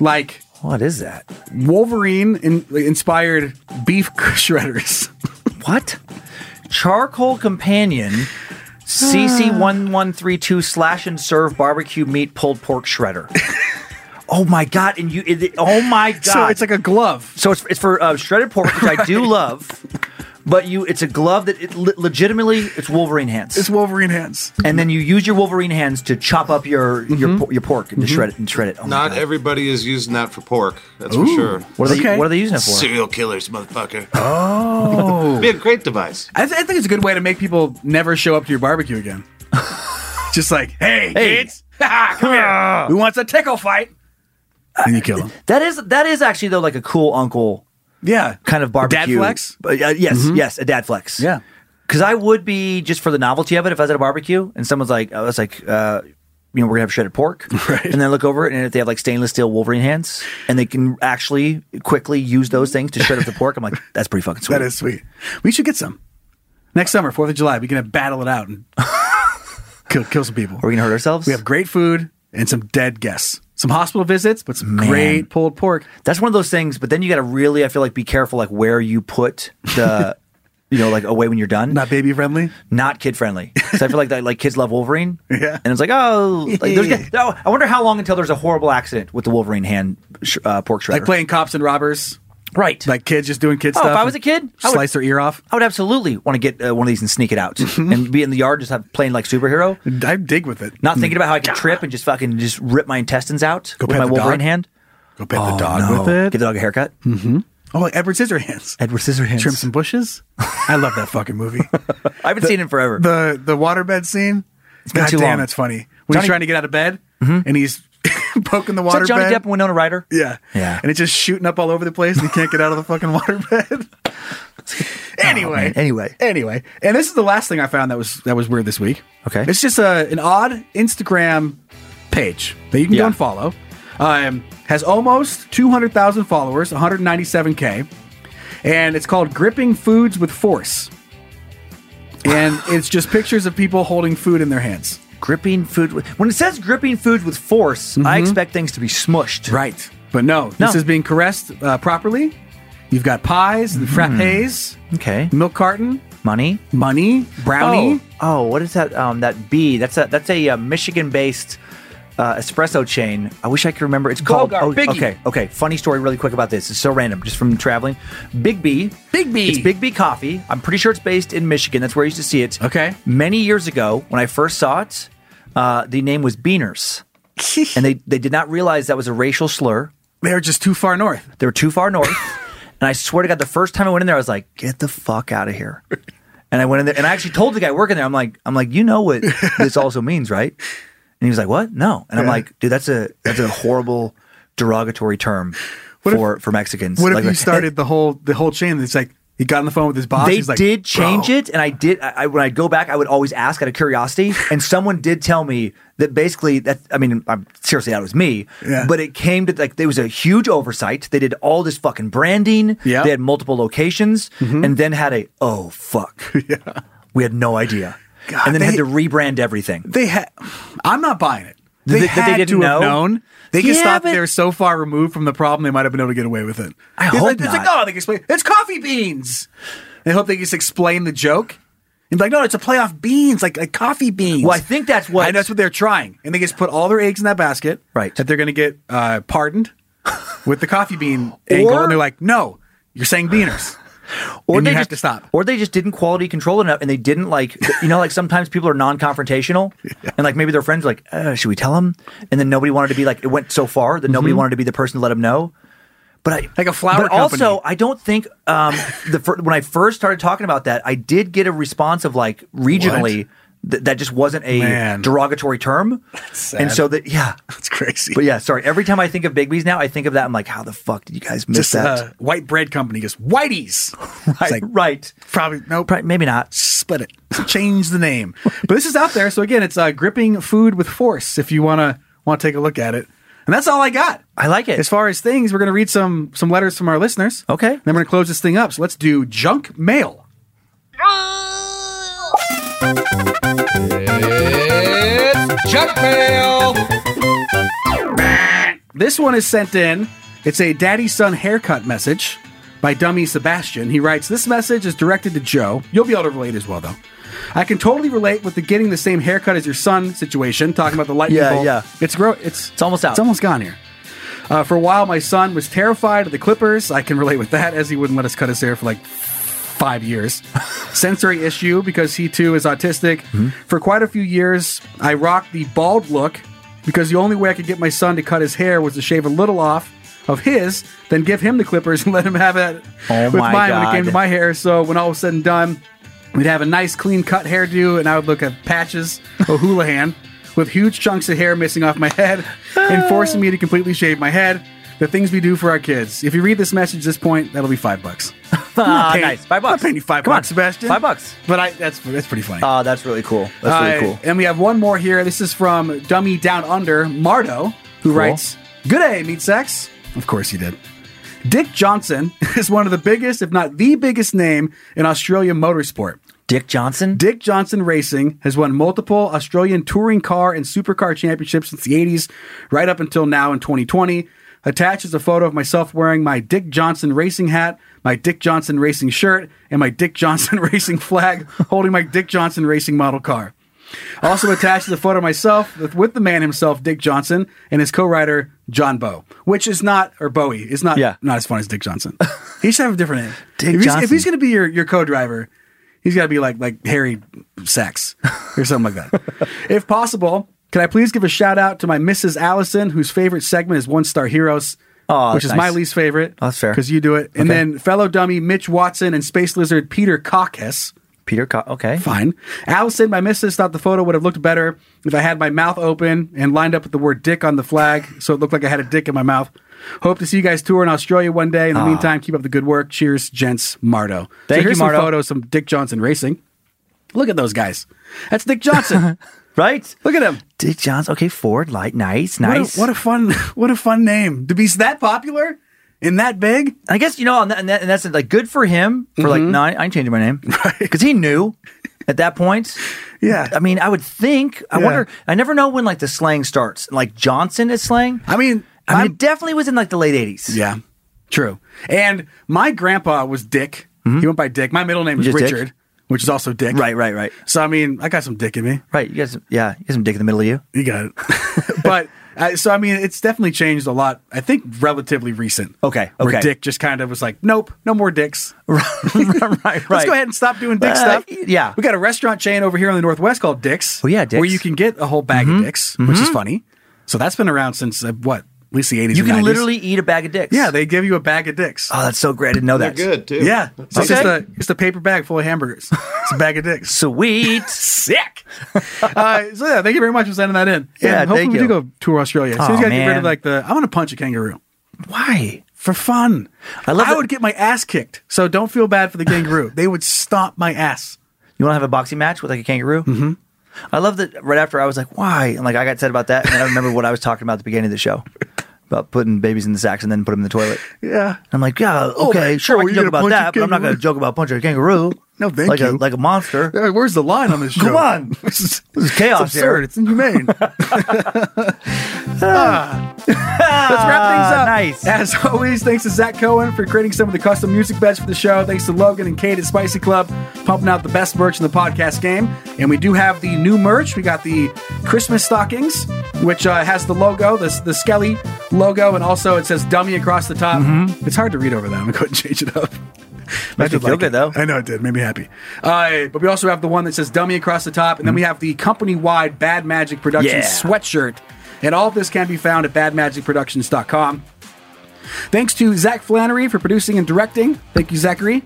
Speaker 3: like
Speaker 2: what is that
Speaker 3: Wolverine in, inspired beef [laughs] shredders?
Speaker 2: what charcoal companion CC one one three two slash and serve barbecue meat pulled pork
Speaker 3: [laughs]
Speaker 2: shredder. oh my god! And you, it, it- oh my god!
Speaker 3: So it's like a glove.
Speaker 2: So it's, it's for uh, shredded pork, which I do love. But you, it's a glove that it le- legitimately it's Wolverine hands. It's
Speaker 3: Wolverine hands,
Speaker 2: and then you use your Wolverine hands to chop up your your por- your pork and to shred it and shred it. Oh my
Speaker 4: Not everybody is using that for pork. That's for
Speaker 2: Ooh.
Speaker 4: sure.
Speaker 2: What are they- Okay. what are they using it for?
Speaker 4: Serial killers, motherfucker.
Speaker 3: Oh,
Speaker 4: be a great device.
Speaker 3: I, th- I think it's a good way to make people never show up to your
Speaker 2: [laughs]
Speaker 3: barbecue again. Just like, hey,
Speaker 2: Hey. Ah.
Speaker 3: kids, [laughs] come here. Who wants a tickle fight? And you kill them.
Speaker 2: That is that is actually though like a cool uncle,
Speaker 3: yeah,
Speaker 2: kind of barbecue
Speaker 3: flex?
Speaker 2: But, uh, yes, yes, a dad flex. Yeah, because I would be just for the novelty of it if I was at a barbecue and someone's like, I was like, uh, you know, we're gonna have shredded
Speaker 3: [laughs]
Speaker 2: pork, right? And then I look over it and if they have like stainless steel Wolverine hands and they can actually quickly use those things to shred up the pork, I'm like, that's pretty fucking sweet.
Speaker 3: [laughs] That is sweet. We should get some. Next summer, 4th of July, we can have battle it
Speaker 2: [laughs]
Speaker 3: out and kill, kill some people. Are
Speaker 2: we going to hurt ourselves?
Speaker 3: We have great food and some dead guests. Some hospital visits, but some
Speaker 2: Man.
Speaker 3: great pulled pork.
Speaker 2: That's one of those things, but then you got to really, I feel like, be careful, like where you put
Speaker 3: [laughs]
Speaker 2: the, you know, like away when you're done.
Speaker 3: Not baby friendly,
Speaker 2: not kid friendly. So I feel like that, like kids love Wolverine.
Speaker 3: [laughs] Yeah,
Speaker 2: and it's like, oh, like,
Speaker 3: [laughs]
Speaker 2: there's, oh, I wonder how long until there's a horrible accident with the Wolverine hand sh- uh, pork shredder.
Speaker 3: Like playing cops and robbers.
Speaker 2: Right.
Speaker 3: Like kids just doing kid
Speaker 2: Oh, if
Speaker 3: stuff.
Speaker 2: I was a kid, I would-
Speaker 3: slice their ear off.
Speaker 2: I would absolutely want to get uh, one of these and sneak it out
Speaker 3: Mm-hmm.
Speaker 2: and be in the yard just have, playing like superhero.
Speaker 3: I dig with it.
Speaker 2: Not thinking about how I could trip and just fucking just rip my intestines out
Speaker 3: Go
Speaker 2: with
Speaker 3: pet
Speaker 2: my
Speaker 3: the
Speaker 2: Wolverine
Speaker 3: dog.
Speaker 2: hand.
Speaker 3: Go pet
Speaker 2: Oh,
Speaker 3: the dog
Speaker 2: no.
Speaker 3: with it.
Speaker 2: Give the dog a haircut.
Speaker 3: Mm-hmm. Oh, like Edward Scissorhands.
Speaker 2: Edward Scissorhands.
Speaker 3: Trim some bushes. I love that
Speaker 2: [laughs]
Speaker 3: fucking movie.
Speaker 2: I haven't seen it in forever.
Speaker 3: The the waterbed scene.
Speaker 2: been
Speaker 3: God
Speaker 2: too
Speaker 3: damn,
Speaker 2: long.
Speaker 3: that's funny. When
Speaker 2: Johnny- Mm-hmm.
Speaker 3: he's trying to get out of bed and he's [laughs] poking the
Speaker 2: Is that
Speaker 3: waterbed.
Speaker 2: Johnny Depp and Winona Ryder?
Speaker 3: Yeah.
Speaker 2: Yeah.
Speaker 3: And it's just shooting up all over the place and he can't get out of the fucking [laughs]
Speaker 2: [laughs]
Speaker 3: waterbed. anyway.
Speaker 2: Oh, man. Anyway.
Speaker 3: Anyway. And this is the last thing I found that was that was weird this week.
Speaker 2: Okay.
Speaker 3: It's just a, an odd Instagram page that you can
Speaker 2: Yeah.
Speaker 3: go and follow. Um, has almost 200,000 followers, 197K. And it's called Gripping Foods with Force. And
Speaker 2: [sighs]
Speaker 3: it's just pictures of people holding food in their hands.
Speaker 2: Gripping food. With, when it says gripping food with force, I expect things to be smushed.
Speaker 3: Mm-hmm. Right. But no, this is being caressed uh, properly. You've got pies
Speaker 2: Hmm.
Speaker 3: and frappes,
Speaker 2: Okay.
Speaker 3: milk carton,
Speaker 2: Money.
Speaker 3: money, brownie.
Speaker 2: Oh, oh, what is that? Um, that B. That's a that's a uh, Michigan-based uh, espresso chain. I wish I could remember. It's called.
Speaker 3: Bogart,
Speaker 2: oh,
Speaker 3: Biggie.
Speaker 2: okay, okay. Funny story, really quick about this. It's so random, just from traveling. Big B. Big B. It's Big B Coffee. I'm pretty sure it's based in Michigan. That's where I used to see it. Okay. Many years ago, when I first saw it, uh, the name was [laughs] Beaners, and they they did not realize that was a racial slur.
Speaker 3: They were just too far north.
Speaker 2: They were too far
Speaker 3: [laughs]
Speaker 2: north. and I swear to God, the first time I went in there, I was like, get the fuck out of
Speaker 3: [laughs]
Speaker 2: here. And I went in there and I actually told the guy working there, I'm like, I'm like, you know
Speaker 3: [laughs]
Speaker 2: what this also means, right? And he was like, What? No. And I'm
Speaker 3: Yeah.
Speaker 2: like, dude, that's a that's a horrible derogatory term
Speaker 3: What if-
Speaker 2: for for Mexicans.
Speaker 3: What if
Speaker 2: Like, [laughs]
Speaker 3: you started the whole the whole chain? It's like He got on the phone with his boss.
Speaker 2: They
Speaker 3: he's like,
Speaker 2: did change
Speaker 3: "Bro."
Speaker 2: it, and I did. I, I, when I'd go back, I would always ask out of curiosity, and someone did tell me that basically that. I mean, I'm seriously, that was me.
Speaker 3: Yeah.
Speaker 2: But it came to like there was a huge oversight. They did all this fucking branding.
Speaker 3: Yeah.
Speaker 2: They had multiple locations,
Speaker 3: Mhm.
Speaker 2: and then had a oh
Speaker 3: [laughs]
Speaker 2: fuck. yeah. We had no idea,
Speaker 3: God,
Speaker 2: and then had to
Speaker 3: they-
Speaker 2: rebrand everything.
Speaker 3: They had. I'm not buying it.
Speaker 2: That
Speaker 3: They
Speaker 2: they- that they
Speaker 3: had
Speaker 2: didn't
Speaker 3: to
Speaker 2: know?
Speaker 3: have known. They can
Speaker 2: Yeah,
Speaker 3: stop.
Speaker 2: but-
Speaker 3: They're so far removed from the problem, they might have been able to get away with it. I it's
Speaker 2: hope
Speaker 3: like, It's like,
Speaker 2: not.
Speaker 3: oh, they can explain. It's coffee beans. They hope they can just explain the joke. And be like, no, it's a playoff beans, like like coffee beans. Well, I
Speaker 2: think that's what.
Speaker 3: And that's what they're trying. And they just put all their eggs in that basket. Right. That they're going to get uh, pardoned with the coffee bean
Speaker 2: [laughs]
Speaker 3: angle.
Speaker 2: Or-
Speaker 3: And they're like, no, you're saying
Speaker 2: [laughs]
Speaker 3: beaners.
Speaker 2: or
Speaker 3: And
Speaker 2: they
Speaker 3: you have
Speaker 2: just,
Speaker 3: to stop.
Speaker 2: Or they just didn't quality control enough, and they didn't like, you know, like sometimes people are
Speaker 3: [laughs]
Speaker 2: non-confrontational, and like maybe their friends are like, uh, "Should we tell them?" And then nobody wanted to be like, it went so far that nobody
Speaker 3: Mhm.
Speaker 2: wanted to be the person to let them know. But I
Speaker 3: Like a flower
Speaker 2: But also,
Speaker 3: company.
Speaker 2: I don't think um, the fir- when I first started talking about that, I did get a response of like regionally. Th- that just wasn't a
Speaker 3: Man.
Speaker 2: derogatory term,
Speaker 3: sad.
Speaker 2: and so
Speaker 3: [laughs]
Speaker 2: that yeah,
Speaker 3: that's crazy.
Speaker 2: But yeah, sorry. Every time I think of Bigby's now, I think of that. I'm like, how the fuck did you guys miss
Speaker 3: Just
Speaker 2: that?
Speaker 3: uh, white bread company, just Whitey's.
Speaker 2: [laughs] right, right.
Speaker 3: Probably no,
Speaker 2: maybe not.
Speaker 3: Split it. Change the name. but this is out there, so again, it's uh, gripping food with force. If you wanna want to take a look at it, and that's all I got.
Speaker 2: I like it.
Speaker 3: As far as things, we're gonna read some some letters from our listeners.
Speaker 2: Okay,
Speaker 3: then we're gonna close this thing up. So let's do junk mail.
Speaker 13: It's junk mail.
Speaker 3: This one is sent in. It's a daddy son haircut message by Dummy Sebastian. He writes, This message is directed to Joe. You'll be able to relate as well, though. I can totally relate with the getting the same haircut as your son situation, talking about the lightning
Speaker 2: Yeah,
Speaker 3: bolt.
Speaker 2: yeah.
Speaker 3: It's, grow- it's, it's
Speaker 2: almost out.
Speaker 3: It's almost gone here. Uh, for a while, my son was terrified of the clippers. I can relate with that, as he wouldn't let us cut his hair for like five years. Sensory issue because he too is autistic.
Speaker 2: Mm-hmm.
Speaker 3: For quite a few years, I rocked the bald look because the only way I could get my son to cut his hair was to shave a little off of his, then give him the clippers [laughs] and let him have it
Speaker 2: Oh
Speaker 3: with
Speaker 2: my
Speaker 3: mine when it came to
Speaker 2: God.
Speaker 3: my hair. So when all was said and done, we'd have a nice clean cut hairdo, and I would look at patches
Speaker 2: [laughs]
Speaker 3: O'Houlihan with huge chunks of hair missing off my head and forcing me to completely shave my head. The things we do for our kids. If you read this message at this point, that'll be five bucks. I'm not
Speaker 2: Ah,
Speaker 3: paying-
Speaker 2: nice. Five bucks.
Speaker 3: I'm not paying you five
Speaker 2: Come on.
Speaker 3: bucks, Sebastian.
Speaker 2: Five bucks.
Speaker 3: But I that's that's pretty funny.
Speaker 2: Oh, that's really cool. That's really
Speaker 3: Uh,
Speaker 2: cool.
Speaker 3: And we have one more here. This is from Dummy Down Under, Mardo, who
Speaker 2: Cool.
Speaker 3: writes, Good day, meat sex. Of course you did. Dick Johnson [laughs] is one of the biggest, if not the biggest name in Australian motorsport.
Speaker 2: Dick Johnson?
Speaker 3: Dick Johnson Racing has won multiple Australian touring car and supercar championships since the 80s, right up until now in 2020. Attached is a photo of myself wearing my Dick Johnson Racing hat, my Dick Johnson Racing shirt, and my Dick Johnson [laughs] Racing flag, holding my Dick Johnson Racing model car. Also attached is a photo of myself with, with the man himself, Dick Johnson, and his co-writer John Bow, which is not or Bowie is not
Speaker 2: Yeah.
Speaker 3: not as fun as Dick Johnson. [laughs] He should have a different name.
Speaker 2: Dick
Speaker 3: if, he's,
Speaker 2: Johnson.
Speaker 3: if he's going to be your, your co-driver, he's got to be like like Harry Sachs or something like that.
Speaker 2: [laughs]
Speaker 3: if possible, can I please give a shout out to my Mrs. Allison, whose favorite segment is One Star Heroes,
Speaker 2: Aw,
Speaker 3: which is
Speaker 2: that's
Speaker 3: my
Speaker 2: nice.
Speaker 3: least favorite.
Speaker 2: That's fair.
Speaker 3: because you do it. And
Speaker 2: Okay.
Speaker 3: then fellow dummy Mitch Watson and space lizard Peter Caucus.
Speaker 2: Peter Co- okay.
Speaker 3: Fine. Allison, my missus, thought the photo would have looked better if I had my mouth open and lined up with the word dick on the flag so it looked like I had a dick in my mouth. Hope to see you guys tour in Australia one day. In the
Speaker 2: Aw.
Speaker 3: meantime, keep up the good work. Cheers, gents. Mardo. so
Speaker 2: Ah. Thank
Speaker 3: here's
Speaker 2: you, Mardo.
Speaker 3: some photos from Dick Johnson racing. Look at those guys. That's
Speaker 2: [laughs]
Speaker 3: Dick Johnson.
Speaker 2: Right?
Speaker 3: Look at him.
Speaker 2: Dick Johnson. Okay, Ford Light. Nice,
Speaker 3: What a-
Speaker 2: nice.
Speaker 3: What a, fun [laughs] what a fun name. To be that popular and that big.
Speaker 2: I guess, you know, and, that, and, that, and that's like good for him for like,
Speaker 3: Mm-hmm.
Speaker 2: no, I, I ain't changing my
Speaker 3: [laughs]
Speaker 2: name. Because he knew at that point.
Speaker 3: Yeah.
Speaker 2: I mean, I would think, I
Speaker 3: Yeah.
Speaker 2: wonder, I never know when like the slang starts. Like Johnson is slang.
Speaker 3: I mean,
Speaker 2: I mean,
Speaker 3: I'm-
Speaker 2: it definitely was in like the late 80s.
Speaker 3: Yeah, true. And my grandpa was Dick. He went by Dick. My middle name is
Speaker 2: Mm-hmm. Just Dick?
Speaker 3: Richard, which is also Dick.
Speaker 2: Right, right, right.
Speaker 3: So I mean, I got some dick in me.
Speaker 2: Right. You guys, yeah, you guys some dick in the middle of you. [laughs]
Speaker 3: You got it. but I, so I mean, it's definitely changed a lot. I think relatively recent.
Speaker 2: Okay,
Speaker 3: Where
Speaker 2: okay.
Speaker 3: Dick just kind of was like, nope, no more dicks.
Speaker 2: right, right.
Speaker 3: Let's go ahead and stop doing dick
Speaker 2: Uh,
Speaker 3: stuff.
Speaker 2: yeah.
Speaker 3: We got a restaurant chain over here in the Northwest called Dick's.
Speaker 2: Oh, yeah, Dick's. Mm-hmm.
Speaker 3: Where you can get a whole bag of dicks, which is funny. So that's been around since uh, what? At least the 80s.
Speaker 2: You
Speaker 3: and
Speaker 2: can
Speaker 3: 90s.
Speaker 2: literally eat a bag of dicks.
Speaker 3: Yeah, they give you a bag of dicks.
Speaker 2: Oh, that's so great. I didn't know
Speaker 4: They're
Speaker 2: that.
Speaker 4: good too.
Speaker 3: Yeah. So it's
Speaker 2: Okay.
Speaker 3: just a it's a paper bag full of hamburgers. It's a bag of dicks.
Speaker 2: [laughs]
Speaker 3: [laughs]
Speaker 2: Sweet.
Speaker 3: Sick. Uh, so yeah, thank you very much for sending that in.
Speaker 2: Yeah,
Speaker 3: And hopefully
Speaker 2: thank
Speaker 3: we do
Speaker 2: you.
Speaker 3: go tour Australia. So
Speaker 2: Aw,
Speaker 3: you gotta get rid
Speaker 2: man.
Speaker 3: of like the I want to punch a kangaroo.
Speaker 2: Why?
Speaker 3: for fun. I, love I would get my ass kicked. So don't feel bad for the [laughs] kangaroo. they would stomp my ass.
Speaker 2: You want to have a boxing match with like a kangaroo? Mm-hmm. I love that. Right after I was like, "Why?" and like I got said about that, and then I remember what I was talking about at the beginning of the show about putting babies in the sacks and then put them in the toilet.
Speaker 3: Yeah.
Speaker 2: I'm like, yeah,
Speaker 3: Oh,
Speaker 2: okay, sure,
Speaker 3: oh,
Speaker 2: I
Speaker 3: you're
Speaker 2: can joke
Speaker 3: gonna
Speaker 2: about
Speaker 3: punch a
Speaker 2: that, but I'm not
Speaker 3: kangaroo?
Speaker 2: going to joke about punching a kangaroo.
Speaker 3: No, thank
Speaker 2: like
Speaker 3: you.
Speaker 2: A, like a monster.
Speaker 3: Yeah, Where's the line on this show?
Speaker 2: Come on.
Speaker 3: [laughs] this is,
Speaker 2: This is chaos
Speaker 3: It's absurd.
Speaker 2: here.
Speaker 3: It's [laughs] inhumane. Ah. Let's wrap
Speaker 2: Ah,
Speaker 3: things up. Nice. As always, thanks to Zach Cohen for creating some of the custom music beds for the show. Thanks to Logan and Kate at Spicy Club pumping out the best merch in the podcast game. And we do have the new merch. We got the Christmas stockings, which uh, has the logo, the, the Skelly logo, and also it says dummy across the top. It's hard to read over that. I'm going to go ahead and change it up. I
Speaker 2: Makes me
Speaker 3: did
Speaker 2: feel
Speaker 3: like
Speaker 2: good,
Speaker 3: it.
Speaker 2: though.
Speaker 3: I know it did. Made me happy. Uh, but we also have the one that says dummy across the top. And then we have the company wide Bad Magic Productions
Speaker 2: Yeah.
Speaker 3: sweatshirt. And all of this can be found at badmagicproductions.com. Thanks to Zach Flannery for producing and directing. Thank you, Zachary.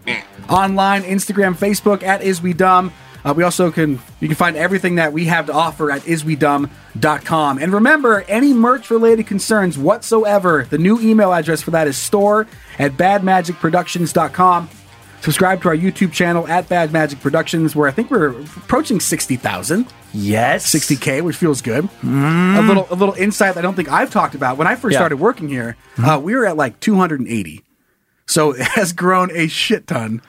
Speaker 3: Online, Instagram, Facebook at Is We Dumb. Uh, we also can you can find everything that we have to offer at iswedumb.com. And remember, any merch related concerns whatsoever, the new email address for that is store at badmagicproductions.com. Subscribe to our YouTube channel at Bad Magic Productions, where I think we're approaching sixty thousand.
Speaker 2: Yes,
Speaker 3: sixty k, which feels good. A little, a little insight that I don't think I've talked about. When I first
Speaker 2: Mm. Yeah. Mm-hmm.
Speaker 3: started working here, uh, we were at like two hundred and eighty, so it has grown a shit ton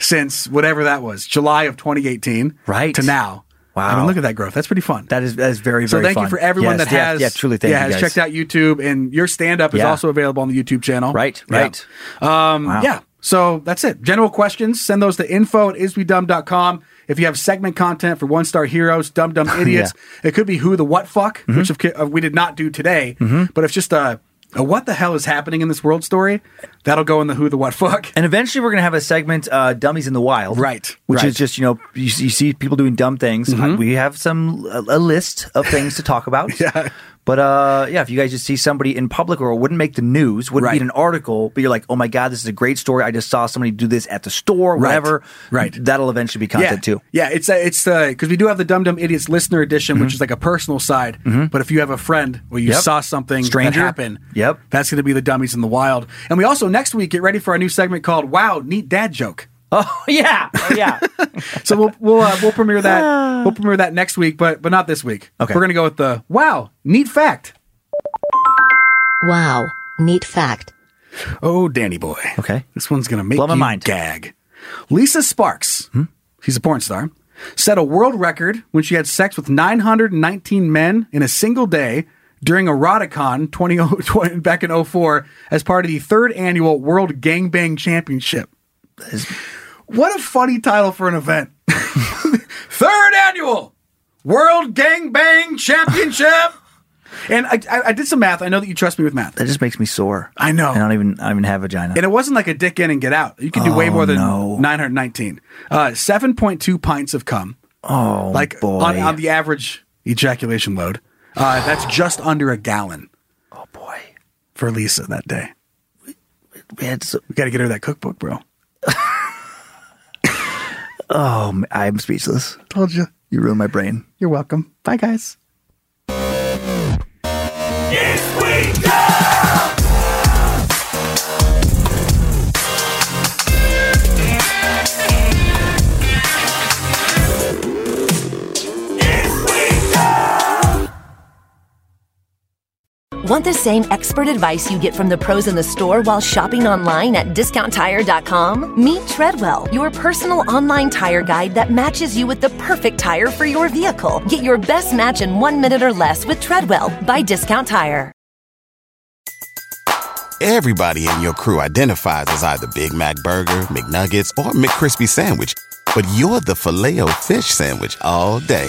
Speaker 3: since whatever that was, July of twenty eighteen, right to now. Wow! I mean, look at that growth. That's pretty fun.
Speaker 2: That is that is very
Speaker 3: so
Speaker 2: very.
Speaker 3: thank you
Speaker 2: fun.
Speaker 3: for everyone
Speaker 2: Yes,
Speaker 3: that
Speaker 2: yeah,
Speaker 3: has
Speaker 2: yeah truly thank
Speaker 3: yeah,
Speaker 2: you guys.
Speaker 3: has checked out YouTube and your stand up is
Speaker 2: Yeah.
Speaker 3: also available on the YouTube channel.
Speaker 2: Right,
Speaker 3: Yeah.
Speaker 2: right.
Speaker 3: Um,
Speaker 2: Wow.
Speaker 3: Yeah. So that's it. General questions, send those to info at isbedumb.com. If you have segment content for one star heroes,
Speaker 2: [laughs]
Speaker 3: dumb dumb idiots, it could be who the what fuck,
Speaker 2: Mm-hmm.
Speaker 3: which of, uh, we did not do today,
Speaker 2: Mhm.
Speaker 3: but if just a, a what the hell is happening in this world story, that'll go in the who the what fuck.
Speaker 2: And eventually, we're going to have a segment, uh, Dummies in the Wild. Right. Which
Speaker 3: right.
Speaker 2: is just, you know, you, you see people doing dumb things.
Speaker 3: Mhm.
Speaker 2: Uh, we have some, a, a list of things to talk
Speaker 3: [laughs]
Speaker 2: about. yeah. But uh, yeah, if you guys just see somebody in public or it wouldn't make the news, wouldn't be in an article, but you're like, oh my God, this is a great story. I just saw somebody do this at the store,
Speaker 3: Right.
Speaker 2: whatever. Right. That'll eventually be content
Speaker 3: yeah.
Speaker 2: too.
Speaker 3: [laughs] Yeah, it's uh, it's because we do have the Dumb Dumb Idiots listener edition, which is like a personal side.
Speaker 2: Mhm.
Speaker 3: But if you have a friend or you
Speaker 2: Mm-hmm. Yep.
Speaker 3: saw something
Speaker 2: Stranger.
Speaker 3: that happen,
Speaker 2: Yep.
Speaker 3: that's going to be the Dummies in the Wild. And we also next week get ready for our new segment called "Wow, Neat Dad Joke."
Speaker 2: Oh yeah, yeah.
Speaker 3: so we'll we'll uh, we'll premiere that we'll premiere that next week, but but not this week.
Speaker 14: Okay.
Speaker 3: we're going to go with the "Wow, Neat Fact."
Speaker 14: Wow. Neat fact.
Speaker 3: Oh, Danny boy.
Speaker 2: Okay.
Speaker 3: This one's going to make
Speaker 2: Blow my
Speaker 3: you
Speaker 2: mind. Hmm?
Speaker 3: gag. Lisa Sparks, she's a porn star, set a world record when she had sex with 919 men in a single day during Eroticon [laughs] 20, 20 back in 04 as part of the third annual World Gangbang Championship. What a funny title for an event. [laughs] third annual World
Speaker 2: [laughs]
Speaker 3: Gangbang Championship. And I, I, I did some math. I know that you trust me with math.
Speaker 2: [laughs] That just makes me sore.
Speaker 3: I know.
Speaker 2: I don't even, I don't even have a vagina.
Speaker 3: And it wasn't like a dick in and get out. You could do way
Speaker 2: Oh,
Speaker 3: more than
Speaker 2: no.
Speaker 3: 919. Uh, 7.2 pints of cum.
Speaker 2: Oh,
Speaker 3: like
Speaker 2: boy.
Speaker 3: On, on the average ejaculation load. Uh, that's just under a gallon. Oh, boy. For Lisa that day.
Speaker 2: We,
Speaker 3: got to get her that cookbook, bro.
Speaker 2: oh, man, I'm speechless.
Speaker 3: Told you.
Speaker 2: You ruined my brain.
Speaker 3: You're welcome. Bye, guys.
Speaker 8: Want the same expert advice you get from the pros in the store while shopping online at discounttire.com? Meet Treadwell, your personal online tire guide that matches you with the perfect tire for your vehicle. Get your best match in one minute or less with Treadwell by Discount Tire.
Speaker 10: Everybody in your crew identifies as either Big Mac Burger, McNuggets, or McCrispy Sandwich. But you're the filet fish Sandwich all day.